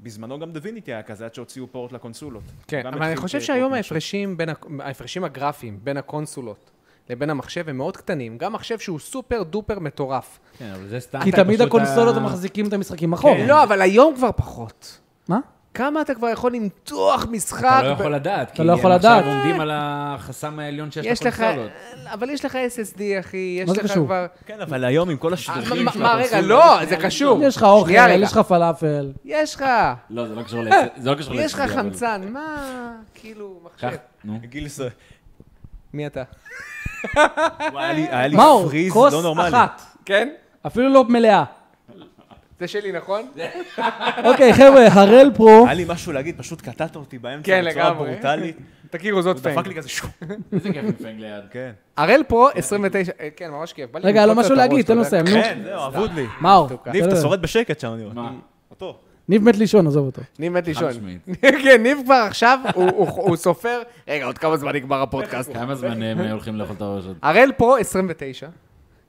[SPEAKER 4] בזמנו גם דוויניטי היה כזה, עד שהוציאו פורט לקונסולות.
[SPEAKER 1] כן,
[SPEAKER 4] גם
[SPEAKER 1] אבל אני
[SPEAKER 4] התחיל
[SPEAKER 1] חושב
[SPEAKER 4] כ-
[SPEAKER 1] שהיום
[SPEAKER 4] פורט מחשב.
[SPEAKER 1] ההפרשים, בין, הק- ההפרשים הגרפיים בין הקונסולות לבין המחשב הם מאוד קטנים. גם מחשב שהוא סופר דופר מטורף.
[SPEAKER 3] כן, אבל זה סתם.
[SPEAKER 2] כי
[SPEAKER 3] אתה
[SPEAKER 2] תמיד
[SPEAKER 3] פשוט
[SPEAKER 2] הקונסולות
[SPEAKER 3] ה-
[SPEAKER 2] מחזיקים את המשחקים אחורה.
[SPEAKER 4] כן.
[SPEAKER 1] לא, אבל היום כבר פחות.
[SPEAKER 2] מה?
[SPEAKER 1] כמה אתה כבר יכול למתוח משחק?
[SPEAKER 3] אתה לא
[SPEAKER 1] ב-
[SPEAKER 3] יכול לדעת, כי
[SPEAKER 2] לא יכול
[SPEAKER 3] הם עכשיו
[SPEAKER 2] לדעת.
[SPEAKER 3] עומדים על החסם העליון שיש
[SPEAKER 1] יש לך,
[SPEAKER 3] לקונסולות.
[SPEAKER 1] אבל יש לך SSD, אחי, יש
[SPEAKER 2] מה זה
[SPEAKER 1] לך
[SPEAKER 2] קשור?
[SPEAKER 1] כבר...
[SPEAKER 4] כן, אבל היום עם כל השטחים
[SPEAKER 1] אה, מה-
[SPEAKER 4] של
[SPEAKER 1] מה, רגע,
[SPEAKER 4] הקונסולות-
[SPEAKER 1] לא, זה קשור.
[SPEAKER 2] יש לך אוכל,
[SPEAKER 1] שנייה, רגע.
[SPEAKER 2] יש לך פלאפל.
[SPEAKER 1] יש לך,
[SPEAKER 3] לא, זה לא קשור ל... זה לא קשור ל...
[SPEAKER 1] יש לך חמצן, מה... כאילו, מחשב.
[SPEAKER 3] נו.
[SPEAKER 4] גיל ס-
[SPEAKER 1] מי אתה?
[SPEAKER 4] וואי, היה לי- היה לי
[SPEAKER 2] מאור,
[SPEAKER 4] פריז
[SPEAKER 2] כוס
[SPEAKER 4] לא נורמלי.
[SPEAKER 2] אחת.
[SPEAKER 1] כן?
[SPEAKER 2] אפילו לא מלאה.
[SPEAKER 1] זה שלי, נכון?
[SPEAKER 2] אוקיי, חבר'ה, הראל פרו.
[SPEAKER 4] היה לי משהו להגיד, פשוט קטעת אותי באמצע
[SPEAKER 1] כן,
[SPEAKER 4] בצורה
[SPEAKER 1] לגמרי.
[SPEAKER 4] ברוטלית.
[SPEAKER 1] תכירו, זאת
[SPEAKER 4] הוא דפק
[SPEAKER 1] פיינג.
[SPEAKER 4] לי כזה שו.
[SPEAKER 3] איזה כיף עם פנג ליד.
[SPEAKER 4] כן.
[SPEAKER 1] הראל פרו, 29, אה, כן, ממש כיף. בא לי
[SPEAKER 2] רגע, היה לו
[SPEAKER 1] למחוץ
[SPEAKER 2] משהו
[SPEAKER 1] את הראש,
[SPEAKER 2] להגיד,
[SPEAKER 1] אתה
[SPEAKER 2] תן לו
[SPEAKER 1] יודע.
[SPEAKER 2] לסיים. נו,
[SPEAKER 4] כן, זהו, אבוד לי.
[SPEAKER 2] מאור.
[SPEAKER 4] ניב,
[SPEAKER 2] תן
[SPEAKER 4] אתה
[SPEAKER 2] לו.
[SPEAKER 4] שורד בשקט שם, אני רואה.
[SPEAKER 3] מה?
[SPEAKER 4] אותו.
[SPEAKER 2] ניב מת לישון, עזוב אותו.
[SPEAKER 1] ניב מת לישון.
[SPEAKER 3] משמעית.
[SPEAKER 1] כן, ניב כבר עכשיו, הוא- הוא הוא סופר. רגע, עוד כמה זמן נגמר הפודקאסט.
[SPEAKER 3] כמה זמן אה, הם הולכים לאכול את הראש עוד?
[SPEAKER 1] הראל פרו, 29,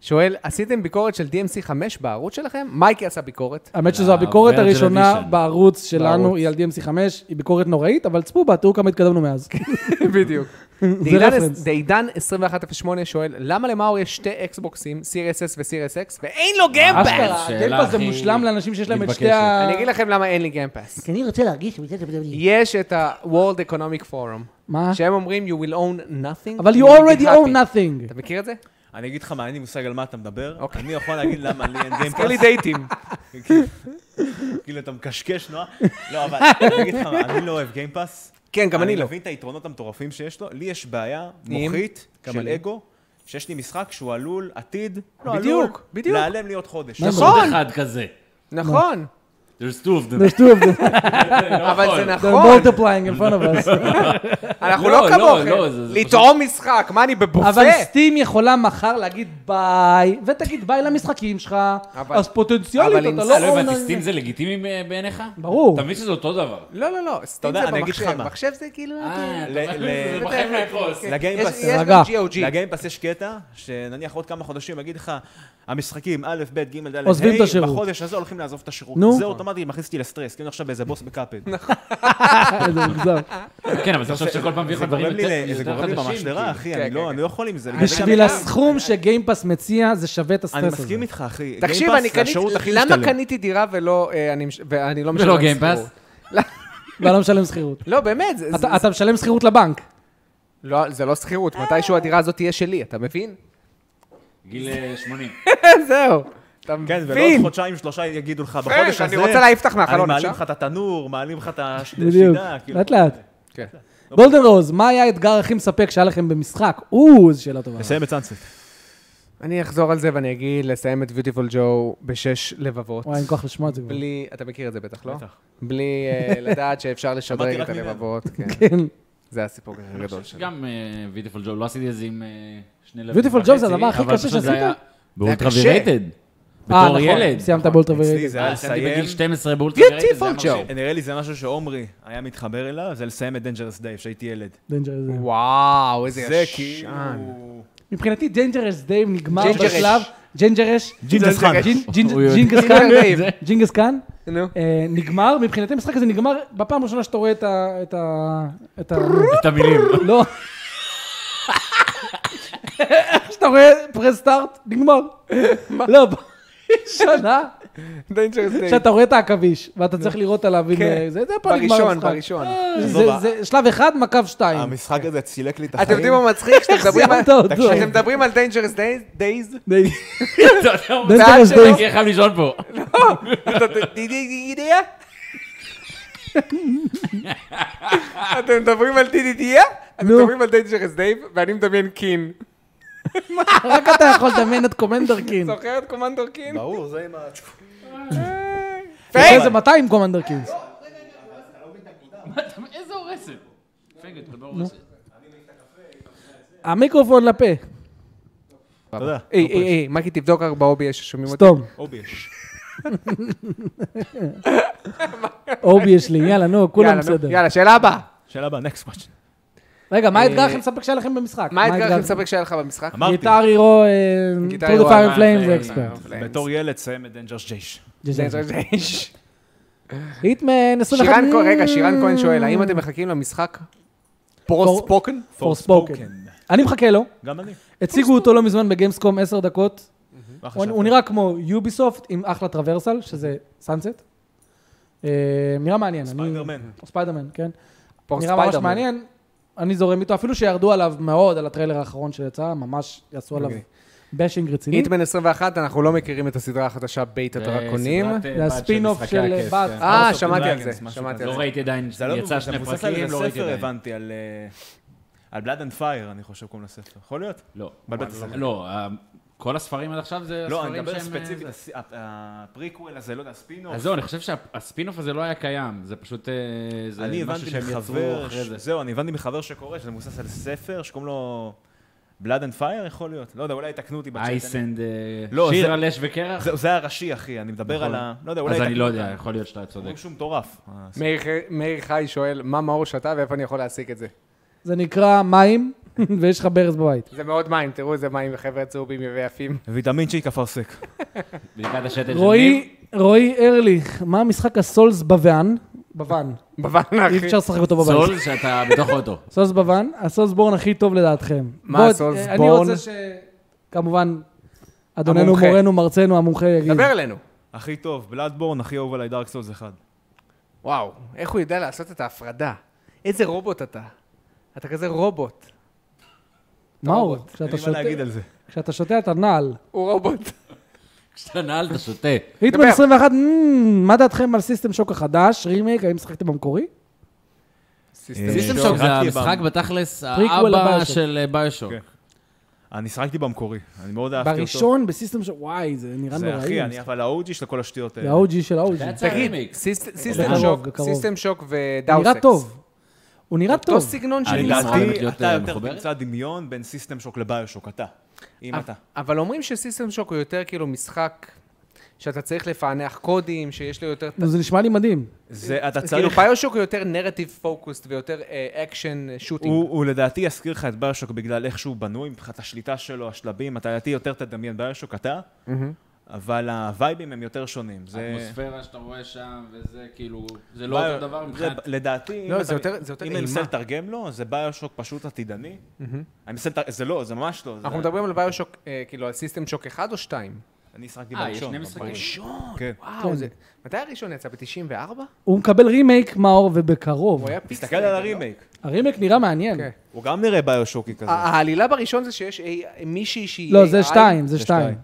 [SPEAKER 1] שואל, עשיתם ביקורת של DMC 5 בערוץ שלכם? מייקי עשה ביקורת.
[SPEAKER 2] האמת שזו הביקורת
[SPEAKER 3] ה-Virgin
[SPEAKER 2] הראשונה
[SPEAKER 3] Edition.
[SPEAKER 2] בערוץ שלנו,
[SPEAKER 1] אה, אוקיי, בערוץ.
[SPEAKER 2] היא על DMC 5, היא ביקורת נוראית, אבל צפו בה, תראו כמה התקדמנו מאז.
[SPEAKER 1] כן, בדיוק.
[SPEAKER 2] זה רפרנס.
[SPEAKER 1] דעידן 2108 שואל, למה למאור יש שתי אקסבוקסים, סיריס אס וסיריס אקס, ואין לו גיימפאס?
[SPEAKER 2] אשכרה,
[SPEAKER 3] שאלה
[SPEAKER 2] גיימפאס זה
[SPEAKER 3] הכי
[SPEAKER 2] מושלם לאנשים שיש להם את
[SPEAKER 3] מתבקשת.
[SPEAKER 2] שתי ה...
[SPEAKER 1] אני אגיד לכם למה אין לי גיימפאס.
[SPEAKER 7] כי אני רוצה להרגיש מצד הבדלים.
[SPEAKER 1] יש את ה-World Economic Forum,
[SPEAKER 2] מה?
[SPEAKER 1] שהם אומרים, you will own nothing.
[SPEAKER 2] אה? אבל you
[SPEAKER 1] will be
[SPEAKER 2] already
[SPEAKER 1] happy."
[SPEAKER 2] own nothing.
[SPEAKER 1] אתה מכיר את זה?
[SPEAKER 4] אני אגיד לך מה, אין לי מושג על מה אתה מדבר.
[SPEAKER 1] אוקיי.
[SPEAKER 4] אני יכול להגיד למה לי אין
[SPEAKER 1] תזכיר לי
[SPEAKER 4] גיימפאס.
[SPEAKER 1] דייטים.
[SPEAKER 4] כאילו, אתה מקשקש, נועה. לא, אבל אני אגיד לך מה, אני לא אוהב גיימפאס.
[SPEAKER 1] כן, גם אני
[SPEAKER 4] אה, אני
[SPEAKER 1] לא.
[SPEAKER 4] מבין את היתרונות המטורפים שיש לו. לי יש בעיה
[SPEAKER 1] נהיים?
[SPEAKER 4] מוחית
[SPEAKER 1] גם
[SPEAKER 4] של
[SPEAKER 1] אני.
[SPEAKER 4] אגו, שיש לי משחק שהוא עלול, עתיד, לא
[SPEAKER 1] בדיוק,
[SPEAKER 4] עלול,
[SPEAKER 1] בדיוק.
[SPEAKER 4] להיעלם לי עוד חודש.
[SPEAKER 2] מה זה?
[SPEAKER 1] נכון.
[SPEAKER 3] עוד אחד כזה.
[SPEAKER 1] נכון,
[SPEAKER 3] There's two of them. לא
[SPEAKER 2] There's two of them,
[SPEAKER 4] לא
[SPEAKER 1] אבל זה
[SPEAKER 2] they're
[SPEAKER 1] נכון.
[SPEAKER 2] multiplying in front of us.
[SPEAKER 1] אנחנו
[SPEAKER 3] לא,
[SPEAKER 1] לא
[SPEAKER 3] לא, לא, זה-
[SPEAKER 1] כמוכם.
[SPEAKER 3] זה
[SPEAKER 1] לטעום משחק, מה אני בבופה?
[SPEAKER 2] אבל סטים יכולה מחר להגיד ביי, ותגיד ביי למשחקים שלך,
[SPEAKER 1] אבל-
[SPEAKER 2] אז פוטנציאלית
[SPEAKER 1] אבל עם
[SPEAKER 2] אתה
[SPEAKER 1] סטים-
[SPEAKER 4] נכון.
[SPEAKER 2] לא...
[SPEAKER 3] לא הבנתי,
[SPEAKER 2] אונליין.
[SPEAKER 3] סטים זה לגיטימי ב- בעיניך?
[SPEAKER 2] ברור.
[SPEAKER 3] אתה מבין שזה אותו דבר.
[SPEAKER 1] לא, לא, לא, סטים
[SPEAKER 4] יודע,
[SPEAKER 1] זה
[SPEAKER 4] אני אגיד לך
[SPEAKER 1] במחשב.
[SPEAKER 4] מה.
[SPEAKER 1] מחשב זה כאילו...
[SPEAKER 3] אה,
[SPEAKER 4] ל-
[SPEAKER 3] אתה
[SPEAKER 4] ל- כן,
[SPEAKER 3] מבין? זה בחיים לא יקרוס.
[SPEAKER 4] לגיימפאס.
[SPEAKER 1] יש- יש
[SPEAKER 2] רגע.
[SPEAKER 1] גם GOG.
[SPEAKER 4] לגיימפאס יש קטע, שנניח עוד כמה חודשים יגיד לך, המשחקים א', ב', ג', ד',
[SPEAKER 2] עוזבים את
[SPEAKER 4] ה',
[SPEAKER 2] השירות.
[SPEAKER 4] בחודש הזה הולכים לעזוב את השירות.
[SPEAKER 2] נו.
[SPEAKER 4] זה אוטומטי מכניס אותי לסטרס, כאילו עכשיו באיזה בוס בקאפד.
[SPEAKER 1] נכון.
[SPEAKER 2] איזה מגזר.
[SPEAKER 3] כן, אבל תחשוב שכל פעם
[SPEAKER 4] זה
[SPEAKER 3] ויכול
[SPEAKER 4] גורם
[SPEAKER 3] דברים
[SPEAKER 4] לי ל- זה
[SPEAKER 3] יותר
[SPEAKER 4] גורם לי
[SPEAKER 3] יותר
[SPEAKER 4] ממש
[SPEAKER 3] חדשים.
[SPEAKER 4] לרע,
[SPEAKER 3] כאילו.
[SPEAKER 4] אחי,
[SPEAKER 1] כן,
[SPEAKER 4] אני
[SPEAKER 1] כן,
[SPEAKER 4] לא
[SPEAKER 1] כן.
[SPEAKER 4] אני לא יכול עם זה. בגלל זה
[SPEAKER 2] בשביל
[SPEAKER 4] גם-
[SPEAKER 2] הסכום שגיימפאס מציע, זה שווה את הסטרס
[SPEAKER 4] אני
[SPEAKER 2] הזה.
[SPEAKER 4] מסכים איתך, אחי.
[SPEAKER 1] תקשיב,
[SPEAKER 4] גיימפאס
[SPEAKER 1] אני
[SPEAKER 4] זה
[SPEAKER 1] קניתי,
[SPEAKER 4] השירות הכי
[SPEAKER 1] למה
[SPEAKER 4] משתלם.
[SPEAKER 1] קניתי דירה ולא, אה, אני מש- ואני לא משלם
[SPEAKER 3] ולא גיימפאס?
[SPEAKER 1] שכירות?
[SPEAKER 2] ואני לא משלם שכירות.
[SPEAKER 1] לא, באמת, זה- זה-
[SPEAKER 2] אתה- אה. אתה משלם שכירות לבנק.
[SPEAKER 1] לא, זה לא שכירות, מתישהו הדירה הזאת תהיה שלי, אתה מבין?
[SPEAKER 3] גיל אה, 80.
[SPEAKER 1] זהו, אתה
[SPEAKER 4] כן, ולא
[SPEAKER 1] מבין?
[SPEAKER 4] עוד חודשיים, שלושה יגידו לך, בחודש
[SPEAKER 1] אני
[SPEAKER 4] הזה...
[SPEAKER 1] רוצה להפתח מהחלון,
[SPEAKER 4] אני מעלים
[SPEAKER 1] אפשר?"
[SPEAKER 4] לך את התנור, מעלים לך את הש-
[SPEAKER 2] בדיוק.
[SPEAKER 4] השידה, כאילו.
[SPEAKER 2] לאט לאט.
[SPEAKER 1] כן.
[SPEAKER 2] גולדן רוז, מה היה האתגר הכי מספק שהיה לכם במשחק? או, זו שאלה טובה.
[SPEAKER 4] נסיים את סאנסט.
[SPEAKER 1] אני אחזור על זה ואני אגיד לסיים את ביוטיפול ג'ו בשש לבבות.
[SPEAKER 2] וואי, אין כוח לשמוע את זה כבר.
[SPEAKER 1] בלי, אתה מכיר את זה בטח, לא?
[SPEAKER 4] בטח.
[SPEAKER 1] בלי אה, לדעת שאפשר לשדרג
[SPEAKER 4] שמעתי
[SPEAKER 1] את
[SPEAKER 4] רק ממנו.
[SPEAKER 1] הלבבות, כן.
[SPEAKER 2] כן.
[SPEAKER 1] זה הסיפור הגדול שלי.
[SPEAKER 3] גם ביוטיפול ג'וב, לא עשיתי את זה עם אה, שני לבים.
[SPEAKER 2] Beautiful
[SPEAKER 3] וחצי,
[SPEAKER 2] Joe זה הדבר הכי
[SPEAKER 3] אבל
[SPEAKER 2] קשה
[SPEAKER 3] פשוט זה
[SPEAKER 2] שעשית?
[SPEAKER 3] היה באולטרה
[SPEAKER 1] קשה.
[SPEAKER 3] וירייטד.
[SPEAKER 2] אה,
[SPEAKER 3] בתור ילד.
[SPEAKER 2] נכון, סיימת באולטרה
[SPEAKER 4] אצלי זה היה
[SPEAKER 3] אה, סיימתי
[SPEAKER 4] לסיים.
[SPEAKER 3] בגיל 12 באולטרה וירייטד. זה היה
[SPEAKER 1] Beautiful
[SPEAKER 3] מרשים.
[SPEAKER 1] Joe.
[SPEAKER 4] נראה לי זה משהו שעומרי היה מתחבר אליו, זה לסיים את Dangerous Day כשהייתי ילד.
[SPEAKER 2] דנג'רס דיים.
[SPEAKER 1] וואו, איזה
[SPEAKER 4] זה
[SPEAKER 1] ישן.
[SPEAKER 4] כאילו...
[SPEAKER 2] מבחינתי דנג'רס דיים נגמר
[SPEAKER 1] Dangerous.
[SPEAKER 2] בשלב... ג'ינג'רש.
[SPEAKER 4] ג'ינג'ס חאן.
[SPEAKER 3] הוא יודע.
[SPEAKER 2] ג'ינג'ס קאן.
[SPEAKER 1] יודע.
[SPEAKER 2] ג'ינג'ס קאן.
[SPEAKER 1] נו.
[SPEAKER 2] אה, נגמר, מבחינתי המשחק הזה נגמר בפעם הראשונה שאתה רואה את ה... את ה... את ה...
[SPEAKER 3] את המילים.
[SPEAKER 2] לא. איך שאתה רואה פרס סטארט, נגמר. לא, שנה
[SPEAKER 1] Dangerous Day.
[SPEAKER 2] שאתה רואה את העכביש, ואתה צריך לראות עליו אם...
[SPEAKER 1] כן.
[SPEAKER 2] אה, זה זה פה נגמר אה,
[SPEAKER 1] בראשון,
[SPEAKER 2] המשחק.
[SPEAKER 1] בראשון. אה,
[SPEAKER 2] זה- זה- זה שלב אחד, מקו שתיים.
[SPEAKER 8] המשחק הזה צילק לי את
[SPEAKER 1] אתם
[SPEAKER 8] החיים.
[SPEAKER 1] יודעים מה מצחיק? כשאתם מדברים על-
[SPEAKER 2] אה. סיימת אותו.
[SPEAKER 1] כשאתם מדברים על Dangerous Day- Days,
[SPEAKER 3] אתה יודע, הוא
[SPEAKER 2] Dangerous
[SPEAKER 1] ועד שלא-
[SPEAKER 2] Days.
[SPEAKER 3] אני חייב לישון פה.
[SPEAKER 1] דידידיה? אתם מדברים על דידידיה? אתם
[SPEAKER 2] נו.
[SPEAKER 1] מדברים על דייג'רס דייב, ואני מדמיין קין.
[SPEAKER 2] רק אתה יכול לדמיין את קומנדר קין.
[SPEAKER 1] זוכר את קומנדור קין?
[SPEAKER 2] לא.
[SPEAKER 8] ברור, זה עם ה...
[SPEAKER 2] אחרי זה 200 קומנדר קינס.
[SPEAKER 3] איזה הורסת. פגד, אתה לא הורסת.
[SPEAKER 2] המיקרופון לפה.
[SPEAKER 4] תודה.
[SPEAKER 1] היי, היי, היי, מקי, תבדוק רק ב-OBS ששומעים אותי.
[SPEAKER 2] סתום.
[SPEAKER 4] אובייש.
[SPEAKER 2] אובי יש לי, יאללה, נו, כולם
[SPEAKER 1] יאללה, נו,
[SPEAKER 2] בסדר.
[SPEAKER 1] יאללה, שאלה הבאה.
[SPEAKER 4] שאלה הבאה, next question.
[SPEAKER 2] רגע, מה האתגר
[SPEAKER 1] אה,
[SPEAKER 2] הכי מספק שהיה לכם במשחק?
[SPEAKER 1] מה האתגר הכי מספק שהיה לך במשחק?
[SPEAKER 4] אמרתי,
[SPEAKER 2] גיטר הירו,
[SPEAKER 1] גיטר
[SPEAKER 2] טרו
[SPEAKER 1] הירו,
[SPEAKER 2] דה פייר
[SPEAKER 1] אה,
[SPEAKER 2] פליים
[SPEAKER 3] אה,
[SPEAKER 2] ואקספרט.
[SPEAKER 4] בתור ילד סיים את Dangerous Day.
[SPEAKER 2] היטמן 21...
[SPEAKER 1] שירן כהן, רגע, שירן כהן שואל, האם אתם מחכים למשחק? פרוספוקן?
[SPEAKER 2] פור ספוקן. אני מחכה לו.
[SPEAKER 4] גם אני.
[SPEAKER 2] הציגו אותו לא מזמן בגיימסקום 10 דקות. הוא
[SPEAKER 4] מה חשבת?
[SPEAKER 2] הוא נראה כמו יוביסופט עם אחלה טרוורסל, שזה סאנסט. אה, נראה מעניין. אני-
[SPEAKER 4] ספיידרמן.
[SPEAKER 2] או ספיידרמן, כן.
[SPEAKER 1] פור
[SPEAKER 2] נראה ממש
[SPEAKER 1] ספיידרמן.
[SPEAKER 2] מעניין. אני זורם איתו, אפילו שירדו עליו מאוד, על הטריילר האחרון שיצא, ממש יעשו עליו
[SPEAKER 1] אוקיי.
[SPEAKER 2] באשינג רציני.
[SPEAKER 1] היטמן 21, אנחנו לא מכירים את הסדרה החדשה בית
[SPEAKER 4] אה,
[SPEAKER 1] הדרקונים.
[SPEAKER 2] זה הספין-אוף של אה, בת.
[SPEAKER 1] אה,
[SPEAKER 4] House of
[SPEAKER 1] שמעתי על
[SPEAKER 4] Dragons,
[SPEAKER 1] זה,
[SPEAKER 4] משהו
[SPEAKER 1] שמעתי
[SPEAKER 4] כזה.
[SPEAKER 1] על
[SPEAKER 3] לא
[SPEAKER 1] זה.
[SPEAKER 3] ראיתי עדיין,
[SPEAKER 4] כן. זה לא
[SPEAKER 3] יצא
[SPEAKER 4] זה
[SPEAKER 3] שני
[SPEAKER 4] מבוסס
[SPEAKER 3] פרקים,
[SPEAKER 4] על
[SPEAKER 3] לא ראיתי
[SPEAKER 4] ספר,
[SPEAKER 3] עדיין.
[SPEAKER 4] הבנתי, על... אה, על בלאד אנד פייר, אני חושב, קוראים לספר. יכול להיות.
[SPEAKER 3] לא.
[SPEAKER 4] בלבלתי את השכל.
[SPEAKER 3] לא, ה- כל הספרים עד עכשיו זה
[SPEAKER 4] לא, אני
[SPEAKER 3] הספרים
[SPEAKER 4] מדבר
[SPEAKER 3] שהם... אה,
[SPEAKER 4] ספציפית,
[SPEAKER 3] זה.
[SPEAKER 4] הס- ה- הפריקוול הזה, לא יודע, הספינוף.
[SPEAKER 3] אז זהו, אני חושב שהספינוף הזה לא היה קיים, זה פשוט... אה, זה
[SPEAKER 4] אני
[SPEAKER 3] משהו
[SPEAKER 4] הבנתי
[SPEAKER 3] שהם יצרו
[SPEAKER 4] מחבר,
[SPEAKER 3] אחרי זה.
[SPEAKER 4] זהו, אני הבנתי מחבר שקורא, שזה מבוסס על ספר שקוראים לו בלאד אנד פייר, יכול להיות. לא יודע, אולי יתקנו אותי בצ'אט. אני-
[SPEAKER 3] אייסנד, אה,
[SPEAKER 4] לא,
[SPEAKER 3] שיר
[SPEAKER 4] זה-
[SPEAKER 3] על אש וקרח?
[SPEAKER 4] זה- זה הראשי, אחי, אני מדבר
[SPEAKER 3] נכון.
[SPEAKER 4] על ה... לא יודע, אולי...
[SPEAKER 3] אז אני
[SPEAKER 4] יתקנו
[SPEAKER 3] לא
[SPEAKER 4] אותי.
[SPEAKER 3] יודע, יכול להיות שאתה צודק.
[SPEAKER 4] אומרים שהוא מטורף. אה,
[SPEAKER 1] מאיר ח- מאיר חי שואל, מה מאור שתה ואיפה אני יכול להשיג את זה?
[SPEAKER 2] זה נקרא מים, ויש לך ברז בבית.
[SPEAKER 1] זה מאוד מים, תראו איזה מים חבר'ה צהובים ויפים.
[SPEAKER 4] ויטמין צ'יק אפרסק.
[SPEAKER 3] בדיקת השתל של ניב,
[SPEAKER 2] רועי, רועי ארליך, מה המשחק הסולס בוואן? בוואן.
[SPEAKER 1] בבן
[SPEAKER 4] כן.
[SPEAKER 2] אי
[SPEAKER 1] אחי.
[SPEAKER 2] אפשר לשחק אותו בבית.
[SPEAKER 3] סול שאתה בתוך אוטו.
[SPEAKER 2] סולס בוואן, הסולס בורן הכי טוב לדעתכם.
[SPEAKER 1] מה
[SPEAKER 2] בוא,
[SPEAKER 1] הסולס
[SPEAKER 2] אה, אני
[SPEAKER 1] בורן?
[SPEAKER 2] רוצה ש... כמובן, אדוננו,
[SPEAKER 1] המומחה.
[SPEAKER 2] מורנו, מרצנו, המומחה יגיד.
[SPEAKER 1] דבר אלינו.
[SPEAKER 4] הכי טוב, בלאדבורן, הכי אהוב עליי דארק סולס אחד.
[SPEAKER 1] וואו, איך הוא יודע לעשות את ההפרדה. איזה רובוט אתה. אתה כזה רובוט.
[SPEAKER 2] מאור,
[SPEAKER 1] רובוט.
[SPEAKER 4] אין
[SPEAKER 2] כשאתה
[SPEAKER 4] לי מה
[SPEAKER 2] שותה-
[SPEAKER 4] להגיד על זה.
[SPEAKER 2] כשאתה שותה אתה נעל.
[SPEAKER 1] הוא רובוט.
[SPEAKER 3] כשאתה נעל אתה שותה.
[SPEAKER 4] אה,
[SPEAKER 2] היטמן
[SPEAKER 1] דבר.
[SPEAKER 2] 21, מ, מה דעתכם על סיסטם שוק החדש, רימייק, האם שחקתם במקורי?
[SPEAKER 3] סיסטם
[SPEAKER 4] שוק.
[SPEAKER 3] שוק זה
[SPEAKER 4] אה, שיחקתי
[SPEAKER 3] המשחק
[SPEAKER 4] ב-
[SPEAKER 3] בתכלס,
[SPEAKER 2] פריקוול
[SPEAKER 3] האבא
[SPEAKER 2] לביושוק.
[SPEAKER 3] של אה, ביושוק.
[SPEAKER 4] כן. אני שיחקתי במקורי, אני מאוד אהבתי אותו.
[SPEAKER 2] בראשון, בסיסטם שוק, וואי, זה נראה
[SPEAKER 4] זה
[SPEAKER 3] לא
[SPEAKER 2] נוראי.
[SPEAKER 4] אחי, אני אבל האוג'י של כל השטויות
[SPEAKER 2] זה
[SPEAKER 4] האלה.
[SPEAKER 2] ה-OG של ה-OG.
[SPEAKER 3] זה
[SPEAKER 2] זה
[SPEAKER 3] יצא רימיקס.
[SPEAKER 1] סיסטם
[SPEAKER 2] בקרוב,
[SPEAKER 1] שוק,
[SPEAKER 2] בקרוב.
[SPEAKER 1] סיסטם שוק ודאוסקס.
[SPEAKER 2] נראה טוב. הוא נראה
[SPEAKER 1] אותו
[SPEAKER 2] טוב.
[SPEAKER 1] סגנון של
[SPEAKER 3] אני
[SPEAKER 1] משחק.
[SPEAKER 3] גם- חייבת
[SPEAKER 4] לדעתי,
[SPEAKER 3] להיות,
[SPEAKER 4] אתה
[SPEAKER 3] אה,
[SPEAKER 4] יותר
[SPEAKER 3] מחוברת?
[SPEAKER 4] תמצא דמיון בין סיסטם שוק לביושוק, אתה. אם
[SPEAKER 3] אה,
[SPEAKER 4] אתה.
[SPEAKER 1] אבל אומרים שסיסטם שוק הוא יותר כאילו משחק שאתה צריך לפענח קודים, שיש לו יותר...
[SPEAKER 2] נו, זה נשמע לי מדהים.
[SPEAKER 4] זה, אתה
[SPEAKER 1] כאילו
[SPEAKER 4] צריך...
[SPEAKER 1] ביושוק הוא יותר נרטיב פוקוסט ויותר אה, אקשן שוטינג.
[SPEAKER 4] הוא, הוא לדעתי יזכיר לך את ביושוק בגלל איך שהוא בנוי, מבחינת השליטה שלו, השלבים, אתה לדעתי יותר תדמיין ביושוק, אתה, אבל הווייבים הם יותר שונים. זה...
[SPEAKER 3] האטמוספירה שאתה רואה שם, וזה כאילו, זה
[SPEAKER 4] ביו-
[SPEAKER 3] לא אותו דבר
[SPEAKER 4] זה
[SPEAKER 3] מבחינת...
[SPEAKER 4] ב- לדעתי,
[SPEAKER 1] לא,
[SPEAKER 4] אם
[SPEAKER 1] זה
[SPEAKER 4] אתה-
[SPEAKER 1] יותר- זה יותר
[SPEAKER 4] אם אני מנסה
[SPEAKER 1] אימה.
[SPEAKER 4] לתרגם לו, זה ביושוק פשוט עתידני. אני מנסה לתרגם, זה לא, זה ממש לא. זה-
[SPEAKER 1] אנחנו מדברים על ביושוק, אה, כאילו על סיסטם שוק אחד או שתיים?
[SPEAKER 4] אני שחקתי
[SPEAKER 3] אה,
[SPEAKER 4] בראשון.
[SPEAKER 3] יש שני
[SPEAKER 4] בפריק.
[SPEAKER 3] משחקים. אה,
[SPEAKER 4] כן.
[SPEAKER 1] וואו, זה... מתי הראשון יצא? ב-94?
[SPEAKER 2] הוא מקבל רימייק, מאור, ובקרוב.
[SPEAKER 1] הוא היה
[SPEAKER 4] תסתכל
[SPEAKER 3] אה,
[SPEAKER 1] פיקסל.
[SPEAKER 4] על הרימייק,
[SPEAKER 2] הרימייק נראה מעניין.
[SPEAKER 1] כן.
[SPEAKER 4] הוא גם נראה ביושוקי
[SPEAKER 1] אה,
[SPEAKER 4] כזה.
[SPEAKER 1] העלילה בראשון זה שיש AI מישהי שהיא...
[SPEAKER 2] לא,
[SPEAKER 1] AI.
[SPEAKER 2] זה שתיים, זה
[SPEAKER 4] זה
[SPEAKER 2] שתיים.
[SPEAKER 4] שתיים.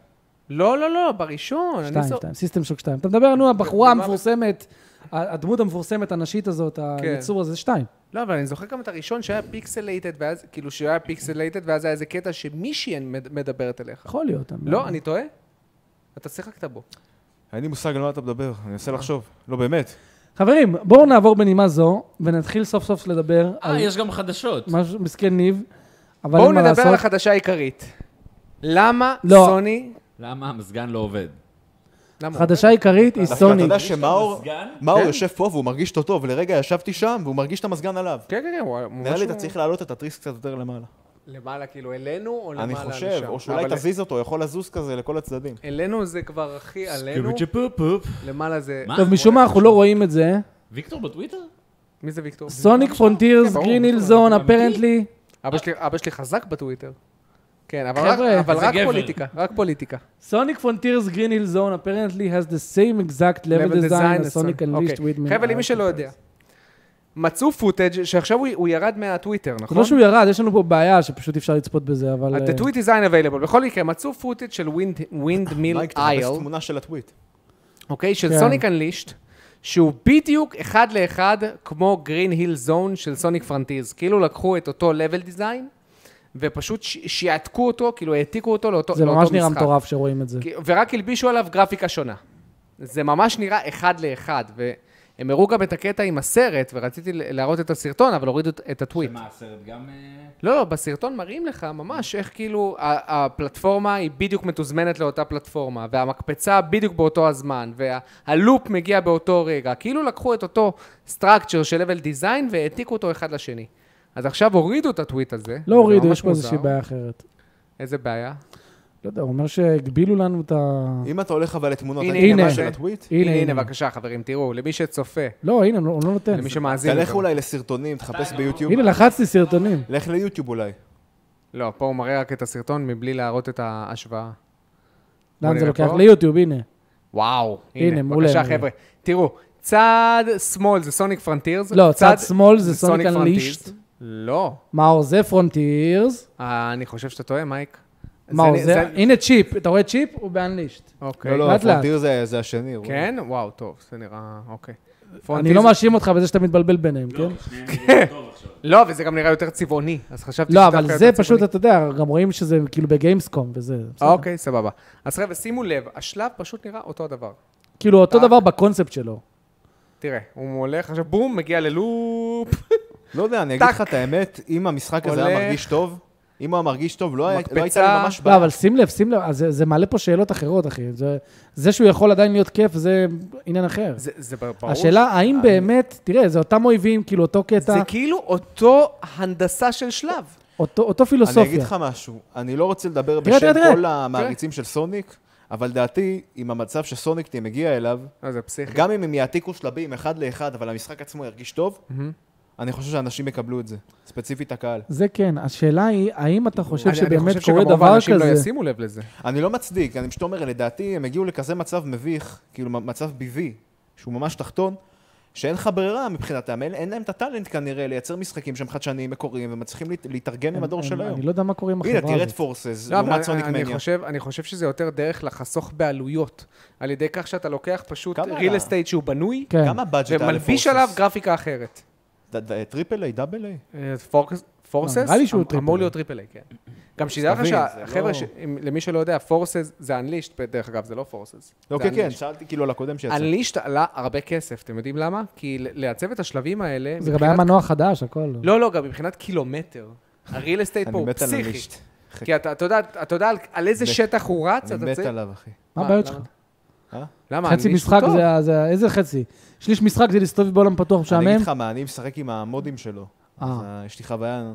[SPEAKER 1] לא, לא, לא, בראשון. אני
[SPEAKER 2] שתיים,
[SPEAKER 1] זו-
[SPEAKER 2] שתיים. סיסטם שוק שתיים. אתה מדבר, נו, הבחורה
[SPEAKER 1] ומה-
[SPEAKER 2] המפורסמת, הדמות המפורסמת הנשית הזאת,
[SPEAKER 1] כן.
[SPEAKER 2] היצור הזה, זה שתיים.
[SPEAKER 1] לא, אבל אני זוכר גם את הראשון שהיה פיקסלייטד, ואז, כאילו שהיה פיקסלייטד, ואז היה איזה קטע שמישהי מד- מדברת אליך.
[SPEAKER 2] יכול להיות.
[SPEAKER 1] לא, אני טועה? אתה שיחקת בו.
[SPEAKER 4] אין לי מושג על מה אתה מדבר, אני אנסה לחשוב. לא, באמת.
[SPEAKER 1] אה,
[SPEAKER 2] חברים, בואו נעבור בנימה זו, ונתחיל סוף סוף לדבר על
[SPEAKER 3] אה, יש גם חדשות.
[SPEAKER 2] משהו, מסכן ניב, אבל
[SPEAKER 1] בואו
[SPEAKER 2] אין מה
[SPEAKER 1] נדבר
[SPEAKER 2] לעשות.
[SPEAKER 1] על החדשה העיקרית. למה
[SPEAKER 2] לא.
[SPEAKER 1] סוני...
[SPEAKER 3] למה המזגן לא עובד?
[SPEAKER 1] למה?
[SPEAKER 2] החדשה העיקרית היא
[SPEAKER 4] דווקא
[SPEAKER 2] סוני.
[SPEAKER 4] אתה יודע שמאור
[SPEAKER 3] המזגן?
[SPEAKER 4] מאור
[SPEAKER 1] כן.
[SPEAKER 4] יושב פה והוא מרגיש אותו טוב, לרגע ישבתי שם והוא מרגיש את המזגן עליו.
[SPEAKER 1] כן, כן, כן, הוא הוא
[SPEAKER 4] נראה לי
[SPEAKER 1] משהו-
[SPEAKER 4] אתה צריך להעלות את התריס קצת יותר למעלה.
[SPEAKER 1] למעלה, כאילו, אלינו, או למעלה
[SPEAKER 4] אני
[SPEAKER 1] לשם?
[SPEAKER 4] חושב, או שאולי
[SPEAKER 1] אבל
[SPEAKER 4] תזיז אותו, יכול לזוז כזה לכל הצדדים.
[SPEAKER 1] אלינו זה כבר הכי עלינו,
[SPEAKER 3] סקוויצ'ה פופ פופ.
[SPEAKER 1] למעלה זה...
[SPEAKER 3] מה?
[SPEAKER 2] טוב, משום מה אנחנו לא רואים את זה.
[SPEAKER 3] ויקטור בטוויטר?
[SPEAKER 1] מי זה ויקטור?
[SPEAKER 2] סוניק פרונטירס,
[SPEAKER 1] כן, ברור,
[SPEAKER 2] גרין
[SPEAKER 1] ברור,
[SPEAKER 2] היל זון,
[SPEAKER 3] אמיתי?
[SPEAKER 2] אפרנטלי.
[SPEAKER 1] אבא שלי- אבא שלי חזק בטוויטר. כן, אבל רק-
[SPEAKER 2] חבר'ה,
[SPEAKER 1] אבל
[SPEAKER 3] זה
[SPEAKER 1] רק
[SPEAKER 3] גבר.
[SPEAKER 1] פוליטיקה, רק פוליטיקה.
[SPEAKER 2] Sonic Frontiers Green Hill Zone apparently has the same exact level
[SPEAKER 1] level
[SPEAKER 2] design
[SPEAKER 1] design
[SPEAKER 2] as Sonic
[SPEAKER 1] אצלנו.
[SPEAKER 2] Unleashed
[SPEAKER 1] אוקיי.
[SPEAKER 2] with me. אה,
[SPEAKER 1] חבר'ה, למי שלא יודע, מצאו פוטאג' שעכשיו הוא- הוא ירד מהטוויטר,
[SPEAKER 2] זה
[SPEAKER 1] נכון?
[SPEAKER 2] לא שהוא ירד, יש לנו פה בעיה שפשוט אי אפשר לצפות בזה, אבל...
[SPEAKER 1] The
[SPEAKER 2] אה,
[SPEAKER 1] tweet is sign available. בכל מקרה, מצאו פוטאג' של ווינד מיל
[SPEAKER 4] מייק, תחפש
[SPEAKER 1] אייל,
[SPEAKER 4] תמונה של הטוויט.
[SPEAKER 1] אוקיי? של
[SPEAKER 2] כן.
[SPEAKER 1] סוניק אנלישט, שהוא בדיוק אחד לאחד כמו גרין היל זון של סוניק פרנטיז. כאילו לקחו את אותו level design, ופשוט ש- שיעתקו אותו, כאילו העתיקו אותו לאותו
[SPEAKER 2] זה
[SPEAKER 1] לאותו
[SPEAKER 2] ממש
[SPEAKER 1] משחק.
[SPEAKER 2] נראה מטורף שרואים את זה.
[SPEAKER 1] כי- ורק הלבישו עליו גרפיקה שונה. זה ממש נראה אחד לאחד, והם הראו גם את הקטע עם הסרט, ורציתי ל- להראות את הסרטון, אבל הורידו את- את הטוויט.
[SPEAKER 3] מה, הסרט גם... אה,
[SPEAKER 1] לא, לא, בסרטון מראים לך ממש איך כאילו ה- הפלטפורמה היא בדיוק מתוזמנת לאותה פלטפורמה, והמקפצה בדיוק באותו הזמן, והלופ מגיע באותו רגע. כאילו לקחו את אותו structure של level design והעתיקו אותו אחד לשני. אז עכשיו הורידו את הטוויט הזה.
[SPEAKER 2] לא
[SPEAKER 1] זה
[SPEAKER 2] הורידו,
[SPEAKER 1] ממש
[SPEAKER 2] יש פה איזושהי
[SPEAKER 1] מוזר.
[SPEAKER 2] בעיה אחרת.
[SPEAKER 1] איזה בעיה?
[SPEAKER 2] לא יודע, הוא אומר שהגבילו לנו את ה...
[SPEAKER 4] אם אתה הולך אבל לתמונות
[SPEAKER 1] הנה,
[SPEAKER 4] האינטרנט
[SPEAKER 2] הנה.
[SPEAKER 4] של הטוויט,
[SPEAKER 1] הנה, הנה, בבקשה, חברים, תראו, למי שצופה,
[SPEAKER 2] לא, הנה, הוא לא- הוא לא נותן.
[SPEAKER 1] למי שמאזין.
[SPEAKER 4] תלך
[SPEAKER 1] לנו.
[SPEAKER 4] אולי לסרטונים, תחפש ביוטיוב.
[SPEAKER 2] הנה, אוקיי, לחצתי סרטונים.
[SPEAKER 4] לך ליוטיוב אולי.
[SPEAKER 1] לא, פה הוא מראה רק את הסרטון מבלי להראות את ההשוואה.
[SPEAKER 2] לאן זה
[SPEAKER 1] נראה
[SPEAKER 2] לוקח?
[SPEAKER 1] פה.
[SPEAKER 2] ליוטיוב, הנה.
[SPEAKER 1] וואו,
[SPEAKER 2] הנה,
[SPEAKER 1] הנה,
[SPEAKER 2] מעולה,
[SPEAKER 1] בבקשה
[SPEAKER 2] מעולה.
[SPEAKER 1] חבר'ה. תראו, צד שמאל זה סוניק פרנטירס.
[SPEAKER 2] לא, צד שמאל זה סוניק אנלישט.
[SPEAKER 1] לא,
[SPEAKER 2] מאור זה פרונטירס.
[SPEAKER 1] אה, אני חושב שאתה טועה, מייק.
[SPEAKER 2] מאור
[SPEAKER 1] נ-
[SPEAKER 2] זה... הנה צ'יפ, אתה רואה צ'יפ? הוא באנלישט.
[SPEAKER 1] אוקיי.
[SPEAKER 4] לא, לא,
[SPEAKER 2] לאט לאט.
[SPEAKER 4] הפרונטיר זה- זה השני. רואה.
[SPEAKER 1] כן? וואו, טוב, זה נראה... אוקיי.
[SPEAKER 2] אני
[SPEAKER 1] פרונטירס-
[SPEAKER 2] לא מאשים אותך בזה שאתה מתבלבל ביניהם, כן?
[SPEAKER 1] לא, וזה גם נראה יותר צבעוני, אז חשבתי
[SPEAKER 2] לא,
[SPEAKER 1] שדווקא
[SPEAKER 2] אבל
[SPEAKER 1] יותר
[SPEAKER 2] זה פשוט,
[SPEAKER 1] צבעוני.
[SPEAKER 2] אתה יודע, גם רואים שזה כאילו בגיימסקום וזה.
[SPEAKER 4] אה,
[SPEAKER 2] בסדר.
[SPEAKER 1] אוקיי, סבבה. אז חבר'ה, שימו לב, השלב פשוט נראה אותו הדבר.
[SPEAKER 2] כאילו, אותו
[SPEAKER 4] אה.
[SPEAKER 1] טאק.
[SPEAKER 2] דבר בקונספט שלו.
[SPEAKER 1] תראה, הוא הולך, עכשיו בום, מגיע ללופ.
[SPEAKER 4] לא יודע, אני אגיד
[SPEAKER 1] טק.
[SPEAKER 4] לך את האמת, אם המשחק הזה היה
[SPEAKER 1] הולך.
[SPEAKER 4] מרגיש טוב, אם הוא היה מרגיש טוב, לא היה- לא הייתה
[SPEAKER 1] מקפצה.
[SPEAKER 4] לי ממש
[SPEAKER 2] לא,
[SPEAKER 4] בעיה.
[SPEAKER 2] אבל שים לב, שים לב, אז זה- זה מעלה פה שאלות אחרות, אחי. זה- זה שהוא יכול עדיין להיות כיף, זה עניין אחר.
[SPEAKER 1] זה זה ברור.
[SPEAKER 2] השאלה, האם באמת, תראה, זה אותם אויבים, כאילו, אותו
[SPEAKER 1] זה
[SPEAKER 2] קטע,
[SPEAKER 1] כאילו אותו הנדסה של שלב.
[SPEAKER 2] אותו- אותו
[SPEAKER 4] אני אגיד
[SPEAKER 2] פילוסופיה.
[SPEAKER 4] לך משהו, אני לא רוצה לדבר
[SPEAKER 2] תראה,
[SPEAKER 4] בשם
[SPEAKER 2] תראה,
[SPEAKER 4] כל
[SPEAKER 2] תראה.
[SPEAKER 4] המעריצים של סוניק, אבל דעתי, עם המצב שסוניק תה- מגיע אליו,
[SPEAKER 1] לא, זה פסיכי.
[SPEAKER 4] גם אם הם יעתיקו שלבים אחד לאחד, אבל המשחק עצמו ירגיש טוב, אני חושב שאנשים יקבלו את זה, ספציפית הקהל.
[SPEAKER 2] זה כן, השאלה היא, האם אתה חושב
[SPEAKER 1] אני-
[SPEAKER 2] שבאמת
[SPEAKER 1] אני חושב
[SPEAKER 2] קורה
[SPEAKER 1] שכמובן
[SPEAKER 2] דבר
[SPEAKER 1] אנשים לא
[SPEAKER 2] כזה?
[SPEAKER 1] ישימו לב לזה.
[SPEAKER 4] אני לא מצדיק, אני פשוט אומר, לדעתי הם הגיעו לכזה מצב מביך, כאילו מ- מצב ביבי, שהוא ממש תחתון, שאין לך ברירה מבחינתם, אין, אין להם את הטאלנט כנראה לייצר משחקים שהם חדשניים, מקוריים, ומצליחים להת- להתארגן עם הדור
[SPEAKER 2] אני-
[SPEAKER 4] של היום.
[SPEAKER 2] אני לא יודע מה קורה עם
[SPEAKER 4] הנה,
[SPEAKER 2] החברה
[SPEAKER 4] תראה את
[SPEAKER 2] הזאת.
[SPEAKER 4] פורסס,
[SPEAKER 1] לא, אבל
[SPEAKER 4] לעומת
[SPEAKER 1] אני-
[SPEAKER 4] סוניק
[SPEAKER 1] אני
[SPEAKER 4] מניה.
[SPEAKER 1] חושב- אני חושב שזה יותר דרך לחסוך בעלויות, על ידי כך שאתה לוקח פשוט
[SPEAKER 4] כמה
[SPEAKER 1] real
[SPEAKER 4] עלה?
[SPEAKER 1] estate שהוא בנוי,
[SPEAKER 2] כן.
[SPEAKER 4] כמה budget היה
[SPEAKER 1] ומלביש
[SPEAKER 4] לפורסס?
[SPEAKER 1] עליו גרפיקה אחרת.
[SPEAKER 4] ד- ד- טריפל איי, דאבל איי?
[SPEAKER 1] פורסס?
[SPEAKER 2] נראה לי שהוא
[SPEAKER 1] אמ-
[SPEAKER 2] טריפל
[SPEAKER 1] אמור
[SPEAKER 2] איי.
[SPEAKER 1] להיות טריפל איי, כן. גם שידע לך
[SPEAKER 4] תבין, זה
[SPEAKER 1] שהחבר'ה,
[SPEAKER 4] לא-
[SPEAKER 1] ש- אם- למי שלא יודע, פורסס זה אנלישט, דרך אגב, זה לא פורסס.
[SPEAKER 4] לא, כן, כן, שאלתי כאילו על הקודם שיצא.
[SPEAKER 1] אנלישט עלה הרבה כסף, אתם יודעים למה? כי ל- לעצב את השלבים האלה...
[SPEAKER 2] זה גם היה
[SPEAKER 1] מבחינת-
[SPEAKER 2] מנוע חדש, הכל.
[SPEAKER 1] לא, לא, גם מבחינת קילומטר. הריל אסטייט פה
[SPEAKER 4] אני
[SPEAKER 1] הוא
[SPEAKER 4] מת על
[SPEAKER 1] פסיכי.
[SPEAKER 4] אנלישט.
[SPEAKER 1] כי אתה אתה יודע- אתה יודע על- על איזה
[SPEAKER 4] מת.
[SPEAKER 1] שטח הוא רץ,
[SPEAKER 4] אני
[SPEAKER 1] אתה
[SPEAKER 4] מת
[SPEAKER 1] צריך...
[SPEAKER 4] עליו, אחי.
[SPEAKER 2] מה
[SPEAKER 4] לא,
[SPEAKER 2] הבעיות שלך?
[SPEAKER 1] למה?
[SPEAKER 4] אה?
[SPEAKER 1] למה?
[SPEAKER 2] חצי
[SPEAKER 1] אנלישט
[SPEAKER 2] משחק
[SPEAKER 1] הוא טוב.
[SPEAKER 2] זה, ה- זה, ה- איזה חצי? שליש משחק זה להסתובב בעולם פתוח
[SPEAKER 4] אני
[SPEAKER 2] משעמם?
[SPEAKER 4] אגיד לך מה, אני משחק עם המודים שלו.
[SPEAKER 2] אה.
[SPEAKER 4] אז, אה, יש לי חוויה...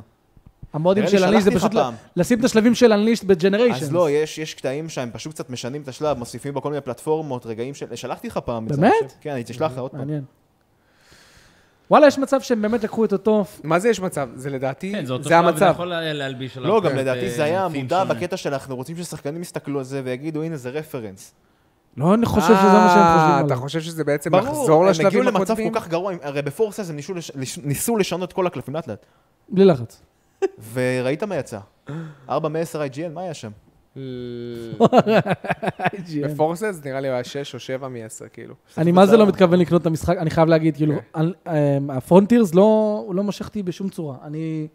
[SPEAKER 2] המודים
[SPEAKER 4] נראה לי
[SPEAKER 2] של אנלישט זה
[SPEAKER 4] שלחתי לך
[SPEAKER 2] פשוט ל-
[SPEAKER 4] פעם.
[SPEAKER 2] לשים את השלבים של אנלישט בג'נריישן.
[SPEAKER 4] אז לא, יש, יש קטעים שהם פשוט קצת משנים את השלב, מוסיפים בו כל מיני פלטפורמות, רגעים של... שלחתי לך פעם. בעזרת
[SPEAKER 2] באמת?
[SPEAKER 4] השם. כן, אני אשלח לך עוד פעם.
[SPEAKER 2] מעניין. וואלה, יש מצב שהם באמת לקחו את אותו...
[SPEAKER 1] מה זה יש מצב? זה לדעתי,
[SPEAKER 3] כן, זה אותו
[SPEAKER 1] זה
[SPEAKER 3] שלב, אתה
[SPEAKER 1] המצב.
[SPEAKER 3] יכול לה- להלביש עליו.
[SPEAKER 4] לא, גם
[SPEAKER 3] קצת,
[SPEAKER 4] לדעתי
[SPEAKER 3] אה,
[SPEAKER 4] זה היה
[SPEAKER 3] theme
[SPEAKER 4] מודע
[SPEAKER 3] שונה.
[SPEAKER 4] בקטע שאנחנו רוצים ששחקנים יסתכלו על זה ויגידו, הנה זה רפרנס.
[SPEAKER 2] לא, אני חושב שזה מה שהם
[SPEAKER 1] אה,
[SPEAKER 2] חושבים
[SPEAKER 1] אתה
[SPEAKER 2] עליו.
[SPEAKER 1] חושב שזה בעצם
[SPEAKER 4] ברור,
[SPEAKER 1] מחזור
[SPEAKER 4] הם הגיעו
[SPEAKER 1] לשלבים
[SPEAKER 4] למצב
[SPEAKER 1] הקודמים?
[SPEAKER 4] כל כך גרוע, הם- הרי בפורסס הם ניסו לש- לש- ניסו לשנות כל הקלפים לאט לאט.
[SPEAKER 2] בלי לחץ.
[SPEAKER 4] וראית מה יצא. 4 מ-10 IGN, מה היה שם? כן.
[SPEAKER 2] IGN.
[SPEAKER 1] בפורסס נראה לי היה 6 או 7 מ-10, כאילו.
[SPEAKER 2] אני מה זה לא מתכוון לקנות את המשחק, אני חייב להגיד, כאילו,
[SPEAKER 4] כן.
[SPEAKER 2] אני- אה, הפרונטירס לא הוא לא משך אותי בשום צורה. אני,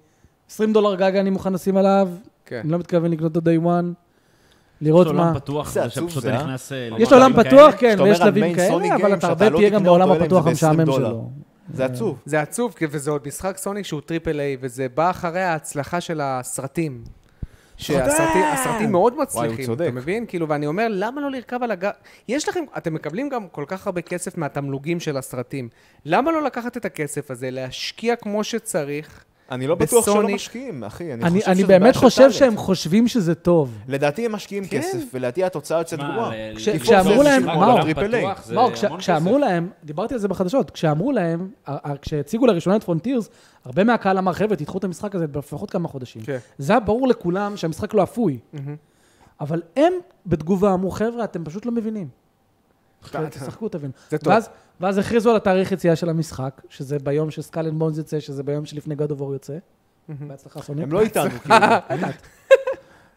[SPEAKER 2] 20 דולר גג אני מוכן לשים עליו,
[SPEAKER 1] כן.
[SPEAKER 2] אני לא מתכוון לקנות את ה-day one, לראות
[SPEAKER 3] יש
[SPEAKER 2] מה.
[SPEAKER 3] עולם פתוח,
[SPEAKER 4] זה
[SPEAKER 3] זה
[SPEAKER 4] עצוב
[SPEAKER 3] שפשוט
[SPEAKER 4] זה,
[SPEAKER 3] אתה
[SPEAKER 4] אה?
[SPEAKER 3] נכנס... אה,
[SPEAKER 2] יש
[SPEAKER 3] לדברים
[SPEAKER 2] עולם פתוח,
[SPEAKER 3] כאלה.
[SPEAKER 2] כן,
[SPEAKER 4] כשאתה אומר
[SPEAKER 2] ויש
[SPEAKER 4] על
[SPEAKER 2] שלבים
[SPEAKER 4] main Sony
[SPEAKER 2] כאלה, אבל
[SPEAKER 4] game
[SPEAKER 2] אתה
[SPEAKER 4] שאתה
[SPEAKER 2] הרבה
[SPEAKER 4] לא
[SPEAKER 2] תהיה גם
[SPEAKER 4] תקנה
[SPEAKER 2] בעולם
[SPEAKER 4] אותו אלא אם
[SPEAKER 2] הפתוח
[SPEAKER 4] זה ב-20
[SPEAKER 2] המשעמם
[SPEAKER 4] דולר.
[SPEAKER 2] שלו.
[SPEAKER 4] זה עצוב.
[SPEAKER 1] זה עצוב, כי וזה עוד משחק סוני שהוא טריפל איי, וזה בא אחרי ההצלחה של הסרטים. שהסרטים
[SPEAKER 2] אה.
[SPEAKER 4] אה.
[SPEAKER 1] הסרטים מאוד מצליחים,
[SPEAKER 4] צודק.
[SPEAKER 1] אתה מבין? כאילו, ואני אומר, למה לא לרכב על הגב? יש לכם, אתם מקבלים גם כל כך הרבה כסף מהתמלוגים של הסרטים. למה לא לקחת את הכסף הזה, להשקיע כמו שצריך?
[SPEAKER 4] אני לא בטוח שלא
[SPEAKER 1] בסוני-
[SPEAKER 4] משקיעים, אחי. אני
[SPEAKER 2] אני-
[SPEAKER 4] חושב
[SPEAKER 2] אני
[SPEAKER 4] שזה בעיה
[SPEAKER 2] באמת
[SPEAKER 4] של
[SPEAKER 2] חושב
[SPEAKER 4] טאלנט.
[SPEAKER 2] שהם חושבים שזה טוב.
[SPEAKER 4] לדעתי הם משקיעים
[SPEAKER 1] כן.
[SPEAKER 4] כסף, ולדעתי התוצאה יוצאת
[SPEAKER 3] מה, אה,
[SPEAKER 4] גרועה.
[SPEAKER 3] ל-
[SPEAKER 2] כש-
[SPEAKER 3] לפעול
[SPEAKER 2] כשאמרו
[SPEAKER 3] זה
[SPEAKER 2] להם,
[SPEAKER 3] משחק
[SPEAKER 2] מאור,
[SPEAKER 3] עולם
[SPEAKER 4] טריפל איי.
[SPEAKER 3] פתוח, זה
[SPEAKER 2] מאור,
[SPEAKER 3] המון
[SPEAKER 2] כש- כשאמרו
[SPEAKER 3] כסף.
[SPEAKER 2] להם, דיברתי על זה בחדשות, כשאמרו להם, ה- ה- כשהציגו לראשונה את פרונטירס, הרבה מהקהל אמר, חבר'ה, תדחו את המשחק הזה לפחות כמה חודשים.
[SPEAKER 1] כן.
[SPEAKER 2] זה היה ברור לכולם שהמשחק לא אפוי. אבל הם בתגובה אמרו, חבר'ה, אתם פשוט לא מבינים. תשחקו, תבינו.
[SPEAKER 1] זה טוב.
[SPEAKER 2] ואז- ואז הכריזו על התאריך יציאה של המשחק, שזה ביום שסקל אנד בונז יוצא, שזה ביום שלפני God of War יוצא. בהצלחה, סוני.
[SPEAKER 4] הם לא איתנו,
[SPEAKER 1] אה,
[SPEAKER 4] כאילו.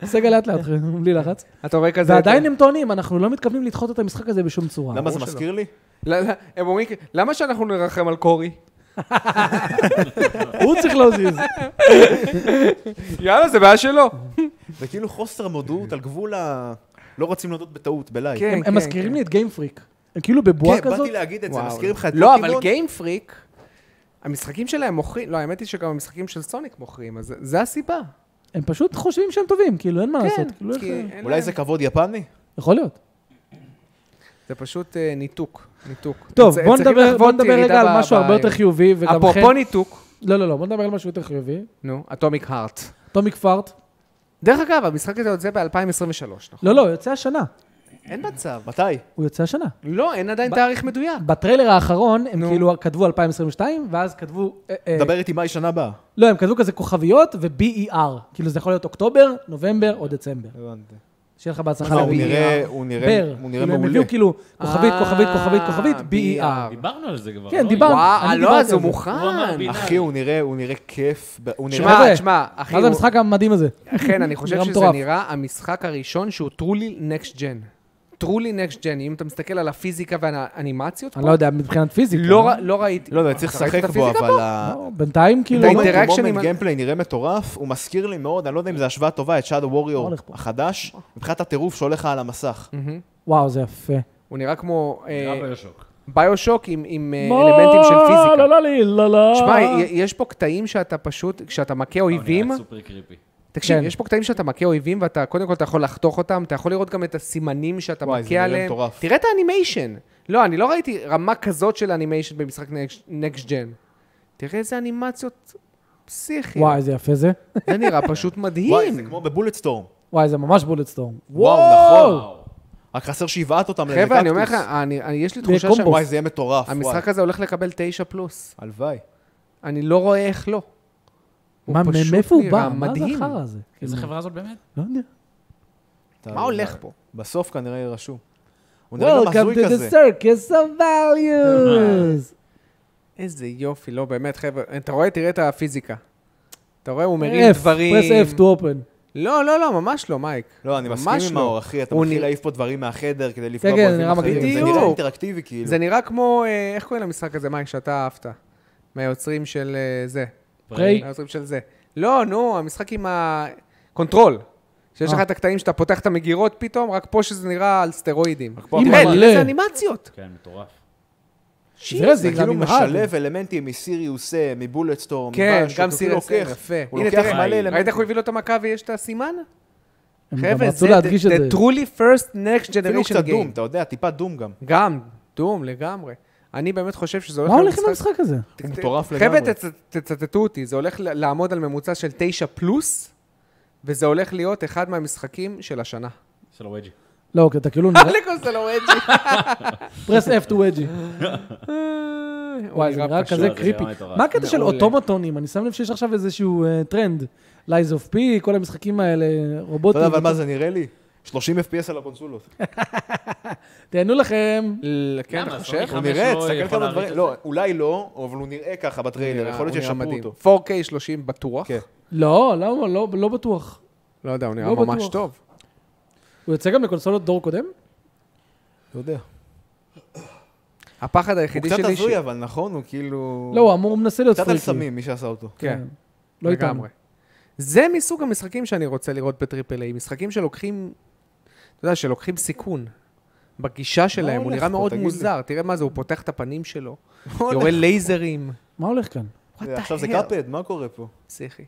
[SPEAKER 2] סגל לאט לאט, בלי לחץ.
[SPEAKER 1] אתה רואה כזה...
[SPEAKER 2] ועדיין הם טוענים, אנחנו לא מתכוונים לדחות את המשחק הזה בשום צורה.
[SPEAKER 4] למה זה
[SPEAKER 1] שלא.
[SPEAKER 4] מזכיר לי?
[SPEAKER 1] לא, לא, הם אומרים, למה שאנחנו נרחם על קורי?
[SPEAKER 2] הוא צריך להזיז.
[SPEAKER 1] יאללה, זה בעיה שלו.
[SPEAKER 4] זה כאילו חוסר מודעות על גבול ה... לא רוצים להודות בטעות, בלייב.
[SPEAKER 1] כן,
[SPEAKER 2] הם-
[SPEAKER 1] כן,
[SPEAKER 2] הם מזכירים
[SPEAKER 1] כן.
[SPEAKER 2] לי את גיימפריק. הם כאילו בבועה
[SPEAKER 4] כן,
[SPEAKER 2] כזאת.
[SPEAKER 4] באתי להגיד את זה,
[SPEAKER 1] וואו.
[SPEAKER 4] מזכירים לך את
[SPEAKER 1] לא, אבל
[SPEAKER 4] פוקימון?
[SPEAKER 1] גיימפריק, המשחקים שלהם מוכרים, לא, האמת היא שגם המשחקים של סוניק מוכרים, אז זה- זה הסיבה.
[SPEAKER 2] הם פשוט חושבים שהם טובים, כאילו, אין מה לעשות. כאילו,
[SPEAKER 1] כן, כי
[SPEAKER 2] איך-
[SPEAKER 1] אין
[SPEAKER 4] אולי
[SPEAKER 1] להם-
[SPEAKER 4] זה כבוד יפני?
[SPEAKER 2] יכול להיות.
[SPEAKER 1] זה פשוט אה, ניתוק, ניתוק.
[SPEAKER 2] טוב,
[SPEAKER 1] הם
[SPEAKER 2] בוא
[SPEAKER 1] צריכים
[SPEAKER 2] נדבר בוא
[SPEAKER 1] לחוות
[SPEAKER 2] נדבר
[SPEAKER 1] ירידה
[SPEAKER 2] רגע על
[SPEAKER 1] ב-
[SPEAKER 2] משהו
[SPEAKER 1] ב-
[SPEAKER 2] הרבה יותר חיובי, וגם חן...
[SPEAKER 1] אפרופו ניתוק,
[SPEAKER 2] לא, לא, לא, בוא נדבר על משהו יותר חיובי.
[SPEAKER 1] נו, אטומיק הארט.
[SPEAKER 2] טומיק פארט.
[SPEAKER 1] דרך אגב, המשחק הזה יוצא ב-2023, נכון?
[SPEAKER 2] לא, לא, הוא יוצא השנה.
[SPEAKER 1] אין מצב.
[SPEAKER 4] אה, מתי?
[SPEAKER 2] הוא יוצא השנה.
[SPEAKER 1] לא, אין עדיין
[SPEAKER 2] ב-
[SPEAKER 1] תאריך מדויק.
[SPEAKER 2] בטריילר האחרון, הם
[SPEAKER 1] נו.
[SPEAKER 2] כאילו כתבו 2022, ואז כתבו... אה, אה,
[SPEAKER 4] דבר איתי מהי שנה הבאה.
[SPEAKER 2] לא, הם כתבו כזה כוכביות ו-BER. כאילו, זה יכול להיות אוקטובר, נובמבר או דצמבר.
[SPEAKER 4] הבנתי.
[SPEAKER 2] שיהיה לך בהצלחה
[SPEAKER 1] לא,
[SPEAKER 4] הוא
[SPEAKER 2] ל-BER.
[SPEAKER 4] נראה, הוא
[SPEAKER 2] בר.
[SPEAKER 4] נראה, הוא נראה
[SPEAKER 2] כאילו, הם
[SPEAKER 4] מעולה.
[SPEAKER 2] הביאו כאילו כוכבית,
[SPEAKER 1] אה,
[SPEAKER 2] כוכבית, כוכבית, כוכבית, E
[SPEAKER 1] BER.
[SPEAKER 2] BER.
[SPEAKER 3] דיברנו על זה כבר.
[SPEAKER 2] כן,
[SPEAKER 3] לא?
[SPEAKER 2] דיברנו.
[SPEAKER 1] וואו,
[SPEAKER 2] אני
[SPEAKER 1] לא,
[SPEAKER 2] דיברתי
[SPEAKER 1] אז הוא
[SPEAKER 2] על זה.
[SPEAKER 1] מוכן.
[SPEAKER 3] הוא אמר בינארי.
[SPEAKER 4] אחי, הוא נראה, הוא נראה כיף, ב- הוא נראה...
[SPEAKER 1] תשמע,
[SPEAKER 2] חבר'ה,
[SPEAKER 1] תשמע, אחי,
[SPEAKER 2] מה זה המשחק המדהים הזה?
[SPEAKER 1] כן, אני חושב
[SPEAKER 2] נראה
[SPEAKER 1] שזה
[SPEAKER 2] מטורף.
[SPEAKER 1] נראה המשחק הראשון שהוא truly next gen. truly next gen, אם אתה מסתכל על הפיזיקה והאנימציות פה,
[SPEAKER 2] אני לא יודע, מבחינת פיזיקה.
[SPEAKER 1] לא ר- לא ראיתי.
[SPEAKER 4] לא, אני צריך
[SPEAKER 1] אתה ראית את
[SPEAKER 4] לשחק בו,
[SPEAKER 1] הפיזיקה
[SPEAKER 4] אבל... ה-
[SPEAKER 2] לא, בינתיים כאילו...
[SPEAKER 1] אתה
[SPEAKER 2] לא-
[SPEAKER 1] אינטראקט-
[SPEAKER 4] האינטראקשן
[SPEAKER 1] האינטראקשן עם
[SPEAKER 4] עם
[SPEAKER 1] ה-
[SPEAKER 4] גיימפליי נראה מטורף, הוא מזכיר לי מאוד, אני לא יודע אם זו השוואה טובה, את Shadow
[SPEAKER 2] הולך פה.
[SPEAKER 4] Warrior החדש, מבחינת הטירוף שהולך לך על המסך.
[SPEAKER 1] מהמם.
[SPEAKER 2] וואו, זה יפה.
[SPEAKER 1] הוא נראה כמו אה,
[SPEAKER 3] נראה ביושוק.
[SPEAKER 1] ביושוק עם- עם אה, אלמנטים של
[SPEAKER 2] לא,
[SPEAKER 1] פיזיקה.
[SPEAKER 2] לא, לא, לא, לא.
[SPEAKER 1] שמע, י- יש פה קטעים שאתה פשוט, כשאתה
[SPEAKER 4] לא,
[SPEAKER 1] מכה אויבים,
[SPEAKER 3] נראה סופר קריפי.
[SPEAKER 1] תקשיב,
[SPEAKER 2] כן.
[SPEAKER 1] יש פה קטעים שאתה מכה אויבים, ואתה, קודם כל אתה יכול לחתוך אותם, אתה יכול לראות גם את הסימנים שאתה
[SPEAKER 4] וואי, זה
[SPEAKER 1] מכה
[SPEAKER 4] נראה
[SPEAKER 1] עליהם.
[SPEAKER 4] מטורף.
[SPEAKER 1] תראה את האנימיישן. לא, אני לא ראיתי רמה כזאת של אנימיישן במשחק נקסט ג'ן. תראה איזה אנימציות פסיכיות.
[SPEAKER 2] וואי, איזה יפה זה.
[SPEAKER 1] זה נראה פשוט
[SPEAKER 4] וואי, זה
[SPEAKER 1] מדהים.
[SPEAKER 4] כמו בבולט סטורם.
[SPEAKER 2] וואי, זה ממש בולט סטורם.
[SPEAKER 4] וואו, נכון. רק חסר שיבעט אותם
[SPEAKER 1] חבר'ה, אני אומר לך,
[SPEAKER 4] לקקטוס.
[SPEAKER 1] אני- אני- יש לי
[SPEAKER 2] זה
[SPEAKER 1] תחושה
[SPEAKER 2] קומבו.
[SPEAKER 4] וואי, לא זה יהיה מטורף.
[SPEAKER 1] שהמשחק
[SPEAKER 4] וואי.
[SPEAKER 1] הזה הולך לקבל תשע פלוס.
[SPEAKER 4] הלוואי.
[SPEAKER 1] אני לא רואה איך לא.
[SPEAKER 2] מה,
[SPEAKER 1] הוא פשוט
[SPEAKER 2] מאיפה הוא
[SPEAKER 1] נראה
[SPEAKER 2] בא? מה זה
[SPEAKER 1] מדהים.
[SPEAKER 2] החרא הזה?
[SPEAKER 3] איזה חברה זאת באמת?
[SPEAKER 2] לא יודע.
[SPEAKER 4] אתה-
[SPEAKER 1] מה הולך פה?
[SPEAKER 4] בסוף כנראה יהיה רשום. הוא נראה גם
[SPEAKER 2] Welcome
[SPEAKER 4] הזוי
[SPEAKER 2] to
[SPEAKER 4] כזה.
[SPEAKER 2] the circus of values.
[SPEAKER 1] איזה יופי, לא באמת, חבר'ה. אתה רואה, תראה את הפיזיקה. אתה רואה, הוא מרים
[SPEAKER 2] F,
[SPEAKER 1] דברים.
[SPEAKER 2] press F to open.
[SPEAKER 1] לא, לא, לא, ממש לא, מייק.
[SPEAKER 4] לא, אני
[SPEAKER 1] ממש
[SPEAKER 4] מסכים עם
[SPEAKER 1] לא.
[SPEAKER 4] מאור, אחי, אתה
[SPEAKER 1] הוא
[SPEAKER 4] מתחיל
[SPEAKER 1] נרא-
[SPEAKER 4] להעיף פה דברים מהחדר כדי לפגוע
[SPEAKER 2] כן,
[SPEAKER 4] באויבים
[SPEAKER 2] נראה
[SPEAKER 4] אחרים.
[SPEAKER 1] מגניב.
[SPEAKER 4] זה נראה
[SPEAKER 1] בדיוק.
[SPEAKER 4] אינטראקטיבי, כאילו.
[SPEAKER 1] זה נראה כמו, אה, איך קוראים למשחק הזה, מייק, שאתה אהבת? מהיוצרים של אה, זה.
[SPEAKER 2] פריי.
[SPEAKER 1] מהיוצרים של זה. לא, נו, המשחק עם הקונטרול. שיש לך
[SPEAKER 2] אה.
[SPEAKER 1] את הקטעים שאתה פותח את המגירות פתאום, רק פה שזה נראה על סטרואידים.
[SPEAKER 4] פה
[SPEAKER 1] תראה,
[SPEAKER 2] מלא.
[SPEAKER 1] תראה איזה אנימציות.
[SPEAKER 3] כן, מטורף.
[SPEAKER 2] תראה, זה
[SPEAKER 4] זה
[SPEAKER 2] גם
[SPEAKER 4] כאילו
[SPEAKER 2] נמהל.
[SPEAKER 4] משלב אלמנטים מסיריוס, אה, מבולט סטורם,
[SPEAKER 1] כן,
[SPEAKER 4] מבאש,
[SPEAKER 1] גם
[SPEAKER 4] הוא
[SPEAKER 1] סיר
[SPEAKER 4] כאילו
[SPEAKER 1] אסר,
[SPEAKER 4] לוקח-
[SPEAKER 1] יפה.
[SPEAKER 4] הוא
[SPEAKER 1] הנה,
[SPEAKER 4] לוקח
[SPEAKER 1] תראה,
[SPEAKER 4] מלא
[SPEAKER 1] ראית
[SPEAKER 4] אלמנטים.
[SPEAKER 1] איך הוא הביא לו את המכה ויש את הסימן?
[SPEAKER 2] הם גם
[SPEAKER 1] חבר'ה,
[SPEAKER 2] רצו
[SPEAKER 1] זה
[SPEAKER 2] להדגיש את
[SPEAKER 1] the-
[SPEAKER 2] זה.
[SPEAKER 1] the truly first next
[SPEAKER 4] אפילו
[SPEAKER 1] generation
[SPEAKER 4] קצת דום,
[SPEAKER 1] game.
[SPEAKER 4] אתה יודע, טיפה דום גם.
[SPEAKER 1] גם, דום לגמרי. אני באמת חושב שזה הולך
[SPEAKER 2] מה הולך עם
[SPEAKER 1] להיות משחק-
[SPEAKER 2] המשחק הזה?
[SPEAKER 4] הוא מטורף
[SPEAKER 1] חבר'ה,
[SPEAKER 4] לגמרי.
[SPEAKER 1] תצ- תצטטו אותי, זה הולך ל- לעמוד על ממוצע של 9 פלוס, וזה הולך להיות אחד מהמשחקים של השנה.
[SPEAKER 2] אה?
[SPEAKER 3] של הווג'י.
[SPEAKER 2] לא, אוקיי, אתה כאילו...
[SPEAKER 1] אלכוס זה לא וג'י.
[SPEAKER 2] פרס F to וג'י. וואי, זה נראה
[SPEAKER 1] פשוט.
[SPEAKER 2] כזה
[SPEAKER 3] לא, זה
[SPEAKER 2] קריפי.
[SPEAKER 3] נראה מטורף.
[SPEAKER 2] מה הקטע של
[SPEAKER 1] מעולה.
[SPEAKER 2] אוטומטונים? אני שם לב שיש עכשיו איזשהו אה, טרנד. לייז אוף פי, כל המשחקים האלה,
[SPEAKER 4] אתה
[SPEAKER 1] לא
[SPEAKER 2] רובוטים.
[SPEAKER 4] יודע אבל מה זה נראה לי? 30 FPS על הקונסולות.
[SPEAKER 2] תהנו לכם.
[SPEAKER 1] ל- כן,
[SPEAKER 3] למה?
[SPEAKER 1] אתה
[SPEAKER 3] סוני
[SPEAKER 1] חושב?
[SPEAKER 3] חמש
[SPEAKER 4] הוא נראה,
[SPEAKER 3] לא
[SPEAKER 4] תסתכל
[SPEAKER 3] יכול
[SPEAKER 4] כמה
[SPEAKER 3] להריץ
[SPEAKER 4] דברים.
[SPEAKER 3] את
[SPEAKER 4] לא, אולי לא, אבל הוא נראה ככה בטריילר, יכול להיות
[SPEAKER 1] הוא נראה
[SPEAKER 4] שישפרו
[SPEAKER 1] מדהים.
[SPEAKER 4] אותו.
[SPEAKER 1] 4K 30 בטוח.
[SPEAKER 4] כן.
[SPEAKER 2] לא, לא, לא, לא בטוח.
[SPEAKER 1] לא יודע, הוא נראה
[SPEAKER 2] לא
[SPEAKER 1] ממש
[SPEAKER 2] בטוח.
[SPEAKER 1] טוב.
[SPEAKER 2] הוא יוצא גם לקונסולות דור קודם?
[SPEAKER 4] לא יודע.
[SPEAKER 1] הפחד
[SPEAKER 4] הוא
[SPEAKER 1] היחידי
[SPEAKER 4] קצת
[SPEAKER 1] שלי... ש-
[SPEAKER 4] הזוי, אבל נכון? הוא כאילו...
[SPEAKER 2] לא, הוא אמור, הוא מנסה להיות
[SPEAKER 4] קצת על
[SPEAKER 2] פריקי.
[SPEAKER 4] סמים, מי שעשה אותו.
[SPEAKER 1] כן,
[SPEAKER 2] לא איתנו.
[SPEAKER 1] לגמרי. זה מסוג המשחקים שאני רוצה לראות בטריפל איי, משחקים שלוקחים, אתה יודע, שלוקחים סיכון. בגישה שלהם, הוא
[SPEAKER 4] הולך
[SPEAKER 1] נראה
[SPEAKER 4] פה,
[SPEAKER 1] מאוד
[SPEAKER 4] תגיד לי?
[SPEAKER 1] מוזר, תראה מה זה, הוא פותח את הפנים שלו, יורה לייזרים.
[SPEAKER 2] מה הולך כאן?
[SPEAKER 1] What the
[SPEAKER 4] עכשיו זה
[SPEAKER 1] hell?
[SPEAKER 4] קאפד, מה קורה פה?
[SPEAKER 1] פסיכי.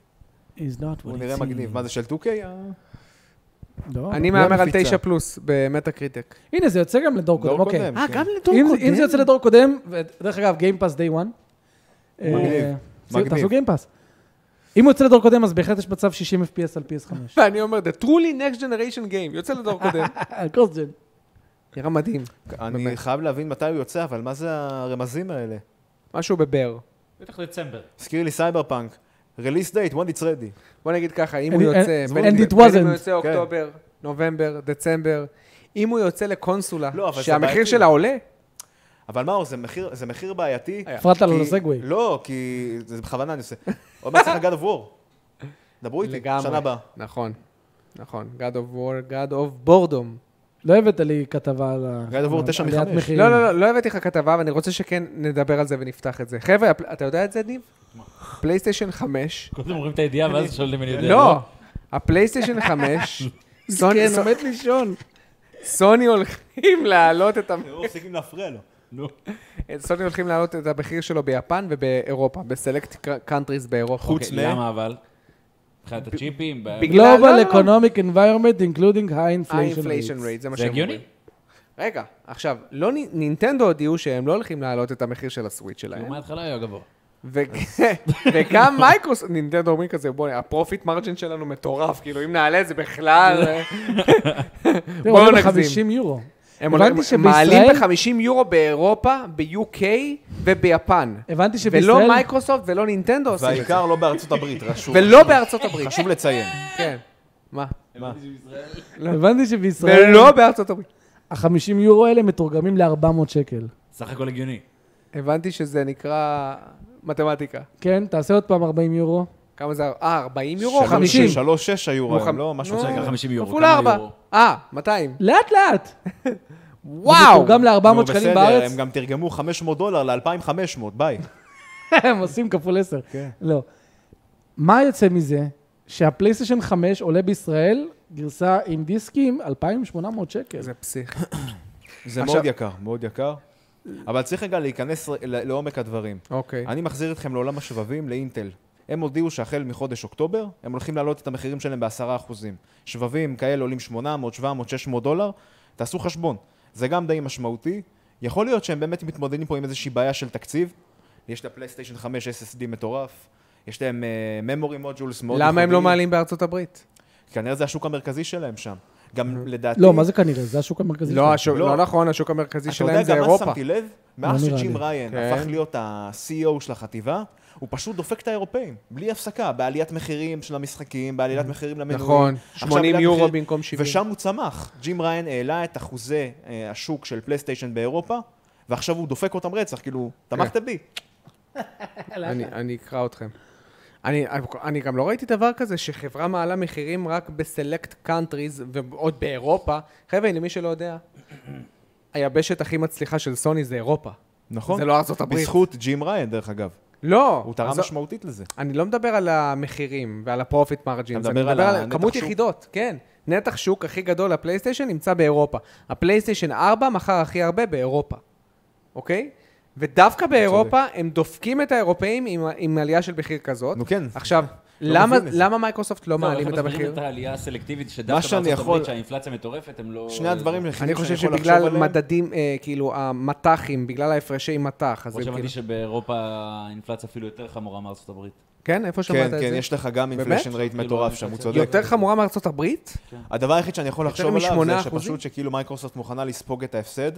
[SPEAKER 2] He's not what
[SPEAKER 4] הוא
[SPEAKER 2] he
[SPEAKER 4] נראה
[SPEAKER 2] seems.
[SPEAKER 4] מגניב. מה זה, של אה, 2K?
[SPEAKER 2] לא.
[SPEAKER 1] אני מהמר על
[SPEAKER 4] מפיצה.
[SPEAKER 1] 9 פלוס במטה קריטק.
[SPEAKER 2] הנה, זה יוצא גם לדור קודם,
[SPEAKER 4] דור
[SPEAKER 2] אוקיי.
[SPEAKER 4] קודם.
[SPEAKER 1] אה,
[SPEAKER 4] כן.
[SPEAKER 1] גם לדור
[SPEAKER 2] אם-
[SPEAKER 1] קודם?
[SPEAKER 2] אם זה יוצא לדור קודם, ודרך אגב, גיימפאס די וואן.
[SPEAKER 4] מגניב, מגניב.
[SPEAKER 2] אה, תעשו גיימפאס. אם הוא יוצא לדור קודם, אז בהחלט יש מצב 60 FPS על PS5.
[SPEAKER 1] ואני אומר, זה truly next generation game, יוצא לדור קודם.
[SPEAKER 2] קרוסג'ן.
[SPEAKER 1] נראה מדהים,
[SPEAKER 4] אני
[SPEAKER 1] באמת.
[SPEAKER 4] חייב להבין מתי הוא יוצא, אבל מה זה הרמזים האלה?
[SPEAKER 1] משהו בבאר.
[SPEAKER 3] בטח דצמבר.
[SPEAKER 4] הזכיר לי סייבר פאנק. Release date, when it's ready.
[SPEAKER 1] בוא נגיד ככה, אם
[SPEAKER 2] And
[SPEAKER 1] הוא
[SPEAKER 2] it-
[SPEAKER 1] יוצא...
[SPEAKER 2] and
[SPEAKER 1] בין
[SPEAKER 2] it
[SPEAKER 1] אם- בין אם
[SPEAKER 2] wasn't.
[SPEAKER 1] הוא יוצא אוקטובר, נובמבר, דצמבר, אם הוא יוצא לקונסולה,
[SPEAKER 4] לא, אבל זה
[SPEAKER 1] שהמחיר
[SPEAKER 4] בעייתי.
[SPEAKER 1] שלה עולה,
[SPEAKER 4] אבל מה, זה מחיר, זה מחיר בעייתי.
[SPEAKER 2] הפרעת לו
[SPEAKER 4] כי-
[SPEAKER 2] לסגווי.
[SPEAKER 4] לא, כי זה בכוונה אני עושה. עוד מעט צריך לגד of War. דברו איתי,
[SPEAKER 1] לגמרי.
[SPEAKER 4] שנה הבאה.
[SPEAKER 1] נכון, נכון. God of War, God of Boredom.
[SPEAKER 2] לא הבאת לי כתבה על ה-
[SPEAKER 4] גד עבור
[SPEAKER 2] על
[SPEAKER 4] תשע
[SPEAKER 2] עליית
[SPEAKER 4] מחמש.
[SPEAKER 2] מחירים.
[SPEAKER 1] לא, לא, לא, לא הבאתי לך כתבה, ואני רוצה שכן נדבר על זה ונפתח את זה. חבר'ה, הפל- אתה יודע את זה, ניב? פלייסטיישן 5.
[SPEAKER 3] קודם אומרים את הידיעה ואז שואלים אם אני יודע.
[SPEAKER 1] לא, הפלייסטיישן 5. סוני-
[SPEAKER 2] כן, עומד לישון.
[SPEAKER 1] סוני הולכים להעלות את ה...
[SPEAKER 4] מפסיקים להפריע לו.
[SPEAKER 1] סוני הולכים להעלות את המחיר שלו ביפן ובאירופה, בסלקט קאנטריז באירופה.
[SPEAKER 4] חוץ
[SPEAKER 3] אוקיי, למה אבל? מבחינת הצ'יפים? ב-
[SPEAKER 1] בגלל- לא, לא,
[SPEAKER 2] Global
[SPEAKER 1] לא.
[SPEAKER 2] Economic Environment, including high inflation
[SPEAKER 1] ה-inflation
[SPEAKER 2] rates.
[SPEAKER 1] rate, זה מה
[SPEAKER 3] זה
[SPEAKER 1] שהם
[SPEAKER 3] הגיוני?
[SPEAKER 1] אומרים. רגע, עכשיו, לא נ- נינטנדו הודיעו שהם לא הולכים להעלות את המחיר של הסוויץ'
[SPEAKER 3] כי הוא
[SPEAKER 1] שלהם.
[SPEAKER 3] מההתחלה היה גבוה.
[SPEAKER 1] ו- וגם מייקרוס, נינטנדו אומרים כזה, בואו, הפרופיט מרג'ן שלנו מטורף, כאילו, אם נעלה את זה בכלל... אה,
[SPEAKER 2] תראו,
[SPEAKER 1] בואו
[SPEAKER 2] עולה
[SPEAKER 1] נגזים.
[SPEAKER 2] ב-50 יורו.
[SPEAKER 1] הם
[SPEAKER 2] הבנתי
[SPEAKER 1] עולים-
[SPEAKER 2] שבישראל-
[SPEAKER 1] מעלים ב-50 יורו באירופה, ב-UK וביפן.
[SPEAKER 2] הבנתי
[SPEAKER 1] ולא
[SPEAKER 2] שבישראל...
[SPEAKER 1] מייקרוסופט ולא נינטנדו עושים את זה.
[SPEAKER 4] והעיקר לא בארצות הברית, רשום.
[SPEAKER 1] ולא בארצות הברית.
[SPEAKER 4] חשוב לציין.
[SPEAKER 1] כן. מה?
[SPEAKER 2] הבנתי שבישראל...
[SPEAKER 1] ולא בארצות הברית.
[SPEAKER 2] ה-50 יורו האלה מתורגמים ל-400 שקל.
[SPEAKER 3] סך הכל הגיוני.
[SPEAKER 1] הבנתי שזה נקרא מתמטיקה.
[SPEAKER 2] כן, תעשה עוד פעם 40 יורו.
[SPEAKER 1] כמה זה? אה, 40 יורו?
[SPEAKER 4] שלוש-
[SPEAKER 1] 50?
[SPEAKER 4] שלוש, שש היו
[SPEAKER 1] נו,
[SPEAKER 4] רעיון,
[SPEAKER 1] חמ-
[SPEAKER 4] לא? משהו
[SPEAKER 1] נו.
[SPEAKER 4] כזה.
[SPEAKER 5] אה,
[SPEAKER 3] רגע, 50 יורו.
[SPEAKER 1] כפול 4.
[SPEAKER 3] כמה יורו?
[SPEAKER 1] אה, 200.
[SPEAKER 2] לאט לאט.
[SPEAKER 1] וואו!
[SPEAKER 2] גם לא-
[SPEAKER 4] נו,
[SPEAKER 2] ל-400
[SPEAKER 4] בסדר,
[SPEAKER 2] שקלים בארץ,
[SPEAKER 4] הם גם תרגמו 500 דולר ל-2500, ביי.
[SPEAKER 2] הם עושים כפול 10.
[SPEAKER 1] כן.
[SPEAKER 2] לא. מה יוצא מזה? שהפלייסטיישן 5 עולה בישראל, גרסה עם דיסקים, 2,800 שקל.
[SPEAKER 1] זה פסיכי.
[SPEAKER 4] זה
[SPEAKER 1] עכשיו-
[SPEAKER 4] מאוד יקר, מאוד יקר. אבל צריך רגע להיכנס ר- ל- לעומק הדברים.
[SPEAKER 1] אוקיי.
[SPEAKER 4] אני מחזיר אתכם לעולם השבבים, לאינטל. הם הודיעו שהחל מחודש אוקטובר, הם הולכים להעלות את המחירים שלהם בעשרה אחוזים. שבבים כאלה עולים 800, 700, 600 דולר, תעשו חשבון. זה גם די משמעותי. יכול להיות שהם באמת מתמודדים פה עם איזושהי בעיה של תקציב. יש לפלייסטיישן 5 SSD מטורף, יש להם uh, memory modules מאוד
[SPEAKER 1] למה הם לא
[SPEAKER 4] ייחודיים.
[SPEAKER 1] מעלים בארצות הברית?
[SPEAKER 4] כנראה זה השוק המרכזי שלהם שם. גם לדעתי...
[SPEAKER 2] לא, מה זה כנראה? זה השוק המרכזי.
[SPEAKER 1] לא,
[SPEAKER 2] שלהם.
[SPEAKER 1] השוק-
[SPEAKER 4] לא.
[SPEAKER 1] לא נכון, השוק המרכזי
[SPEAKER 4] אתה יודע
[SPEAKER 1] שלהם זה
[SPEAKER 4] גם מה
[SPEAKER 1] אירופה.
[SPEAKER 4] שמתי לב?
[SPEAKER 2] לא
[SPEAKER 4] מאז
[SPEAKER 2] נראה
[SPEAKER 4] שג'ים
[SPEAKER 2] לי.
[SPEAKER 4] ריין
[SPEAKER 1] כן.
[SPEAKER 4] הפך להיות ה-CEO של החטיבה, הוא פשוט דופק את האירופאים, בלי הפסקה, בעליית מחירים של המשחקים, בעליית מחירים למנויים.
[SPEAKER 1] נכון,
[SPEAKER 4] עכשיו
[SPEAKER 1] 80
[SPEAKER 4] עליית
[SPEAKER 1] יורו
[SPEAKER 4] מחיר-
[SPEAKER 1] במקום 70.
[SPEAKER 4] ושם הוא צמח. ג'ים ריין העלה את אחוזי אה, השוק של פלייסטיישן באירופה, ועכשיו הוא דופק אותם רצח, כאילו, תמכת
[SPEAKER 1] כן.
[SPEAKER 4] בי.
[SPEAKER 1] אני- אני אקרא אתכם. אני, אני גם לא ראיתי דבר כזה שחברה מעלה מחירים רק בסלקט קאנטריז ועוד באירופה. חבר'ה, למי שלא יודע, היבשת הכי מצליחה של סוני זה אירופה.
[SPEAKER 4] נכון?
[SPEAKER 1] זה לא ארצות הברית.
[SPEAKER 4] בזכות ג'ים ריין, דרך אגב.
[SPEAKER 1] לא.
[SPEAKER 4] הוא תרם
[SPEAKER 1] אז-
[SPEAKER 4] משמעותית לזה.
[SPEAKER 1] אני לא מדבר על המחירים ועל הפרופיט מרג'ינס,
[SPEAKER 4] אתה
[SPEAKER 1] אני
[SPEAKER 4] מדבר
[SPEAKER 1] מדבר
[SPEAKER 4] על
[SPEAKER 1] על
[SPEAKER 4] הנתח
[SPEAKER 1] כמות
[SPEAKER 4] שוק?
[SPEAKER 1] יחידות, כן. נתח שוק הכי גדול לפלייסטיישן נמצא באירופה. הפלייסטיישן 4 מכר הכי הרבה באירופה, אוקיי? ודווקא באירופה הם דופקים את האירופאים עם, עם עלייה של מחיר כזאת.
[SPEAKER 4] נו כן.
[SPEAKER 1] עכשיו,
[SPEAKER 4] לא
[SPEAKER 1] למה,
[SPEAKER 4] מבין את זה.
[SPEAKER 1] למה מייקרוסופט לא
[SPEAKER 3] אבל
[SPEAKER 1] מעלים
[SPEAKER 3] איך
[SPEAKER 1] את
[SPEAKER 3] מסבירים
[SPEAKER 1] המחיר?
[SPEAKER 3] את העלייה הסלקטיבית
[SPEAKER 4] מה
[SPEAKER 3] שדווקא
[SPEAKER 4] שאני
[SPEAKER 3] בארצות
[SPEAKER 4] יכול-
[SPEAKER 3] הברית שהאינפלציה מטורפת הם לא...
[SPEAKER 4] שני הדברים
[SPEAKER 1] אני
[SPEAKER 4] היחידים
[SPEAKER 1] חושב
[SPEAKER 4] שאני יכול לחשוב עליהם.
[SPEAKER 1] שבגלל מדדים, אה, כאילו, המטחים, בגלל ההפרשי מטח, אז
[SPEAKER 3] כמו
[SPEAKER 1] הם
[SPEAKER 3] שהבנתי
[SPEAKER 1] כאילו...
[SPEAKER 3] שבאירופה האינפלציה אפילו יותר חמורה מארצות הברית.
[SPEAKER 1] כן, איפה שמעת את
[SPEAKER 4] כן,
[SPEAKER 1] זה?
[SPEAKER 4] כן, יש לך גם
[SPEAKER 1] באמת?
[SPEAKER 4] אינפלשן רייט
[SPEAKER 3] כאילו,
[SPEAKER 4] מטורף שם, הוא
[SPEAKER 3] האינפלציה-
[SPEAKER 4] צודק.
[SPEAKER 1] יותר חמורה מארצות הברית?
[SPEAKER 4] הדבר היחיד שאני יכול
[SPEAKER 1] יותר
[SPEAKER 4] לחשוב עליו
[SPEAKER 1] מ-8%?
[SPEAKER 4] זה שפשוט שכאילו מייקרוסופט מוכנה לספוג את ההפסד,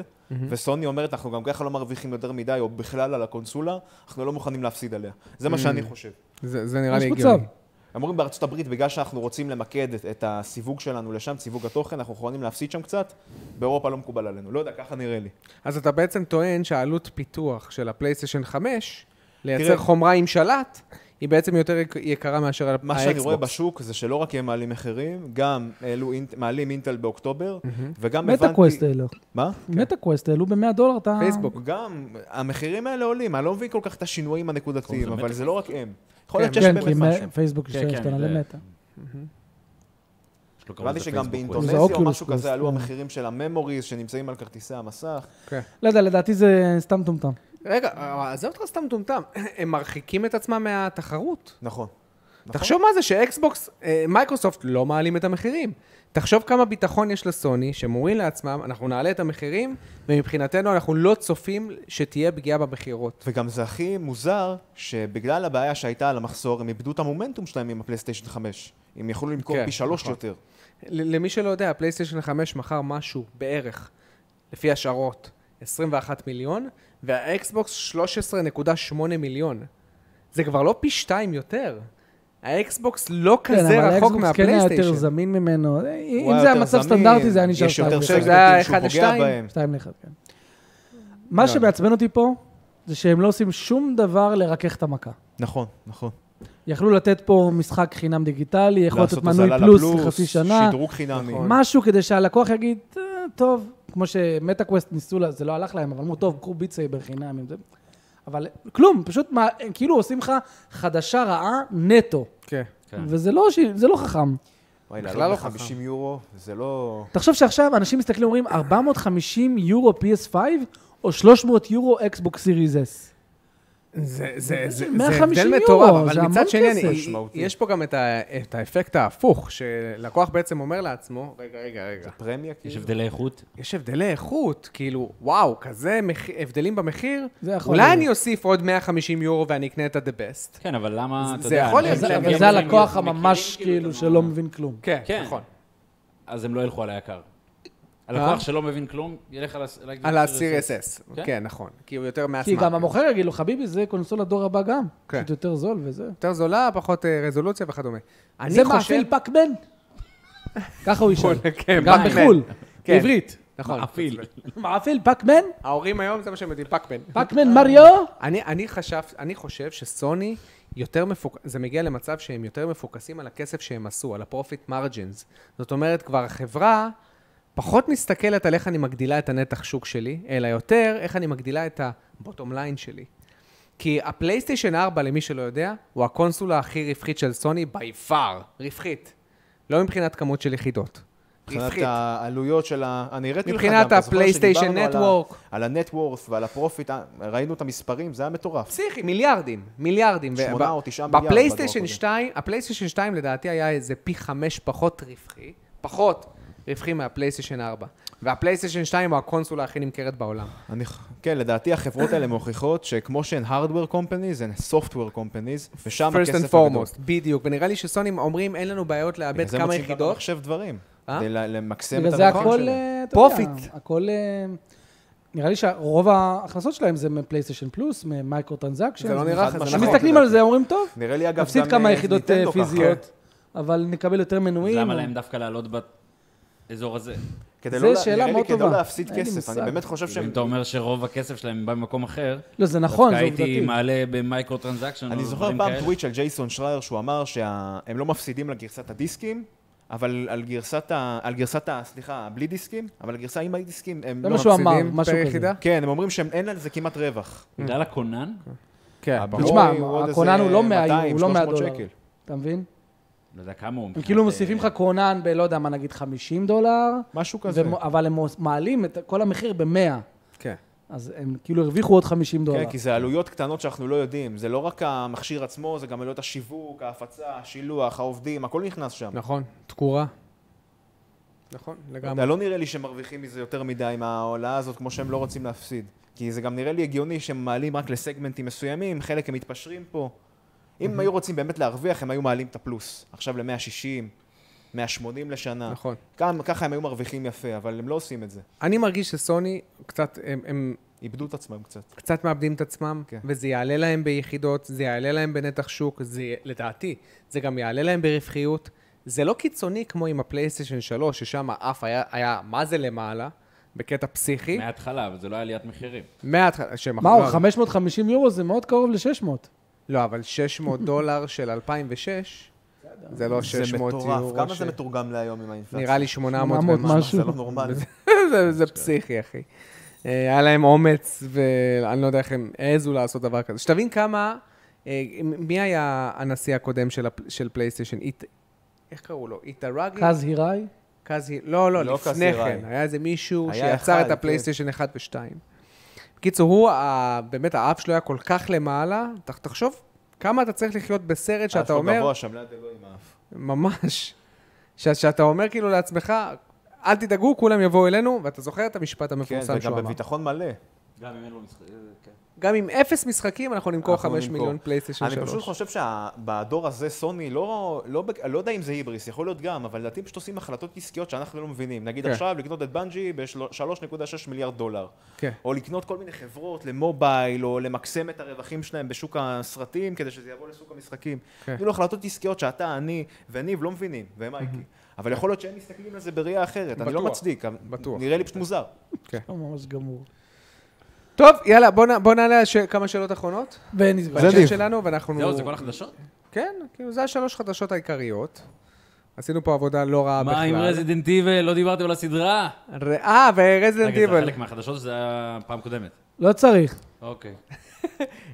[SPEAKER 4] וסוני אומרת, אנחנו גם ככה לא מרוויחים יותר מדי, או בכלל על הקונסולה, אנחנו לא מוכנים להפסיד עליה. זה מה שאני חושב.
[SPEAKER 1] זה זה נראה לי
[SPEAKER 2] יש פה
[SPEAKER 1] הגיוני.
[SPEAKER 2] צו.
[SPEAKER 4] אמורים בארצות הברית, בגלל שאנחנו רוצים למקד את- את הסיווג שלנו לשם, סיווג התוכן, אנחנו יכולים להפסיד שם קצת, באירופה לא מקובל עלינו. לא יודע, ככה נראה לי.
[SPEAKER 1] אז אתה בעצם טוען שהעלות פיתוח של הפלייסטיישן 5 לייצר
[SPEAKER 4] תראה-
[SPEAKER 1] חומרה עם שלט, היא בעצם יותר יק- יקרה מאשר ה-
[SPEAKER 4] מה שאני רואה
[SPEAKER 1] האקסבוקס.
[SPEAKER 4] בשוק זה שלא רק הם מעלים מחירים, גם העלו אינט- מעלים אינטל באוקטובר, וגם הבנתי...
[SPEAKER 2] מטה קווסט האלו.
[SPEAKER 4] מה?
[SPEAKER 2] מטה קווסט העלו ב-100 דולר כן, את ה...
[SPEAKER 1] פייסבוק.
[SPEAKER 4] גם, המחירים האלה עולים, אני לא מבין כל כך את השינויים הנקודתיים,
[SPEAKER 3] זה
[SPEAKER 4] אבל
[SPEAKER 3] מטה
[SPEAKER 4] זה לא רק הם. יכול להיות
[SPEAKER 1] כן,
[SPEAKER 4] שיש
[SPEAKER 2] כן, כי
[SPEAKER 4] באמת
[SPEAKER 2] מ-
[SPEAKER 4] משהו.
[SPEAKER 2] פייסבוק
[SPEAKER 3] כן,
[SPEAKER 2] יושב
[SPEAKER 3] כן,
[SPEAKER 2] שאתה
[SPEAKER 3] זה-
[SPEAKER 2] למטה.
[SPEAKER 3] יש לו קרוב
[SPEAKER 4] הבנתי
[SPEAKER 3] לא לזה
[SPEAKER 4] שגם
[SPEAKER 3] פייסבוק,
[SPEAKER 4] באינטונזיה
[SPEAKER 2] זה
[SPEAKER 4] או
[SPEAKER 2] Oculus
[SPEAKER 4] משהו
[SPEAKER 2] Quest,
[SPEAKER 4] כזה עלו
[SPEAKER 2] כן.
[SPEAKER 4] המחירים של הממוריז שנמצאים על כרטיסי המסך.
[SPEAKER 2] לא יודע, לדעתי זה סתם טומטם.
[SPEAKER 1] כן. רגע, אה, עזוב אותך סתם טומטם, הם מרחיקים את עצמם מהתחרות.
[SPEAKER 4] נכון.
[SPEAKER 1] תחשוב מה זה שאקסבוקס, אה, מייקרוסופט לא מעלים את המחירים. תחשוב כמה ביטחון יש לסוני, שהם אומרים לעצמם, אנחנו נעלה את המחירים, ומבחינתנו אנחנו לא צופים שתהיה פגיעה במכירות.
[SPEAKER 4] וגם זה הכי מוזר, שבגלל הבעיה שהייתה על המחסור, הם איבדו את המומנטום שלהם עם הפלייסטיישן 5. הם יכלו למכור
[SPEAKER 1] כן,
[SPEAKER 4] פי שלוש
[SPEAKER 1] נכון.
[SPEAKER 4] יותר.
[SPEAKER 1] ל- למי שלא יודע, הפלייסטיישן 5 מכר משהו בערך, לפי השערות, 21 מיליון, והאקסבוקס 13.8 מיליון. זה כבר לא פי שתיים יותר. האקסבוקס לא
[SPEAKER 2] כן,
[SPEAKER 1] כזה
[SPEAKER 2] אבל
[SPEAKER 1] רחוק
[SPEAKER 2] האקסבוקס כן היה יותר
[SPEAKER 1] מהפלייסטיישן.
[SPEAKER 2] זמין ממנו.
[SPEAKER 4] הוא
[SPEAKER 2] אם
[SPEAKER 4] היה
[SPEAKER 2] זה
[SPEAKER 4] יותר
[SPEAKER 2] המצב
[SPEAKER 4] זמין,
[SPEAKER 2] סטנדרטי, זה היה נשאר
[SPEAKER 4] יש יותר לא,
[SPEAKER 1] שזה
[SPEAKER 2] שתיים
[SPEAKER 1] זה היה
[SPEAKER 4] סגמנטים
[SPEAKER 1] אחד
[SPEAKER 4] שהוא פוגע
[SPEAKER 1] לשתיים.
[SPEAKER 4] בהם.
[SPEAKER 2] שתיים לאחד, כן. מה שמעצבן אותי פה, זה שהם לא עושים שום דבר לרכך את המכה.
[SPEAKER 4] נכון, נכון.
[SPEAKER 2] יכלו לתת פה משחק חינם דיגיטלי, יכלו לתת
[SPEAKER 4] לעשות
[SPEAKER 2] מנוי
[SPEAKER 4] הוזלה
[SPEAKER 2] פלוס
[SPEAKER 4] לפלוס,
[SPEAKER 2] חצי שנה,
[SPEAKER 4] שדרוג חינמי.
[SPEAKER 1] נכון.
[SPEAKER 2] משהו כדי שהלקוח יגיד, "אה, טוב, כמו שמטה קווסט ניסו, לה- זה לא הלך להם, אבל אמרו, טוב, קחו ביט סייבר חינם עם זה. אבל כלום, פשוט מה- הם כאילו עושים לך חדשה רעה נטו,
[SPEAKER 1] כן.
[SPEAKER 3] כן.
[SPEAKER 2] וזה לא, ש- זה לא חכם.
[SPEAKER 4] וואי,
[SPEAKER 1] בכלל
[SPEAKER 4] לעלות
[SPEAKER 1] לא חכם.
[SPEAKER 4] ב-50 יורו, זה לא...
[SPEAKER 2] תחשוב שעכשיו אנשים מסתכלים ואומרים, 450 יורו PS5 או 300 יורו Xbox Series S.
[SPEAKER 1] זה, זה, זה, זה
[SPEAKER 2] 150
[SPEAKER 1] הבדל
[SPEAKER 2] יורו,
[SPEAKER 1] מטורף, אבל
[SPEAKER 2] זה המון
[SPEAKER 1] מצד שני, אני,
[SPEAKER 2] כסף.
[SPEAKER 4] משמעותי.
[SPEAKER 1] יש פה גם את, ה, את האפקט ההפוך, שלקוח בעצם אומר לעצמו, רגע, רגע, רגע,
[SPEAKER 4] פרמיה
[SPEAKER 3] יש
[SPEAKER 4] כאילו?
[SPEAKER 3] הבדלי איכות?
[SPEAKER 1] יש הבדלי איכות, כאילו, וואו, כזה מח... הבדלים במחיר,
[SPEAKER 2] זה יכול
[SPEAKER 1] אולי
[SPEAKER 2] להיות.
[SPEAKER 1] אני אוסיף עוד 150 יורו ואני אקנה את ה-the best.
[SPEAKER 3] כן, אבל למה, אתה
[SPEAKER 1] זה
[SPEAKER 3] יודע...
[SPEAKER 1] יכול
[SPEAKER 3] אנשים
[SPEAKER 5] כן
[SPEAKER 1] להיות,
[SPEAKER 2] אבל
[SPEAKER 1] אבל
[SPEAKER 3] שמגיעים
[SPEAKER 2] זה
[SPEAKER 3] לזה,
[SPEAKER 2] הלקוח
[SPEAKER 3] מכירים
[SPEAKER 2] הממש
[SPEAKER 3] כאילו את
[SPEAKER 2] כאילו
[SPEAKER 3] ה-
[SPEAKER 2] שלא מבין כלום.
[SPEAKER 1] כן,
[SPEAKER 3] כן.
[SPEAKER 1] נכון.
[SPEAKER 3] אז הם לא ילכו על היקר. הלקוח שלא מבין כלום, ילך על ה...
[SPEAKER 1] על ה-Series S,
[SPEAKER 3] כן?
[SPEAKER 1] כן, נכון. כי הוא יותר
[SPEAKER 2] כי
[SPEAKER 1] מעצמם.
[SPEAKER 2] גם המוכר יגיד לו, חביבי, זה קונסול הדור הבא גם.
[SPEAKER 1] כן.
[SPEAKER 2] פשוט יותר זול וזה.
[SPEAKER 1] יותר זולה, פחות אה, רזולוציה וכדומה. אני
[SPEAKER 2] זה
[SPEAKER 1] חושב...
[SPEAKER 2] מאפיל פאקמן? ככה הוא ישאל.
[SPEAKER 1] כן,
[SPEAKER 2] גם
[SPEAKER 1] פאקמן.
[SPEAKER 2] בחו"ל,
[SPEAKER 1] כן.
[SPEAKER 2] בעברית.
[SPEAKER 1] נכון.
[SPEAKER 3] אפילו.
[SPEAKER 2] מאפיל פאקמן?
[SPEAKER 1] ההורים היום זה מה שהם יודעים, פאקמן.
[SPEAKER 2] פאקמן מריו?
[SPEAKER 1] אני, אני, חשב, אני חושב שסוני יותר מפוק... זה מגיע למצב שהם יותר מפוקסים על הכסף שהם עשו, על הפרופיט מרג'ינס. זאת אומרת, כבר החברה פחות מסתכלת על איך אני מגדילה את הנתח שוק שלי, אלא יותר איך אני מגדילה את הבוטום ליין שלי. כי הפלייסטיישן 4, למי שלא יודע, הוא הקונסולה הכי רווחית של סוני by far, רווחית. לא מבחינת כמות של יחידות.
[SPEAKER 4] מבחינת
[SPEAKER 1] רווחית.
[SPEAKER 4] העלויות של ה... אני הראתי לך גם,
[SPEAKER 1] מבחינת
[SPEAKER 4] אתה זוכר
[SPEAKER 1] הפלייסטיישן
[SPEAKER 4] שדיברנו על ה-
[SPEAKER 1] נטוורק.
[SPEAKER 4] על הנטוורס ועל הפרופיט, אה, ראינו את המספרים, זה היה מטורף.
[SPEAKER 1] פסיכי, מיליארדים, מיליארדים.
[SPEAKER 4] שמונה
[SPEAKER 1] וב-
[SPEAKER 4] או תשעה מיליארד בדור
[SPEAKER 1] בפלייסטיישן
[SPEAKER 4] הקודם.
[SPEAKER 1] 2, הפלייסטיישן 2 לדעתי היה איזה פי חמש פחות רווחי, פחות רווחי מהפלייסטיישן 4. והפלייסטיישן 2 הוא הקונסולה הכי נמכרת בעולם.
[SPEAKER 4] אני... ח- כן, לדעתי החברות האלה מוכיחות שכמו שהן hardware companies, הן software companies, ושם
[SPEAKER 1] First
[SPEAKER 4] הכסף
[SPEAKER 1] and
[SPEAKER 4] הגדול.
[SPEAKER 1] foremost, בדיוק. ונראה לי שסונים אומרים, אין לנו בעיות
[SPEAKER 4] בגלל
[SPEAKER 1] לאבד
[SPEAKER 4] זה
[SPEAKER 1] כמה
[SPEAKER 4] מוצאים גם
[SPEAKER 1] יחידות.
[SPEAKER 4] במחשב דברים,
[SPEAKER 1] אה?
[SPEAKER 4] כדי ל- למקסם את
[SPEAKER 2] בגלל זה
[SPEAKER 4] הרווחים
[SPEAKER 2] הכל,
[SPEAKER 4] שלהם.
[SPEAKER 2] אה, אתה יודע,
[SPEAKER 1] נכון. Profit.
[SPEAKER 2] הכל... אה, נראה לי שרוב ההכנסות שלהם זה מפלייסטיישן פלוס, ממייקרו טרנזקשן.
[SPEAKER 1] זה לא נראה לך,
[SPEAKER 4] חד
[SPEAKER 1] זה
[SPEAKER 4] משמעית.
[SPEAKER 1] נכון.
[SPEAKER 2] כשמסתכלים על זה, אומרים, טוב,
[SPEAKER 4] נראה לי אגב
[SPEAKER 2] נפסיד
[SPEAKER 4] גם
[SPEAKER 2] כמה
[SPEAKER 4] אה,
[SPEAKER 2] יחידות
[SPEAKER 4] ניטנדו
[SPEAKER 2] אה,
[SPEAKER 4] ככה.
[SPEAKER 2] פיזיות, אבל נקבל יותר
[SPEAKER 3] אז
[SPEAKER 2] מנויים.
[SPEAKER 3] למה
[SPEAKER 2] או-
[SPEAKER 3] להם דווקא לעלות באזור הזה?
[SPEAKER 4] כדי
[SPEAKER 2] זה
[SPEAKER 4] לא לה-
[SPEAKER 2] שאלה
[SPEAKER 4] נראה לי
[SPEAKER 2] מאוד
[SPEAKER 4] כדי
[SPEAKER 2] טובה.
[SPEAKER 4] לא להפסיד
[SPEAKER 2] אין לי
[SPEAKER 4] כסף,
[SPEAKER 2] מושג.
[SPEAKER 4] אני באמת חושב
[SPEAKER 3] אם
[SPEAKER 4] שהם...
[SPEAKER 3] אתה אומר שרוב הכסף שלהם בא ממקום אחר,
[SPEAKER 2] לא, זה נכון, זה
[SPEAKER 3] דווקא הייתי
[SPEAKER 2] עובדתי.
[SPEAKER 3] מעלה במייקרו טרנזקשן
[SPEAKER 4] אני
[SPEAKER 3] או
[SPEAKER 4] זוכר
[SPEAKER 3] דברים
[SPEAKER 4] פעם
[SPEAKER 3] כאלה.
[SPEAKER 4] טוויט של ג'ייסון שרייר שהוא אמר שהם לא מפסידים על גרסת הדיסקים, אבל על גרסת ה... על גרסת ה... סליחה, בלי דיסקים, אבל הגרסה עם הדיסקים הם
[SPEAKER 2] זה
[SPEAKER 4] לא...
[SPEAKER 2] מה שהוא אמר,
[SPEAKER 1] מפסידים
[SPEAKER 2] משהו
[SPEAKER 1] פר
[SPEAKER 2] כזה.
[SPEAKER 1] יחידה?
[SPEAKER 4] כן, הם אומרים שאין על זה כמעט רווח.
[SPEAKER 3] בגלל הקונן?
[SPEAKER 1] כן,
[SPEAKER 4] הברור
[SPEAKER 1] ברור.
[SPEAKER 2] תשמע,
[SPEAKER 4] הוא עוד איזה
[SPEAKER 2] הקונן הוא לא 100 יורו,
[SPEAKER 4] 200,
[SPEAKER 2] הוא לא 100
[SPEAKER 4] 300
[SPEAKER 2] דולר.
[SPEAKER 4] שקל.
[SPEAKER 2] אתה מבין?
[SPEAKER 3] לא יודע כמה הוא.
[SPEAKER 2] הם כאילו
[SPEAKER 3] מבחינת,
[SPEAKER 2] מוסיפים לך
[SPEAKER 3] אה,
[SPEAKER 2] קרונן בלא יודע מה, נגיד 50 דולר,
[SPEAKER 4] משהו כזה.
[SPEAKER 2] ומו- אבל הם מוס- מעלים את כל המחיר ב-100.
[SPEAKER 1] כן.
[SPEAKER 2] אז הם כאילו הרוויחו עוד 50 דולר.
[SPEAKER 4] כן, כי זה עלויות קטנות שאנחנו לא יודעים. זה לא רק המכשיר עצמו, זה גם עלויות השיווק, ההפצה, השילוח, העובדים, הכל נכנס שם.
[SPEAKER 1] נכון, תקורה. נכון, לגמרי.
[SPEAKER 4] אתה לא נראה לי שהם מרוויחים מזה יותר מדי עם ההעלאה הזאת, כמו שהם לא רוצים להפסיד. כי זה גם נראה לי הגיוני שהם מעלים רק לסגמנטים מסוימים, חלק הם מתפשרים פה. אם הם היו רוצים באמת להרוויח, הם היו מעלים את הפלוס. עכשיו ל-160, 180 לשנה.
[SPEAKER 1] נכון.
[SPEAKER 4] גם ככה הם היו מרוויחים יפה, אבל הם לא עושים את זה.
[SPEAKER 1] אני מרגיש שסוני קצת, הם- הם
[SPEAKER 4] איבדו את עצמם קצת.
[SPEAKER 1] קצת מאבדים את עצמם,
[SPEAKER 4] כן.
[SPEAKER 1] כן. וזה יעלה להם ביחידות, זה יעלה להם בנתח שוק, זה, לדעתי, זה גם יעלה להם ברווחיות. זה לא קיצוני כמו עם הפלייסטיישן 3, ששם האף היה, היה מה זה למעלה, בקטע פסיכי.
[SPEAKER 3] מההתחלה, אבל זה לא היה עליית מחירים.
[SPEAKER 1] מההתחלה, שמח-
[SPEAKER 2] מה,
[SPEAKER 1] לא,
[SPEAKER 2] 550 יורו זה מאוד קרוב ל-600.
[SPEAKER 1] לא, אבל 600 דולר של 2006, זה לא 600 יורו.
[SPEAKER 7] כמה זה
[SPEAKER 1] ש-
[SPEAKER 7] מתורגם להיום עם האינפלציה?
[SPEAKER 1] נראה לי
[SPEAKER 4] לא,
[SPEAKER 1] 800
[SPEAKER 2] 800
[SPEAKER 1] ומשהו.
[SPEAKER 2] משהו.
[SPEAKER 7] זה לא נורמלי. כן,
[SPEAKER 1] זה- זה פסיכי, אחי. אה, היה להם אומץ, ואני לא יודע איך הם העזו לעשות דבר כזה. שתבין כמה... אה, מ- מי היה הנשיא הקודם של הפ- של פלייסטיישן? אית- איך קראו לו? איתרגי?
[SPEAKER 2] קאז היראי.
[SPEAKER 1] קזי, לא, לא,
[SPEAKER 7] לא
[SPEAKER 1] לפני
[SPEAKER 7] קזיראי.
[SPEAKER 1] כן. היה איזה מישהו
[SPEAKER 7] היה
[SPEAKER 1] שיצר
[SPEAKER 7] אחד, כן.
[SPEAKER 1] את הפלייסטיישן 1 ו-2. בקיצור, הוא, ה- באמת, האף שלו היה כל כך למעלה, ת- תחשוב כמה אתה צריך לחיות בסרט שאתה אומר,
[SPEAKER 4] גבוה שם ליד אלוהים האף.
[SPEAKER 1] ממש, ש- שאתה אומר כאילו לעצמך, אל תדאגו, כולם יבואו אלינו, ואתה זוכר את המשפט
[SPEAKER 7] כן,
[SPEAKER 1] המפורסם
[SPEAKER 7] וגם
[SPEAKER 1] שהוא אמר.
[SPEAKER 7] בביטחון מלא.
[SPEAKER 3] גם אם אין לו משחק... כן.
[SPEAKER 1] גם עם אפס משחקים, אנחנו נמכור
[SPEAKER 7] אנחנו
[SPEAKER 1] 5
[SPEAKER 7] נמכור.
[SPEAKER 1] מיליון פלייסטיישן
[SPEAKER 7] אני פשוט
[SPEAKER 1] 3.
[SPEAKER 7] חושב שבדור הזה סוני לא, לא, בק- לא יודע אם זה היבריס, יכול להיות גם, אבל לדעתי פשוט עושים החלטות עסקיות שאנחנו לא מבינים. נגיד
[SPEAKER 1] כן.
[SPEAKER 7] עכשיו לקנות את בנג'י ב-3.6 מיליארד דולר.
[SPEAKER 1] כן.
[SPEAKER 7] או לקנות כל מיני חברות למובייל, או למקסם את הרווחים שלהם בשוק הסרטים, כדי שזה יבוא לשוק המשחקים.
[SPEAKER 1] כן.
[SPEAKER 7] כאילו החלטות עסקיות שאתה, אני וניב לא מבינים, ומייקי. אבל יכול להיות שהם מסתכלים על זה בראייה אחרת, אני לא
[SPEAKER 1] בטוח.
[SPEAKER 7] מצדיק, אבל
[SPEAKER 1] בטוח.
[SPEAKER 7] נראה לי פשוט מוזר.
[SPEAKER 2] לא, ממש גמור.
[SPEAKER 1] טוב, יאללה, בוא נ- בוא נעלה על ש- כמה שאלות אחרונות.
[SPEAKER 2] ונסגר.
[SPEAKER 1] בצ'אט שלנו, ואנחנו...
[SPEAKER 3] זהו, זה כל החדשות?
[SPEAKER 1] כן, כאילו, זה השלוש חדשות העיקריות. עשינו פה עבודה לא רעה בכלל.
[SPEAKER 3] מה עם רזידנט איבל? לא דיברתם על הסדרה?
[SPEAKER 1] ר- אה, ורזידנט
[SPEAKER 3] רגע, זה
[SPEAKER 1] איבל.
[SPEAKER 3] חלק מהחדשות, זה היה פעם קודמת.
[SPEAKER 2] לא צריך.
[SPEAKER 3] אוקיי.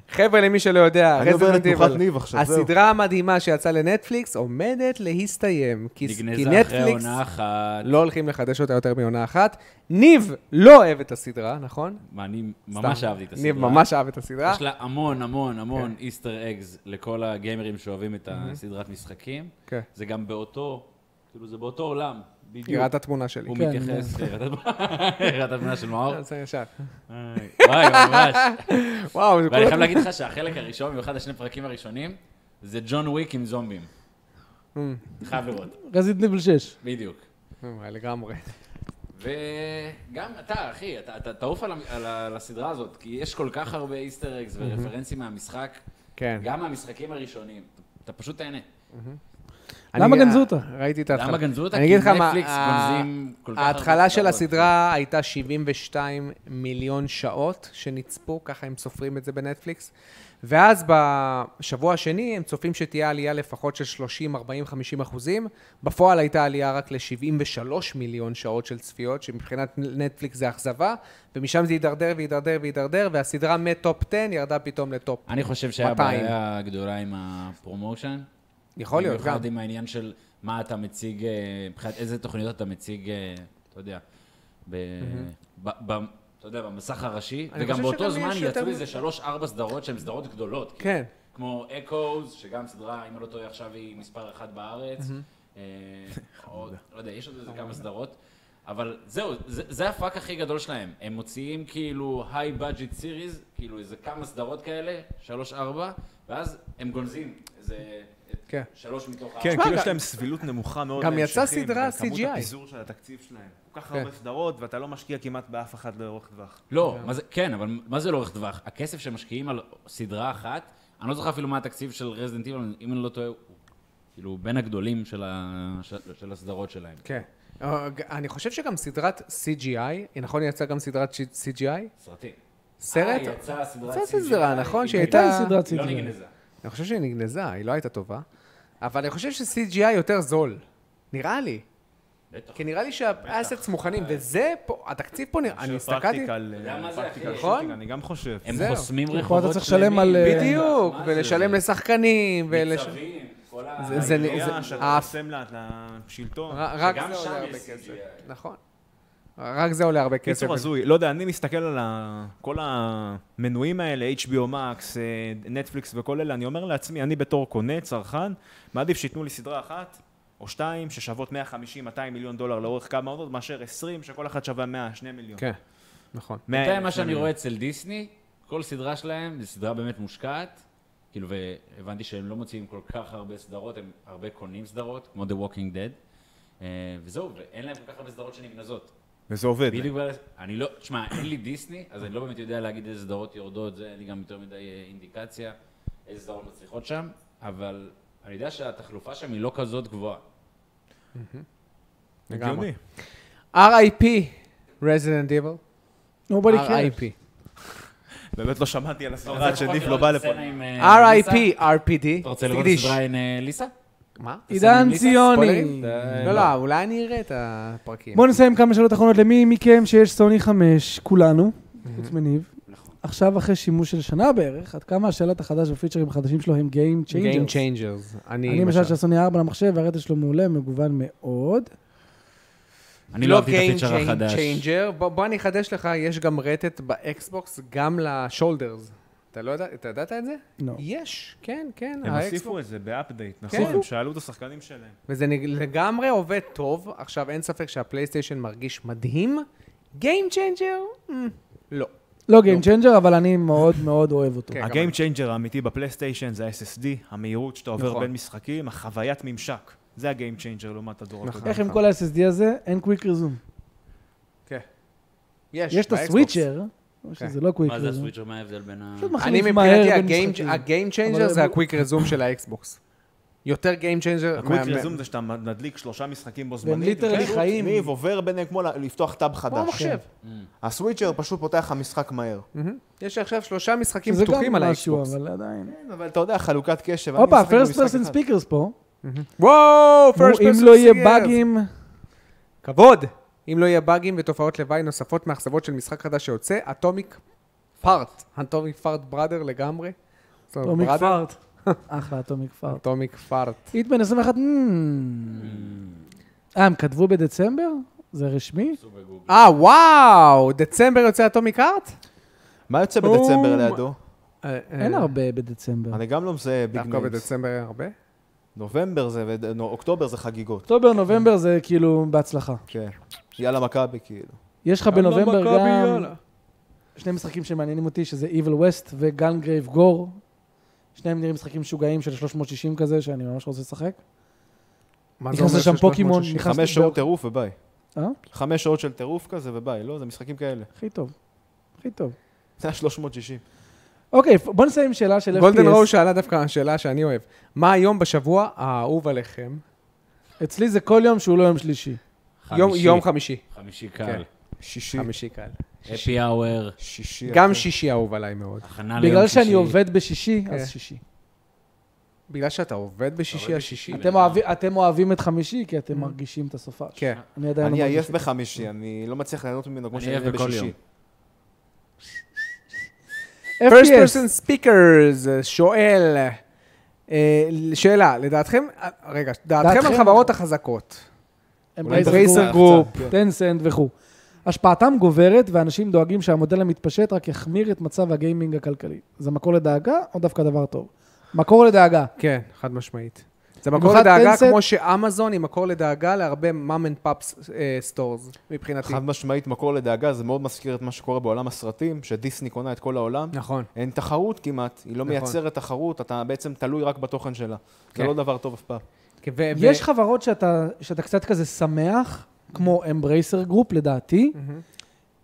[SPEAKER 1] חבר'ה, למי שלא יודע,
[SPEAKER 4] אני עובר
[SPEAKER 1] רזידנט
[SPEAKER 4] לתנוחת
[SPEAKER 1] איבל.
[SPEAKER 4] ניב עכשיו, זהו.
[SPEAKER 1] הסדרה המדהימה שיצאה לנטפליקס עומדת להסתיים. כי כי
[SPEAKER 3] נגנזה אחרי
[SPEAKER 1] נטפליקס
[SPEAKER 3] עונה אחת.
[SPEAKER 1] לא הולכים לחדש אותה יותר מעונה אחת. ניב לא אוהב את הסדרה, נכון?
[SPEAKER 3] מה, אני ממש
[SPEAKER 1] סתם.
[SPEAKER 3] אהבתי את הסדרה.
[SPEAKER 1] ניב ממש אהב את הסדרה.
[SPEAKER 3] יש לה המון המון המון
[SPEAKER 1] כן.
[SPEAKER 3] איסטר אגז לכל הגיימרים שאוהבים את הסדרת משחקים.
[SPEAKER 1] כן.
[SPEAKER 3] זה גם באותו, כאילו זה באותו עולם, בדיוק.
[SPEAKER 1] הראה את התמונה שלי.
[SPEAKER 3] הוא
[SPEAKER 2] כן,
[SPEAKER 3] מתייחס, הראה את התמונה של מאור.
[SPEAKER 1] אז זה ישר.
[SPEAKER 3] וואי, ממש.
[SPEAKER 1] וואו, זה
[SPEAKER 3] ואני
[SPEAKER 1] כל...
[SPEAKER 3] חייב להגיד לך שהחלק הראשון, במיוחד השני פרקים הראשונים, זה ג'ון וויק עם זומבים.
[SPEAKER 1] Mm.
[SPEAKER 3] חייב לראות,
[SPEAKER 2] רזיד ניבל 6.
[SPEAKER 3] בדיוק.
[SPEAKER 1] אה, לגמרי.
[SPEAKER 3] וגם אתה, אחי, אתה, אתה תעוף על, המ- על, ה- על הסדרה הזאת, כי יש כל כך הרבה איסטר אקס ורפרנסים מהמשחק,
[SPEAKER 1] כן.
[SPEAKER 3] גם מהמשחקים הראשונים. אתה, אתה פשוט תהנה.
[SPEAKER 2] למה
[SPEAKER 1] אני- אה,
[SPEAKER 2] גנזו אותה?
[SPEAKER 1] ראיתי את ההתחלה.
[SPEAKER 3] למה גנזו אותה?
[SPEAKER 1] אני
[SPEAKER 3] כי
[SPEAKER 1] אגיד לך מה, אה,
[SPEAKER 3] נטפליקס
[SPEAKER 1] ה-
[SPEAKER 3] גונזים כל כך הרבה כן.
[SPEAKER 1] ההתחלה של
[SPEAKER 3] סדרות.
[SPEAKER 1] הסדרה הייתה 72 מיליון שעות שנצפו, ככה הם סופרים את זה בנטפליקס. ואז בשבוע השני הם צופים שתהיה עלייה לפחות של 30, 40, 50 אחוזים. בפועל הייתה עלייה רק ל-73 מיליון שעות של צפיות, שמבחינת נטפליקס זה אכזבה, ומשם זה הידרדר והידרדר והידרדר, והסדרה מטופ 10 ירדה פתאום לטופ.
[SPEAKER 3] אני חושב שהיה
[SPEAKER 1] 200.
[SPEAKER 3] בעיה גדולה עם הפרומושן.
[SPEAKER 1] יכול להיות גם.
[SPEAKER 3] במיוחד עם העניין של מה אתה מציג, אה, מבחינת איזה תוכניות אתה מציג, אה, אתה יודע, ב... ב- ב- אתה יודע, במסך הראשי,
[SPEAKER 1] אני
[SPEAKER 3] וגם
[SPEAKER 1] חושב
[SPEAKER 3] באותו
[SPEAKER 1] שגם
[SPEAKER 3] זמן
[SPEAKER 1] יש יותר
[SPEAKER 3] יצאו
[SPEAKER 1] מ-
[SPEAKER 3] איזה שלוש-ארבע סדרות שהן סדרות גדולות. כאילו.
[SPEAKER 1] כן.
[SPEAKER 3] כמו אקוז, שגם סדרה, אם אני לא טועה עכשיו, היא מספר אחת בארץ. אה, עוד- לא יודע, יש עוד איזה כמה סדרות. אבל זהו, זה זה הפאק הכי גדול שלהם. הם מוציאים כאילו high budget series, כאילו איזה כמה סדרות כאלה, שלוש, ארבע, ואז הם גונזים איזה את
[SPEAKER 1] כן.
[SPEAKER 3] שלוש מתוך ארבע.
[SPEAKER 5] כן,
[SPEAKER 1] תשמע,
[SPEAKER 5] כאילו
[SPEAKER 1] גם-
[SPEAKER 5] יש להם סבילות נמוכה מאוד.
[SPEAKER 1] גם יצאה
[SPEAKER 5] להמשכים,
[SPEAKER 1] סדרה
[SPEAKER 5] וכמות
[SPEAKER 1] CGI.
[SPEAKER 5] הפיזור של התקציב שלהם. כל כך
[SPEAKER 1] כן.
[SPEAKER 5] הרבה סדרות, ואתה לא משקיע כמעט באף אחד לאורך טווח.
[SPEAKER 3] לא, מה זה, כן, אבל מה זה לאורך טווח? הכסף שמשקיעים על סדרה אחת, אני לא זוכר אפילו מה התקציב של רזדנט איבל, אם אני לא טועה, הוא כאילו בין הגדולים של ה- של- של הסדרות שלהם.
[SPEAKER 1] כן. אה, ג- אני חושב שגם סדרת CGI, נכון, יצאה גם סדרת CGI?
[SPEAKER 3] סרטים.
[SPEAKER 1] סרט?
[SPEAKER 3] אה, יצאה סדרת
[SPEAKER 1] יצאה
[SPEAKER 3] CGI,
[SPEAKER 1] סדרה, נכון,
[SPEAKER 3] היא
[SPEAKER 1] שהיא
[SPEAKER 3] הייתה-
[SPEAKER 1] הייתה-
[SPEAKER 2] הייתה סדרת
[SPEAKER 3] היא לא
[SPEAKER 2] CGI.
[SPEAKER 3] נגנזה.
[SPEAKER 1] אני חושב שהיא נגנזה, היא לא הייתה טובה. אבל אני חושב ש-CGI יותר זול. נראה לי.
[SPEAKER 3] בטח.
[SPEAKER 1] כי נראה לי שהאסטס מוכנים, וזה פה, התקציב פה נראה, אני הסתכלתי...
[SPEAKER 3] אתה יודע מה זה, אחי?
[SPEAKER 1] נכון?
[SPEAKER 5] אה, אני גם חושב.
[SPEAKER 3] הם
[SPEAKER 1] זהו.
[SPEAKER 3] חוסמים
[SPEAKER 2] פה אתה
[SPEAKER 3] רחובות
[SPEAKER 2] צריך לשלם על, אה,
[SPEAKER 1] בדיוק,
[SPEAKER 3] מה זה?
[SPEAKER 1] ולשלם לשחקנים, ולשלם...
[SPEAKER 3] ניצבים, כל ה...
[SPEAKER 1] זה- זה-
[SPEAKER 5] היה
[SPEAKER 1] זה-
[SPEAKER 5] שאתה
[SPEAKER 1] אה,
[SPEAKER 5] עושה לה לשלטון.
[SPEAKER 1] רק
[SPEAKER 3] שגם
[SPEAKER 1] זה
[SPEAKER 3] שם
[SPEAKER 1] עולה
[SPEAKER 3] יש
[SPEAKER 1] הרבה
[SPEAKER 3] CGI.
[SPEAKER 1] כסף. נכון. רק זה עולה הרבה כסף.
[SPEAKER 5] קיצור הזוי, לא יודע, אני מסתכל על ה- כל המנויים האלה, HBO Max, אה, נטפליקס וכל אלה, אני אומר לעצמי, אני בתור קונה, צרכן, מעדיף שייתנו לי סדרה אחת או שתיים ששוות 150-200 מיליון דולר לאורך כמה עונות, מאשר 20 שכל אחת שווה 100, 2 מיליון.
[SPEAKER 1] כן, נכון.
[SPEAKER 5] מאה
[SPEAKER 3] אתה יודע,
[SPEAKER 5] אלף,
[SPEAKER 3] מה
[SPEAKER 5] שני
[SPEAKER 3] שאני
[SPEAKER 5] מיליון.
[SPEAKER 3] רואה אצל דיסני, כל סדרה שלהם, זו סדרה באמת מושקעת. כאילו, והבנתי שהם לא מוציאים כל כך הרבה סדרות, הם הרבה קונים סדרות, כמו The Walking Dead. אה, וזהו, ואין להם כל כך הרבה סדרות שנגנזות.
[SPEAKER 5] וזה עובד.
[SPEAKER 3] בדיוק בגלל... אני לא... תשמע, אין לי דיסני, אז אני לא באמת יודע להגיד איזה סדרות יורדות, זה אין לי גם יותר מדי אה, אינדיקציה, איזה סדרות מצליחות שם, אבל אני יודע שהתחלופה שם היא לא כזאת גבוהה.
[SPEAKER 1] לגמרי.
[SPEAKER 5] הגיוני.
[SPEAKER 1] R.I.P. Resident Evil,
[SPEAKER 2] Nobody cares.
[SPEAKER 1] R.I.P.
[SPEAKER 3] באמת לא שמעתי על הסרט שניף לא בא לפה. אה,
[SPEAKER 1] R.I.P. R.P.D.
[SPEAKER 5] אתה רוצה לראות
[SPEAKER 1] תקדיש.
[SPEAKER 5] סדרה עם אה, ליסה?
[SPEAKER 1] מה?
[SPEAKER 2] עידן
[SPEAKER 5] ליסה?
[SPEAKER 2] ציוני.
[SPEAKER 1] ספוילרים? לא, לא, אולי אני אראה את הפרקים.
[SPEAKER 2] בואו נסיים כמה שאלות אחרונות למי מכם שיש סוני 5, כולנו, חוץ מניב. עכשיו אחרי שימוש של שנה בערך, עד כמה השלט החדש והפיצ'רים החדשים שלו הם Game
[SPEAKER 1] Game
[SPEAKER 2] Changers.
[SPEAKER 1] Changers. אני
[SPEAKER 2] אני למשל
[SPEAKER 1] למשל...
[SPEAKER 2] של סוני 4 למחשב, והרטט שלו מעולה, מגוון מאוד.
[SPEAKER 5] אני לא אהבתי את הפיצ'ר
[SPEAKER 1] Game
[SPEAKER 5] החדש.
[SPEAKER 1] Changer. בוא בוא אני אחדש לך, יש גם רטט באקסבוקס, גם לשולדרס. אתה לא יודע, אתה ידעת את זה?
[SPEAKER 2] לא.
[SPEAKER 1] יש, כן, כן,
[SPEAKER 3] הם
[SPEAKER 1] האקסבוקס.
[SPEAKER 3] הוסיפו את זה באפדייט,
[SPEAKER 1] כן.
[SPEAKER 3] נכון? הם שאלו את השחקנים שלהם.
[SPEAKER 1] וזה נג- לגמרי עובד טוב. עכשיו, אין ספק שהפלייסטיישן מרגיש מדהים. Game Changer? Mm, לא.
[SPEAKER 2] לא Game Changer, אבל אני מאוד מאוד אוהב אותו.
[SPEAKER 1] כן, גם
[SPEAKER 3] הגיים צ'יינג'ר האמיתי בפלייסטיישן זה ה-SSD, המהירות שאתה עובר
[SPEAKER 1] נכון.
[SPEAKER 3] בין משחקים, החוויית ממשק. זה הגיים צ'יינג'ר לעומת הדור
[SPEAKER 1] נכון.
[SPEAKER 3] הקודם.
[SPEAKER 2] איך עם כל ה-SSD הזה, אין קוויק ריזום.
[SPEAKER 1] יש,
[SPEAKER 2] יש את
[SPEAKER 1] באקסבוקס.
[SPEAKER 2] הסוויצ'ר, או
[SPEAKER 1] כן.
[SPEAKER 2] שזה לא קוויק
[SPEAKER 5] מה זה
[SPEAKER 2] ריזום.
[SPEAKER 5] הסוויצ'ר? מה ההבדל בין ה...
[SPEAKER 2] פשוט
[SPEAKER 1] אני
[SPEAKER 2] מחליף
[SPEAKER 1] מבחינתי,
[SPEAKER 2] מהר בין
[SPEAKER 1] הגיים-
[SPEAKER 2] משחקים.
[SPEAKER 1] הגיים
[SPEAKER 2] אבל-
[SPEAKER 1] צ'יינג'ר זה הקוויק רזום של האקסבוקס. יותר גיים צ'יינג'ר.
[SPEAKER 3] הקוויק ריזום זה שאתה מדליק שלושה משחקים בו
[SPEAKER 2] והם
[SPEAKER 3] זמנית.
[SPEAKER 2] ליטרלי
[SPEAKER 3] כן.
[SPEAKER 2] חיים.
[SPEAKER 4] ניב עובר ביניהם כמו ל- לפתוח טאב חדש. כן.
[SPEAKER 1] המחשב. כן.
[SPEAKER 4] הסוויצ'ר פשוט פותח לך משחק מהר.
[SPEAKER 1] יש לי עכשיו שלושה משחקים
[SPEAKER 2] זה
[SPEAKER 1] פתוחים
[SPEAKER 2] גם
[SPEAKER 1] על
[SPEAKER 2] משהו,
[SPEAKER 1] האקסבוקס. לא
[SPEAKER 2] אבל עדיין.
[SPEAKER 4] כן, אבל אתה יודע, חלוקת קשב. אני
[SPEAKER 2] הופה,
[SPEAKER 4] משחק
[SPEAKER 2] first
[SPEAKER 4] במשחק
[SPEAKER 2] person
[SPEAKER 4] אחד.
[SPEAKER 2] speakers פה.
[SPEAKER 1] וואו, first person
[SPEAKER 2] אם לא יהיה
[SPEAKER 1] CS.
[SPEAKER 2] באגים,
[SPEAKER 1] כבוד. אם לא יהיה באגים ותופעות לוואי נוספות מאכזבות של משחק חדש שיוצא, אטומיק פארט. אטומיק פארט בראדר לגמרי.
[SPEAKER 2] אטומיק פארט. אחלה, אטומיק פארט.
[SPEAKER 1] אטומיק פארט.
[SPEAKER 2] היטמן 21, מ, אה, הם כתבו בדצמבר? זה רשמי?
[SPEAKER 1] אה, וואו, דצמבר יוצא אטומיק ארט?
[SPEAKER 4] מה יוצא בדצמבר לידו?
[SPEAKER 1] אה.
[SPEAKER 2] אין הרבה בדצמבר.
[SPEAKER 4] אני גם לא מזהה ביג
[SPEAKER 1] כן. דווקא
[SPEAKER 4] ניימס.
[SPEAKER 1] בדצמבר אין הרבה?
[SPEAKER 4] נובמבר זה, וד- נו, אוקטובר זה חגיגות.
[SPEAKER 2] אוקטובר, נובמבר זה כאילו בהצלחה.
[SPEAKER 4] כן. יאללה מכבי, כאילו.
[SPEAKER 2] יש לך בנובמבר
[SPEAKER 1] לא מכבי,
[SPEAKER 2] גם
[SPEAKER 1] יאללה.
[SPEAKER 2] שני משחקים שמעניינים אותי, שזה Evil West וגנגרייב גור. שניהם נראים משחקים משוגעים של 360 כזה, שאני ממש רוצה לשחק.
[SPEAKER 1] מה זה
[SPEAKER 2] נכנס
[SPEAKER 1] אומר
[SPEAKER 2] לשם
[SPEAKER 1] שיש 360?
[SPEAKER 2] פוקימון, נכנס...
[SPEAKER 4] חמש שעות טירוף וביי.
[SPEAKER 2] אה?
[SPEAKER 4] חמש שעות של טירוף כזה וביי, לא? זה משחקים כאלה.
[SPEAKER 2] הכי טוב. הכי טוב.
[SPEAKER 4] זה היה 360.
[SPEAKER 2] אוקיי, בוא נסיים עם שאלה של FPS.
[SPEAKER 1] גולדן רואו שאלה דווקא שאלה שאני אוהב. מה היום בשבוע האהוב עליכם?
[SPEAKER 2] אצלי זה כל יום שהוא לא יום שלישי.
[SPEAKER 5] חמישי.
[SPEAKER 1] יום- יום חמישי.
[SPEAKER 5] חמישי קל.
[SPEAKER 4] שישי.
[SPEAKER 1] חמישי קל.
[SPEAKER 5] אפי האואר.
[SPEAKER 4] שישי.
[SPEAKER 1] גם
[SPEAKER 4] אחי.
[SPEAKER 1] שישי אהוב עליי מאוד.
[SPEAKER 5] הכנה ליום
[SPEAKER 2] בגלל
[SPEAKER 5] שישי.
[SPEAKER 2] שאני עובד בשישי,
[SPEAKER 1] כן.
[SPEAKER 2] אז שישי.
[SPEAKER 1] בגלל שאתה עובד בשישי השישי.
[SPEAKER 2] אתם אוהבים- אתם אוהבים את חמישי, כי אתם מרגישים את הסופה.
[SPEAKER 1] כן.
[SPEAKER 2] אני עדיין לא
[SPEAKER 4] אני עייף
[SPEAKER 2] מרגיש.
[SPEAKER 4] בחמישי, אני לא מצליח ליהנות ממנו כמו
[SPEAKER 5] אני
[SPEAKER 4] שאני
[SPEAKER 5] עייף
[SPEAKER 4] עייף
[SPEAKER 5] בכל
[SPEAKER 4] בשישי.
[SPEAKER 5] יום.
[SPEAKER 1] First
[SPEAKER 2] FPS,
[SPEAKER 1] person speakers שואל, אה, שאלה, לדעתכם, אה, רגע, דעתכם על
[SPEAKER 2] דעתכם?
[SPEAKER 1] חברות החזקות.
[SPEAKER 2] אמברייזר
[SPEAKER 1] Embracer
[SPEAKER 2] גרופ,
[SPEAKER 4] Group, כן.
[SPEAKER 2] טנסנט וכו'. השפעתם גוברת, ואנשים דואגים שהמודל המתפשט רק יחמיר את מצב הגיימינג הכלכלי. זה מקור לדאגה, או דווקא דבר טוב? מקור לדאגה.
[SPEAKER 1] כן, חד משמעית. זה מקור
[SPEAKER 2] במיוחד
[SPEAKER 1] לדאגה
[SPEAKER 2] Tencent.
[SPEAKER 1] כמו שאמזון היא מקור לדאגה להרבה מאם אנד פאפס סטורס, אה, מבחינתי.
[SPEAKER 5] נכון.
[SPEAKER 4] חד משמעית מקור לדאגה, זה מאוד מזכיר את מה שקורה בעולם הסרטים, שדיסני קונה את כל העולם.
[SPEAKER 1] נכון.
[SPEAKER 4] אין תחרות כמעט, היא לא
[SPEAKER 1] נכון.
[SPEAKER 4] מייצרת תחרות, אתה בעצם תלוי רק בתוכן שלה.
[SPEAKER 1] כן.
[SPEAKER 4] זה לא דבר טוב אף פעם.
[SPEAKER 1] כן, ו- ו-
[SPEAKER 2] יש חברות שאתה, שאתה קצת כזה שמח, כמו אמברייסר גרופ לדעתי,
[SPEAKER 1] מהמם.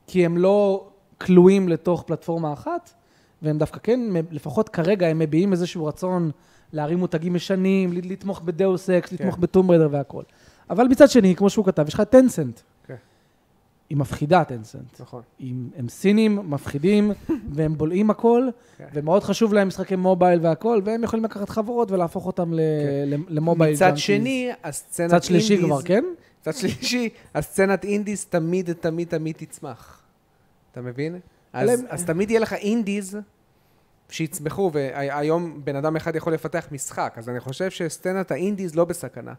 [SPEAKER 2] כי הם לא כלואים לתוך פלטפורמה אחת, והם דווקא כן, מ- לפחות כרגע הם מביעים איזשהו רצון להרים מותגים ישנים, ל- לתמוך בדאוס אקס,
[SPEAKER 1] כן.
[SPEAKER 2] לתמוך בטום ריידר והכול. אבל מצד שני, כמו שהוא כתב, יש לך טנסנט.
[SPEAKER 1] כן.
[SPEAKER 2] היא מפחידה טנסנט.
[SPEAKER 1] נכון.
[SPEAKER 2] עם, הם סינים, מפחידים, והם בולעים הכל,
[SPEAKER 1] כן.
[SPEAKER 2] ומאוד חשוב להם משחקי מובייל והכל, והם יכולים לקחת חברות ולהפוך אותם ל, ל, למובייל.
[SPEAKER 1] כן. מצד
[SPEAKER 2] junkies.
[SPEAKER 1] שני, הסצנת
[SPEAKER 2] צד שלישי
[SPEAKER 1] אינדיז-
[SPEAKER 2] כבר, כן?
[SPEAKER 1] מצד שלישי, הסצנת אינדיז תמיד, תמיד, תמיד תצמח. אתה מבין? אז,
[SPEAKER 2] להם-
[SPEAKER 1] אז תמיד יהיה לך אינדיז שיצמחו, והיום בן אדם אחד יכול לפתח משחק, אז אני חושב שסצנת האינדיז לא בסכנה.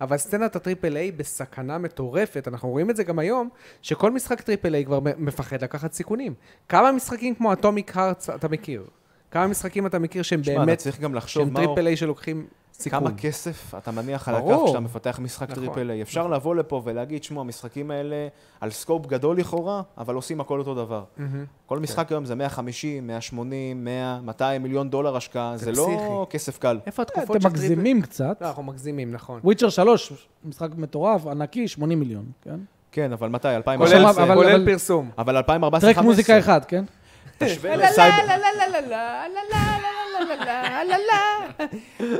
[SPEAKER 1] אבל סצנת הטריפל איי בסכנה מטורפת, אנחנו רואים את זה גם היום, שכל משחק טריפל איי כבר מ- מפחד לקחת סיכונים. כמה משחקים כמו אטומיק הארץ אתה מכיר? כמה משחקים אתה מכיר שהם
[SPEAKER 4] תשמע, אתה
[SPEAKER 1] באמת,
[SPEAKER 4] צריך גם לחשוב
[SPEAKER 1] שהם
[SPEAKER 4] מה הוא-
[SPEAKER 1] טריפל איי שלוקחים סיכון?
[SPEAKER 4] כמה כסף אתה מניח על הכף
[SPEAKER 1] ברור.
[SPEAKER 4] כשאתה מפתח משחק
[SPEAKER 1] נכון.
[SPEAKER 4] טריפל איי. אפשר לבוא לפה ולהגיד, שמעו, המשחקים האלה על סקופ גדול לכאורה, אבל עושים הכל אותו דבר.
[SPEAKER 1] מהמם.
[SPEAKER 4] כל משחק היום זה 150, 180, 100, 200 מיליון דולר השקעה, זה לא
[SPEAKER 1] פסיכי.
[SPEAKER 4] כסף קל.
[SPEAKER 1] איפה התקופות
[SPEAKER 2] אתם
[SPEAKER 1] של טריפל-
[SPEAKER 2] מגזימים קצת.
[SPEAKER 1] לא, אנחנו מגזימים, נכון.
[SPEAKER 2] וויצ'ר 3, משחק מטורף, ענקי, 80 מיליון, כן?
[SPEAKER 4] כן, אבל מתי?
[SPEAKER 2] כולל-
[SPEAKER 4] 2014?
[SPEAKER 2] אבל-
[SPEAKER 1] כולל
[SPEAKER 2] אבל-
[SPEAKER 1] פרסום.
[SPEAKER 4] אבל 2014
[SPEAKER 2] טרק מוזיקה אחד, כן?
[SPEAKER 4] תשווה לסייבר...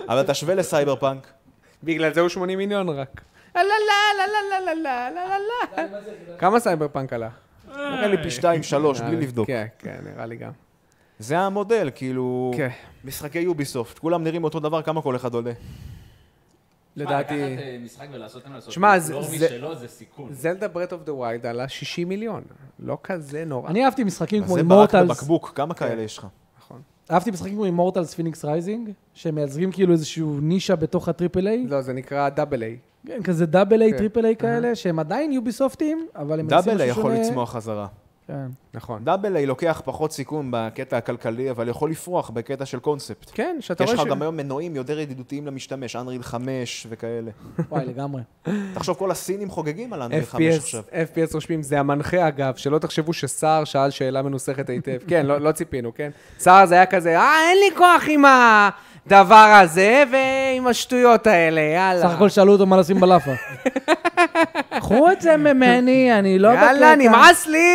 [SPEAKER 4] אבל תשווה לסייבר פאנק.
[SPEAKER 1] בגלל זה הוא 80 מיליון רק. לה לה לה לה לה לה לה לה לה. כמה סייבר פאנק עלה?
[SPEAKER 7] נראה לי פי שתיים, שלוש, בלי לבדוק.
[SPEAKER 1] אה. כן, כן, נראה לי גם.
[SPEAKER 7] זה המודל, כאילו...
[SPEAKER 1] כן.
[SPEAKER 7] משחקי יוביסופט, כולם נראים אותו דבר, כמה כל אחד עולה.
[SPEAKER 1] לדעתי...
[SPEAKER 3] לקחת אה, משחק ולעשות להם לעשות
[SPEAKER 1] שמע, זה-
[SPEAKER 3] פלור
[SPEAKER 1] זה-
[SPEAKER 3] משלו זה סיכון.
[SPEAKER 1] זלדה ברט אוף דה ווילד עלה 60 מיליון. לא כזה נורא.
[SPEAKER 2] אני אהבתי משחקים
[SPEAKER 7] אז
[SPEAKER 2] כמו
[SPEAKER 7] זה ברק
[SPEAKER 2] אימורטלס,
[SPEAKER 7] בבקבוק, כמה כאלה יש לך?
[SPEAKER 2] אהבתי משחקים כמו אימורטלס פיניקס רייזינג, שמייצגים כאילו איזשהו נישה בתוך הטריפל איי,
[SPEAKER 1] לא, זה נקרא דאבל איי.
[SPEAKER 2] כן, כזה דאבל איי,
[SPEAKER 1] כן.
[SPEAKER 2] טריפל איי כאלה, שהם עדיין יוביסופטים, אבל הם מנסים
[SPEAKER 7] דאבל איי
[SPEAKER 2] משהו שונה.
[SPEAKER 7] יכול לצמוח חזרה.
[SPEAKER 2] כן.
[SPEAKER 1] נכון.
[SPEAKER 7] דאבל איי לוקח פחות סיכון בקטע הכלכלי, אבל יכול לפרוח בקטע של קונספט.
[SPEAKER 1] כן, שאתה
[SPEAKER 7] יש
[SPEAKER 1] רואה
[SPEAKER 7] לך
[SPEAKER 1] ש...
[SPEAKER 7] גם היום מנועים יותר ידידותיים למשתמש, אנריל 5 וכאלה.
[SPEAKER 2] וואי, לגמרי.
[SPEAKER 7] תחשוב, כל הסינים חוגגים על אנריל 5 עכשיו.
[SPEAKER 1] FPS, FPS רושמים, זה המנחה אגב, שלא תחשבו שסער שאל שאלה מנוסחת היטב. כן, לא, לא ציפינו, כן? סער זה היה כזה, אה, אין לי כוח עם הדבר הזה ועם השטויות האלה, יאללה.
[SPEAKER 2] סך הכל שאלו אותו מה לשים בלאפה. קחו את זה ממני, אני לא בקטע.
[SPEAKER 1] יאללה, נמאס לי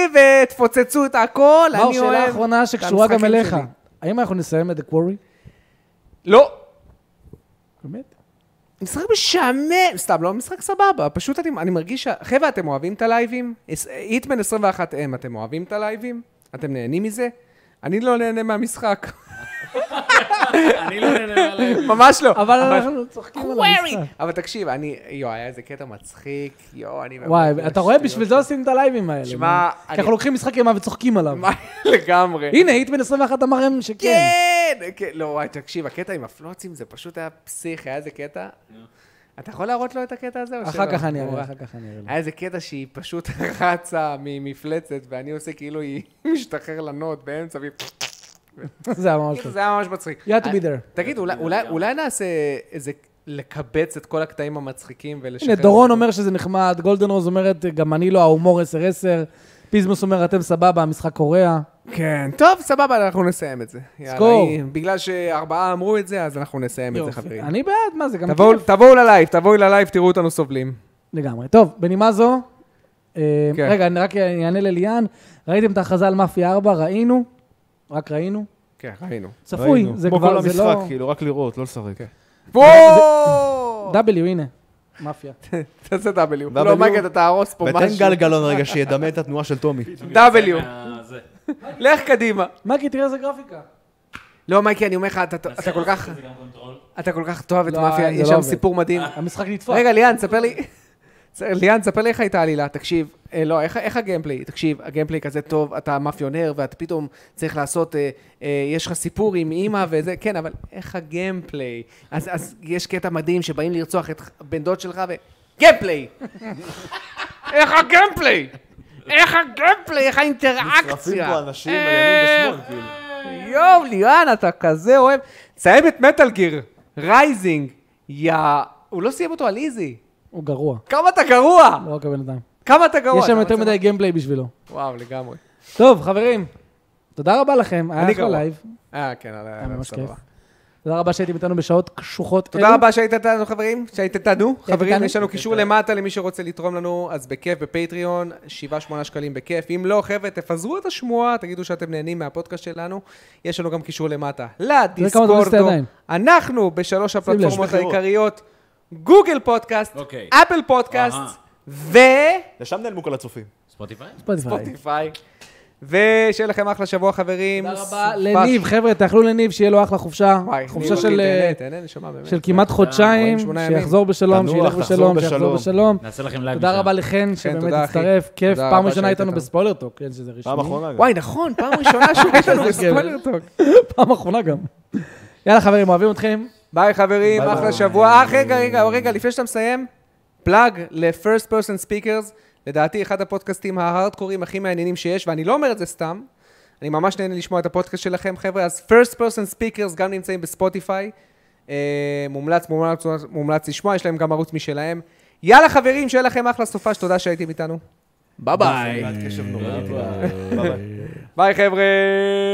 [SPEAKER 1] ותפוצצו את הכל, אני
[SPEAKER 2] מאור,
[SPEAKER 1] אוהב.
[SPEAKER 2] שאלה אחרונה שקשורה גם
[SPEAKER 1] המשחקים
[SPEAKER 2] אליך.
[SPEAKER 1] שלי.
[SPEAKER 2] האם אנחנו נסיים את The Quarry?
[SPEAKER 1] לא.
[SPEAKER 2] באמת?
[SPEAKER 1] משחק משעמם, סתם, לא, משחק סבבה, פשוט אני, אני מרגיש ש... חבר'ה, אתם אוהבים את הלייבים? היטמן 21M, אתם אוהבים את הלייבים? אתם נהנים מזה? אני לא נהנה מהמשחק,
[SPEAKER 3] אני לא נהנה עליהם.
[SPEAKER 1] ממש לא.
[SPEAKER 2] אבל אנחנו צוחקים על המשחק.
[SPEAKER 1] אבל תקשיב, אני, יואו, היה איזה קטע מצחיק, יואו, אני...
[SPEAKER 2] וואי, אתה רואה? בשביל זה עושים את הלייבים האלה.
[SPEAKER 1] שמע,
[SPEAKER 2] כי
[SPEAKER 1] אני-
[SPEAKER 2] אנחנו לוקחים משחק אימה וצוחקים עליו.
[SPEAKER 1] מה, לגמרי.
[SPEAKER 2] הנה, היטמן 21 אמר להם שכן.
[SPEAKER 1] כן, כן, לא, וואי, תקשיב, הקטע עם הפלוצים זה פשוט היה פסיך, היה איזה קטע. אתה יכול להראות לו את הקטע הזה? או
[SPEAKER 2] אחר
[SPEAKER 1] שלא?
[SPEAKER 2] כך אני
[SPEAKER 1] נורא.
[SPEAKER 2] אראה, אחר כך אני אראה.
[SPEAKER 1] היה איזה קטע שהיא פשוט רצה ממפלצת, ואני עושה כאילו היא משתחרר לנוד באמצע, והיא...
[SPEAKER 2] אוקיי. לו. זה היה ממש
[SPEAKER 1] כאילו,
[SPEAKER 2] טוב.
[SPEAKER 1] זה היה ממש מצחיק.
[SPEAKER 2] You have to be there.
[SPEAKER 1] תגיד, אולי- אולי- אולי נעשה איזה... לקבץ את כל הקטעים המצחיקים ולשחרר...
[SPEAKER 2] הנה, דורון אומר שזה נחמד, גולדן רוז אומרת, גם אני לא, ההומור 10-10, פיזמוס אומר, אתם סבבה, המשחק קורע.
[SPEAKER 1] כן, טוב, סבבה, אנחנו נסיים את זה. יאללה,
[SPEAKER 2] סקור.
[SPEAKER 1] היא- בגלל שארבעה אמרו את זה, אז אנחנו נסיים את זה,
[SPEAKER 2] יופי.
[SPEAKER 1] חברים.
[SPEAKER 2] אני בעד, מה זה גם כאילו-
[SPEAKER 1] תבואו-
[SPEAKER 2] כיף.
[SPEAKER 1] תבואו ללייב, תבואו ללייב, תראו אותנו סובלים.
[SPEAKER 2] לגמרי. טוב, בנימה זו, אה,
[SPEAKER 1] כן.
[SPEAKER 2] רגע, אני רק אענה לליאן, ראיתם את ההכרזה על מאפיה 4, ראינו, רק ראינו.
[SPEAKER 1] כן, ראינו.
[SPEAKER 2] צפוי, זה
[SPEAKER 4] כמו כל
[SPEAKER 2] כבר, זה
[SPEAKER 4] המשחק,
[SPEAKER 2] לא...
[SPEAKER 4] כאילו, רק לראות, לא לשחק.
[SPEAKER 1] בואו!
[SPEAKER 2] W, הנה, מאפיה.
[SPEAKER 1] תעשה W. לא, מגד, אתה תהרוס פה
[SPEAKER 4] ותן
[SPEAKER 1] משהו.
[SPEAKER 4] גלגלון רגע שידמה את התנועה של טומי.
[SPEAKER 1] W.
[SPEAKER 3] אה, זה.
[SPEAKER 1] לך קדימה.
[SPEAKER 2] מקי, תראה איזה גרפיקה.
[SPEAKER 1] לא, מייקי, אני אומר לך, אתה- אתה כל כך...
[SPEAKER 3] זה גם קונטרול.
[SPEAKER 1] אתה כל כך תאהב את
[SPEAKER 2] לא,
[SPEAKER 1] מאפיה,
[SPEAKER 2] זה
[SPEAKER 1] יש
[SPEAKER 2] לא
[SPEAKER 1] שם
[SPEAKER 2] עובד.
[SPEAKER 1] סיפור מדהים.
[SPEAKER 7] אה,
[SPEAKER 2] המשחק נדפק.
[SPEAKER 1] רגע, ליאן, ספר לי... צ- ליאן, ספר לי איך הייתה העלילה, תקשיב, אה, לא, איך, איך הגיימפליי? תקשיב, הגיימפליי כזה טוב, אתה מאפיונר ואתה פתאום צריך לעשות, אה, אה, יש לך סיפור עם אימא וזה, כן, אבל איך הגיימפליי? אז, אז יש קטע מדהים שבאים לרצוח את בן דוד שלך ו... גיימפליי! איך הגיימפליי? איך הגיימפליי? איך האינטראקציה?
[SPEAKER 7] מצרפים פה אנשים לימין ושמאל, כאילו.
[SPEAKER 1] יואו, ליאן, אתה כזה אוהב. תסיים את מטאל גיר, רייזינג, יא... הוא לא סיים אותו על איזי.
[SPEAKER 2] הוא גרוע,
[SPEAKER 1] כמה אתה גרוע!
[SPEAKER 2] לא רק הבן אדם.
[SPEAKER 1] כמה אתה גרוע?
[SPEAKER 2] יש שם
[SPEAKER 1] אתה
[SPEAKER 2] יותר
[SPEAKER 1] רוצה-
[SPEAKER 2] מדי גיימפליי בשבילו.
[SPEAKER 1] וואו, לגמרי.
[SPEAKER 2] טוב, חברים, תודה רבה לכם, היה
[SPEAKER 1] אני
[SPEAKER 2] אחלה
[SPEAKER 1] גרוע.
[SPEAKER 2] לייב.
[SPEAKER 1] אה, כן, על
[SPEAKER 2] היה ממש כיף.
[SPEAKER 1] סבבה.
[SPEAKER 2] תודה רבה שהייתם איתנו בשעות קשוחות
[SPEAKER 1] תודה רבה שהייתם איתנו, חברים. שהייתם איתנו. חברים,
[SPEAKER 2] איתנו? כן,
[SPEAKER 1] יש לנו קישור למטה למי שרוצה לתרום לנו, אז בכיף בפטריון, 7-8 שקלים בכיף. אם לא, חבר'ה, תפזרו את השמועה, תגידו שאתם נהנים מהפודקאסט שלנו. יש לנו גם קישור למטה.
[SPEAKER 2] תופס את
[SPEAKER 1] לדיסקורדו.
[SPEAKER 2] הידיים.
[SPEAKER 1] אנחנו בשלוש
[SPEAKER 2] לב.
[SPEAKER 1] הפלטפורמות העיקריות, גוגל פודקאסט,
[SPEAKER 3] אוקיי.
[SPEAKER 1] אפל פודקאסט, ו...
[SPEAKER 7] לשם נעלמו כל הצופים.
[SPEAKER 3] ספוטיפיי?
[SPEAKER 2] ספוטיפיי.
[SPEAKER 1] ספוטיפיי. ושיהיה לכם אחלה שבוע, חברים.
[SPEAKER 2] תודה רבה לניב, חבר'ה, תאכלו לניב, שיהיה לו אחלה חופשה.
[SPEAKER 1] וואי,
[SPEAKER 2] חופשה
[SPEAKER 1] ניב,
[SPEAKER 2] של,
[SPEAKER 1] תהנה,
[SPEAKER 2] אה,
[SPEAKER 1] תהנה, נשמה, באמת.
[SPEAKER 2] של כמעט חודשיים,
[SPEAKER 1] 48 ימים.
[SPEAKER 2] שיחזור בשלום,
[SPEAKER 4] תנוח,
[SPEAKER 2] שילך
[SPEAKER 4] תחזור
[SPEAKER 2] בשלום, שיחזור
[SPEAKER 4] בשלום.
[SPEAKER 2] בשלום.
[SPEAKER 3] נעשה לכם לייב.
[SPEAKER 2] תודה
[SPEAKER 3] משם.
[SPEAKER 2] רבה לחן, שבאמת
[SPEAKER 1] כן, תודה, אחי.
[SPEAKER 2] הצטרף, כיף,
[SPEAKER 1] תודה
[SPEAKER 2] פעם
[SPEAKER 1] רבה
[SPEAKER 2] ראשונה
[SPEAKER 1] שהיית
[SPEAKER 2] איתנו
[SPEAKER 1] איתנו.
[SPEAKER 2] בספוילר טוק, כן, שזה רשמי.
[SPEAKER 7] פעם אחרונה גם.
[SPEAKER 1] וואי, נכון, פעם ראשונה שהוא הייתה לנו
[SPEAKER 2] איזה כיף.
[SPEAKER 1] בספוילר טוק.
[SPEAKER 2] פעם אחרונה גם. יאללה חברים, אוהבים אתכם.
[SPEAKER 1] ביי חברים, אחלה שבוע. אה, רגע, רגע, רגע, לפני שאתה מסיים, פלאג ל-first person speakers, לדעתי אחד הפודקאסטים ההארדקורים הכי מעניינים שיש, ואני לא אומר את זה סתם, אני ממש נהנה לשמוע את הפודקאסט שלכם, חבר'ה, אז first person speakers גם נמצאים בספוטיפיי, אה, מומלץ, מומלץ, מומלץ לשמוע, יש להם גם ערוץ משלהם. יאללה חברים, שיהיה לכם אחלה סופה, שתודה שהייתם איתנו. ביי ביי.
[SPEAKER 7] קשב נורא. ביי ביי.
[SPEAKER 1] ביי חבר'ה.